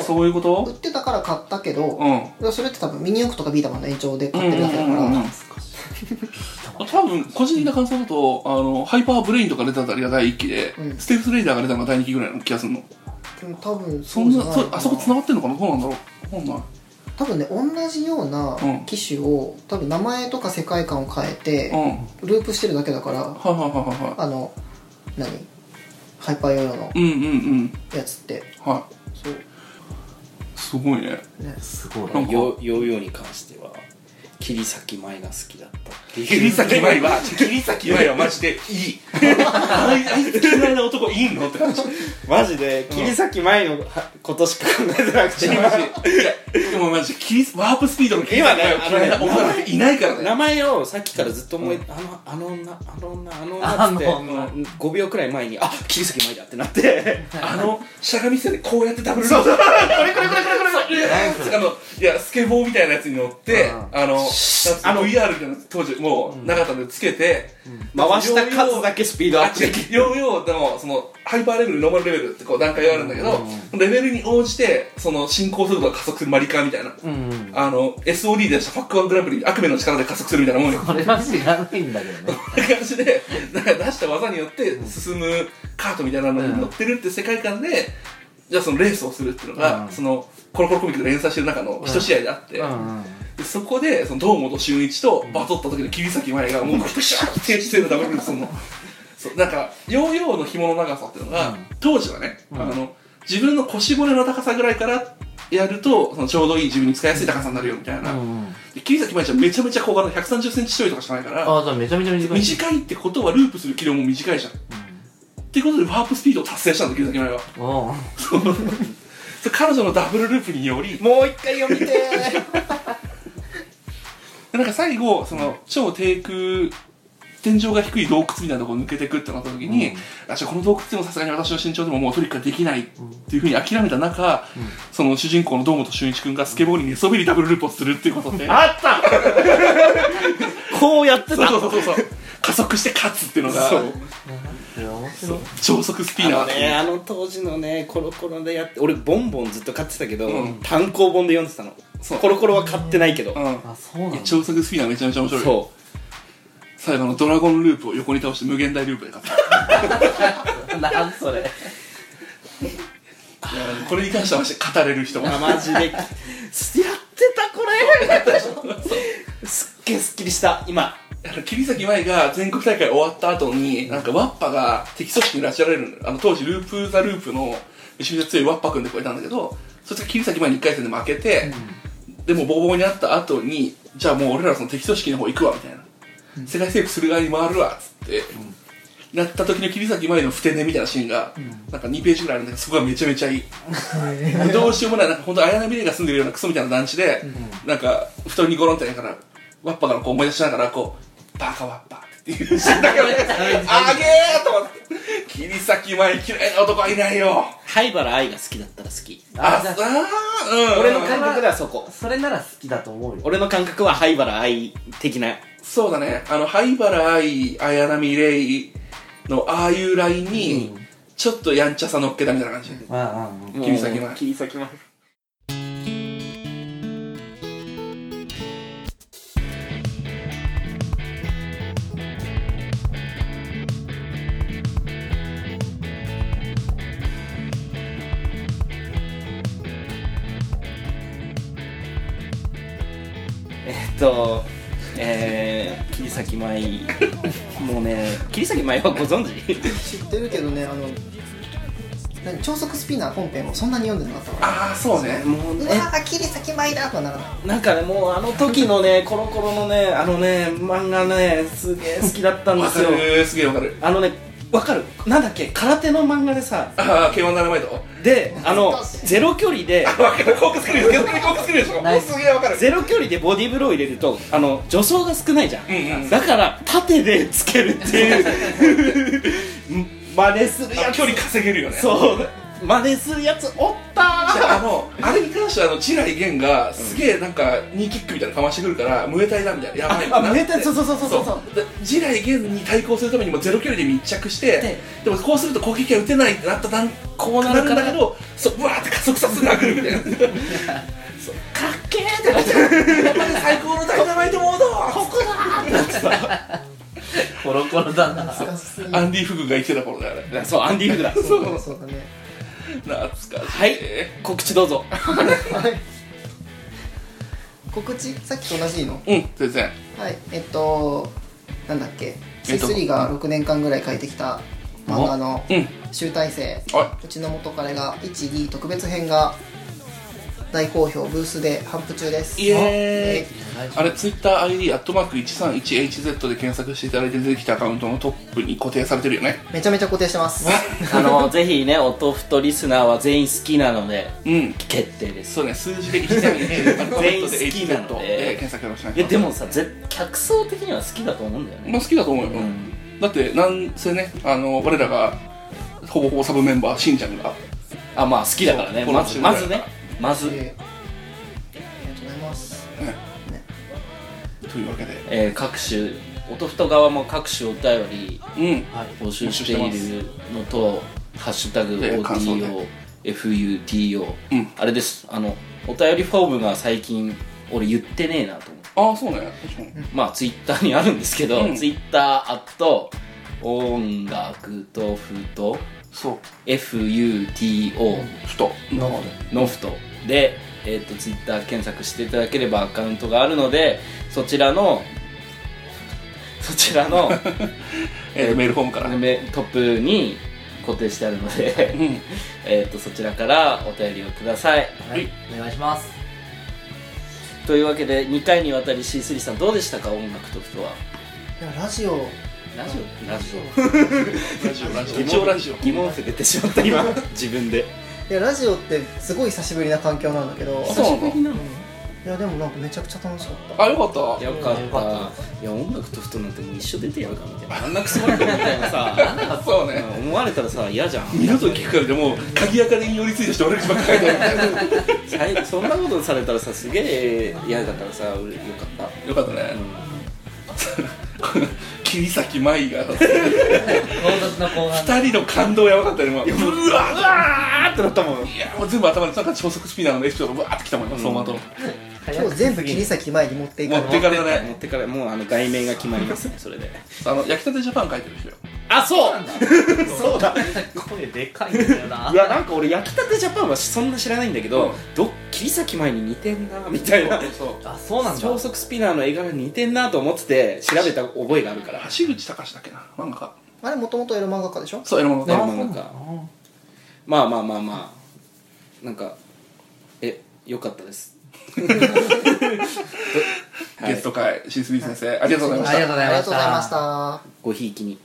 Speaker 1: あそういうこ
Speaker 3: ら売っ
Speaker 1: と
Speaker 3: てたから買ったけ
Speaker 1: う
Speaker 3: ど、
Speaker 1: ん
Speaker 3: それって多分ミニオクとかビータマンの延長で
Speaker 1: うん
Speaker 3: 買ってるだけだから、
Speaker 1: うんうんうん多分個人的な感想だとあのハイパーブレインとか出たあたりが第1期で、
Speaker 3: うん
Speaker 1: ステープスレイダーが出たのが第2期ぐらいの気がするの
Speaker 3: でも多分
Speaker 1: そ
Speaker 3: うんじゃ
Speaker 1: ないそ
Speaker 3: のか
Speaker 1: あそこ繋がってんのかなどうなんだろうわかんない
Speaker 3: 多分ね同じような
Speaker 1: うん
Speaker 3: 機種を、多分名前とか世界観を変えて
Speaker 1: うんはい
Speaker 3: ループしてるだけだから
Speaker 1: はいはいはいは
Speaker 3: あの何ハイパーヨーヨーの
Speaker 1: いうんうんうん
Speaker 3: やつって
Speaker 1: は
Speaker 3: そう
Speaker 1: いすごいね
Speaker 3: ね
Speaker 4: すごい
Speaker 1: なんか
Speaker 2: ヨヨーヨーに関しては切り裂き舞が好きだったっていう
Speaker 1: 舞は桐崎舞はマジでいいあいあいつ嫌いな男 いいのって感じ
Speaker 2: マジで切り裂き舞のはことしか考えてなくて
Speaker 1: マジいやでもマジ桐崎ワープスピードの桐崎舞は
Speaker 2: 今
Speaker 1: 嫌い
Speaker 2: ね
Speaker 1: な
Speaker 2: あのね
Speaker 1: 女なんていないからね
Speaker 2: 名前をさっきからずっと思い、あのあの女あの女あの女っつって
Speaker 4: あの女
Speaker 2: うん5秒くらい前にあ切り裂き舞だって なって
Speaker 1: あのしゃがみ捨てでこうやってダブルそうそうこれこれこれこれこれあのいやスケボーみたいなやつに乗って
Speaker 4: うん
Speaker 1: あのあの VR みたいなの当時もうなかったんでつけて
Speaker 2: 回した数だけスピードア
Speaker 1: あ
Speaker 2: ップできる
Speaker 1: ヨーヨーでもそのハイパーレベルノーマルレベルってこう段階があるんだけどレベルに応じてその進行速度が加速するマリカーみたいな
Speaker 4: うん
Speaker 1: あの SOD でしたファックワングランプリ悪夢の力で加速するみたいなもんよ
Speaker 4: これは知らないんだけどね
Speaker 1: って感じでなんか出した技によって進むカートみたいなのに乗ってるって世界観で、じゃあそのレースをするっていうのが、
Speaker 4: うん
Speaker 1: そのコロコロコミックで連載してる中の一試合であって、
Speaker 4: うん
Speaker 1: でそこでその堂本俊一とバトった時の桐崎舞がもうプシャーってしてるダブルそ のそうなんかヨーヨーの紐の長さっていうのが、
Speaker 4: うん
Speaker 1: 当時はね、
Speaker 4: うん
Speaker 1: あの自分の腰骨の高さぐらいからやるとそのちょうどいい自分に使いやすい高さになるよみたいな、
Speaker 4: うん
Speaker 1: で桐崎舞ちゃんめちゃめちゃ小柄で1 3 0ンチちょいとかしかないから
Speaker 4: あじゃあめちゃめちゃ短い
Speaker 1: 短いってことはループする軌道も短いじゃん。ってことでワープスピードを達成したんだ、桐崎舞は。
Speaker 4: うんうん
Speaker 1: そうそう彼女のダブルループにより、
Speaker 3: もう一回読みてー
Speaker 1: なんか最後、その、超低空、天井が低い洞窟みたいなところを抜けてくってなった時に、あ、じゃあこの洞窟でもさすがに私の身長でももうトリックができないっていうふうに諦めた中、その主人公の堂本俊一君がスケボーに寝そべりダブルループをするっていうことで、
Speaker 4: あったこうやって
Speaker 1: そうそうそうそうそう、加速して勝つっていうのが、
Speaker 2: そう
Speaker 4: いや面白い
Speaker 1: 超速スピ
Speaker 2: あ
Speaker 1: ーナー
Speaker 2: のねあの当時のねコロコロでやって俺ボンボンずっと買ってたけど、
Speaker 1: うん
Speaker 2: 単行本で読んでたの
Speaker 1: そう
Speaker 2: コロコロは買ってないけど、
Speaker 1: うん。
Speaker 4: あそうなん
Speaker 1: いや
Speaker 4: だ
Speaker 1: 超速スピーナーめちゃめちゃ面白い。
Speaker 2: そ
Speaker 1: 最後のドラゴンループを横に倒して無限大ループで勝った
Speaker 4: なん それ
Speaker 1: いやこれに関してはマジで語れる人
Speaker 2: う
Speaker 1: も
Speaker 2: あマジでやってたこれすっげえすっきりした今
Speaker 1: あの桐崎舞が全国大会終わった後になんかワッパが敵組織に拉致られるのあの当時ループ・ザ・ループのめちゃめちゃ強いワッパ君で超えたんだけどそいつが桐崎舞に1回戦で負けて、でもボコボコになった後にじゃあもう俺らその敵組織の方行くわみたいな、世界征服する側に回るわっつって、なった時の桐崎舞のふて寝みたいなシーンが、なんか2ページぐらいあるんだけどそこがめちゃめちゃいいもうどうしようもないなんか本当綾波レイが住んでるようなクソみたいな団地で、なんか布団にゴロンってやりながらワッパからこう思い出しながらこう「バカワッパ」っていうシーンだけどねあげーと思って桐崎舞嫌いな男はいないよ
Speaker 2: 灰原愛が好きだったら好き
Speaker 1: あ
Speaker 4: あじゃあ
Speaker 1: あーうん
Speaker 2: 俺の感覚ではそこ
Speaker 4: それなら好きだと思うよ
Speaker 2: 俺の感覚は灰原愛的な
Speaker 1: そうだね、あの、灰原愛、綾波レイのああいうラインに、ちょっとやんちゃさ乗っけたみたいな感じ。
Speaker 4: あ
Speaker 2: も
Speaker 4: あ
Speaker 2: う
Speaker 1: 桐崎舞
Speaker 2: 桐崎舞えっとえー、桐崎舞もうね桐崎舞はご存知
Speaker 3: 知ってるけどねあの何超速スピナー本編もそんなに読んでなかったから
Speaker 1: ああ、そうね。
Speaker 2: もう
Speaker 3: うわ
Speaker 2: ね
Speaker 3: ー切り先前だとはならない
Speaker 2: なんかねもうあの時のねコロコロのねあのね漫画ねすげえ好きだったんで
Speaker 1: わ
Speaker 2: す
Speaker 1: か
Speaker 2: よ
Speaker 1: る、すげえわかる。
Speaker 2: あのねわかるなんだっけ空手の漫画でさ
Speaker 1: ああ、K1 ダイナマイト。わ
Speaker 2: であのゼロ距離で
Speaker 1: かる、コークスクリュー、絶対にコークスクリューでしょ。
Speaker 4: ナイス
Speaker 1: すげえわかる。
Speaker 2: ゼロ距離でボディーブロー入れるとあの助走が少ないじゃん、
Speaker 1: うんうん
Speaker 2: だから縦でつけるっていう真似するや
Speaker 1: あ
Speaker 2: つ
Speaker 1: 距離稼げるよね。う。
Speaker 2: そう真似するやつおった
Speaker 1: あ
Speaker 2: ー
Speaker 1: の、あれに関しては、あの、地雷源が、すげえなんか、ニーキックみたいなのかましてくるから、ムエタイだみたいな、やばい
Speaker 2: ああムエタイそうそうそうそうそう
Speaker 1: う。で地雷源に対抗するためにもゼロ距離で密着して、で
Speaker 2: で
Speaker 1: もこうすると攻撃が打てないってなった段
Speaker 2: こう
Speaker 1: な
Speaker 2: な
Speaker 1: る
Speaker 2: る
Speaker 1: ん
Speaker 2: か
Speaker 1: だけ
Speaker 2: ら
Speaker 1: ど、そう、うわーって加速させて殴る みたいな。
Speaker 2: かっけーってなっちゃう
Speaker 1: 最高のダイナマイトモード
Speaker 4: コロコロだな
Speaker 3: 難しすぎる
Speaker 1: アンディ・フグが生きてた頃だよね。
Speaker 2: そうアンディ・フグだ
Speaker 3: そうだねそうだね
Speaker 1: 懐かしい。
Speaker 2: はい告知どうぞ
Speaker 3: 告知さっきと同じの
Speaker 1: うん、全然。
Speaker 3: はいえっとなんだっけ
Speaker 1: えっと
Speaker 3: C3 が6年間ぐらい書いてきた漫画の
Speaker 1: うん。
Speaker 3: 集大成
Speaker 1: は
Speaker 3: うちの元彼が 1D 特別編が大好評ブースで頒布中です
Speaker 1: イエ
Speaker 3: ーイ
Speaker 1: あれ、ツイッター ID、アットマーク 131HZ で検索していただいて出てきたアカウントのトップに固定されてるよね。
Speaker 3: めちゃめちゃ固定してます
Speaker 2: あのぜひね音ふとリスナーは全員好きなので
Speaker 1: うん。
Speaker 2: 決定です
Speaker 1: そうね、数字で1点 A、アルファベットで
Speaker 2: 全員好きな
Speaker 1: HZ
Speaker 2: の
Speaker 1: で
Speaker 2: で
Speaker 1: 検索をしま
Speaker 2: い
Speaker 1: し
Speaker 2: やでもさぜ客層的には好きだと思うんだよね
Speaker 1: まあ好きだと思うよ。
Speaker 2: うん
Speaker 1: だって、なんせね、あの、我らが、ほぼほぼサブメンバー、しんちゃんが、
Speaker 2: あまあ好きだからね
Speaker 1: そう
Speaker 2: まず
Speaker 1: この
Speaker 2: ま
Speaker 1: 人
Speaker 2: ず
Speaker 1: ぐらい
Speaker 2: ねま
Speaker 3: えーあ
Speaker 2: ず、
Speaker 3: りがとうございます
Speaker 1: というわけで、
Speaker 2: えー各種音ふと側も各種お便り
Speaker 1: うん。
Speaker 2: 募集しているのと「ハッシュタグ
Speaker 1: で感想で
Speaker 2: #OTOFUTO」
Speaker 1: うん
Speaker 2: あれですあのお便りフォームが最近俺言ってねえなと思って
Speaker 1: ああ、そうね。確かに。
Speaker 2: まあツイッターにあるんですけど、
Speaker 1: うん
Speaker 2: ツイッターアット音楽とふと
Speaker 1: そう。
Speaker 2: FUTO
Speaker 1: ふと。
Speaker 3: どうも
Speaker 2: のふとで、えっとツイッター検索していただければアカウントがあるのでそちらのそちら の
Speaker 1: えーメールフォームから。うん。
Speaker 2: めトップに固定してあるので えっとそちらからお便りをください
Speaker 4: はいお願いします
Speaker 2: というわけで2回にわたり C3 さんどうでしたか音楽とふとはい
Speaker 3: やラジオ
Speaker 2: ラジオラジオ
Speaker 1: ラジオ、ラジオ。一応ラジオ。
Speaker 2: 疑問符出てしまった今 自分で
Speaker 3: いやラジオってすごい久しぶりな環境なんだけど
Speaker 1: そうなの
Speaker 2: なの
Speaker 3: いやでもなんかめちゃくちゃ楽しかった
Speaker 1: あ、よかった。
Speaker 2: よかった
Speaker 4: よか
Speaker 2: いや音楽と太なんてもう一緒出てやるかみた いなあんなクソバンドみたいなさ
Speaker 1: そうね。
Speaker 2: 思われたらさ嫌じゃん
Speaker 1: 二度と聞くからでもう、鍵垢で寄りついた人、俺口ばっかりだよ。
Speaker 2: 最そんなことされたらさすげえ嫌だからさ俺よかっ
Speaker 1: よかった
Speaker 2: た、
Speaker 1: ね
Speaker 2: う。ん
Speaker 1: 桐崎舞が、
Speaker 4: 唐突な後半
Speaker 1: 二人の感動やばかったね。もううわうわ
Speaker 2: あーってなったもん
Speaker 1: いや、もう全部頭に、なんか超速スピナーのエピソードがわーってきたもん、今、そのまと。持
Speaker 3: 今日全部切り先前に持っていかれ
Speaker 1: って
Speaker 3: る
Speaker 1: いかれた
Speaker 2: 持
Speaker 1: ね。
Speaker 2: ってからもうあの外面が決まりますねそれで
Speaker 1: あの、焼きたてジャパン書いてる人よ。
Speaker 2: あそう
Speaker 4: そうだ 声でかいんだよない
Speaker 2: やなんか俺焼きたてジャパンはそんな知らないんだけど、
Speaker 1: うん
Speaker 2: どっ切り先前に似てんなみたいな
Speaker 1: そう。
Speaker 4: あそうなんだ
Speaker 2: 超速スピナーの絵柄に似てんなと思ってて調べた覚えがあるから
Speaker 1: 橋口隆だっけな、漫画家。
Speaker 3: あれもともとエロ漫画家でしょ
Speaker 1: そう、エロ漫
Speaker 2: ね
Speaker 1: 画家。
Speaker 2: 漫画家まあまあまあまあなんかえ良かったですはい
Speaker 1: ゲスト会、シスリー先生、ありがとうございまし
Speaker 4: あり
Speaker 1: た
Speaker 4: がとう。ござ
Speaker 3: あり
Speaker 4: いました
Speaker 3: がとうございました
Speaker 2: ごひいきに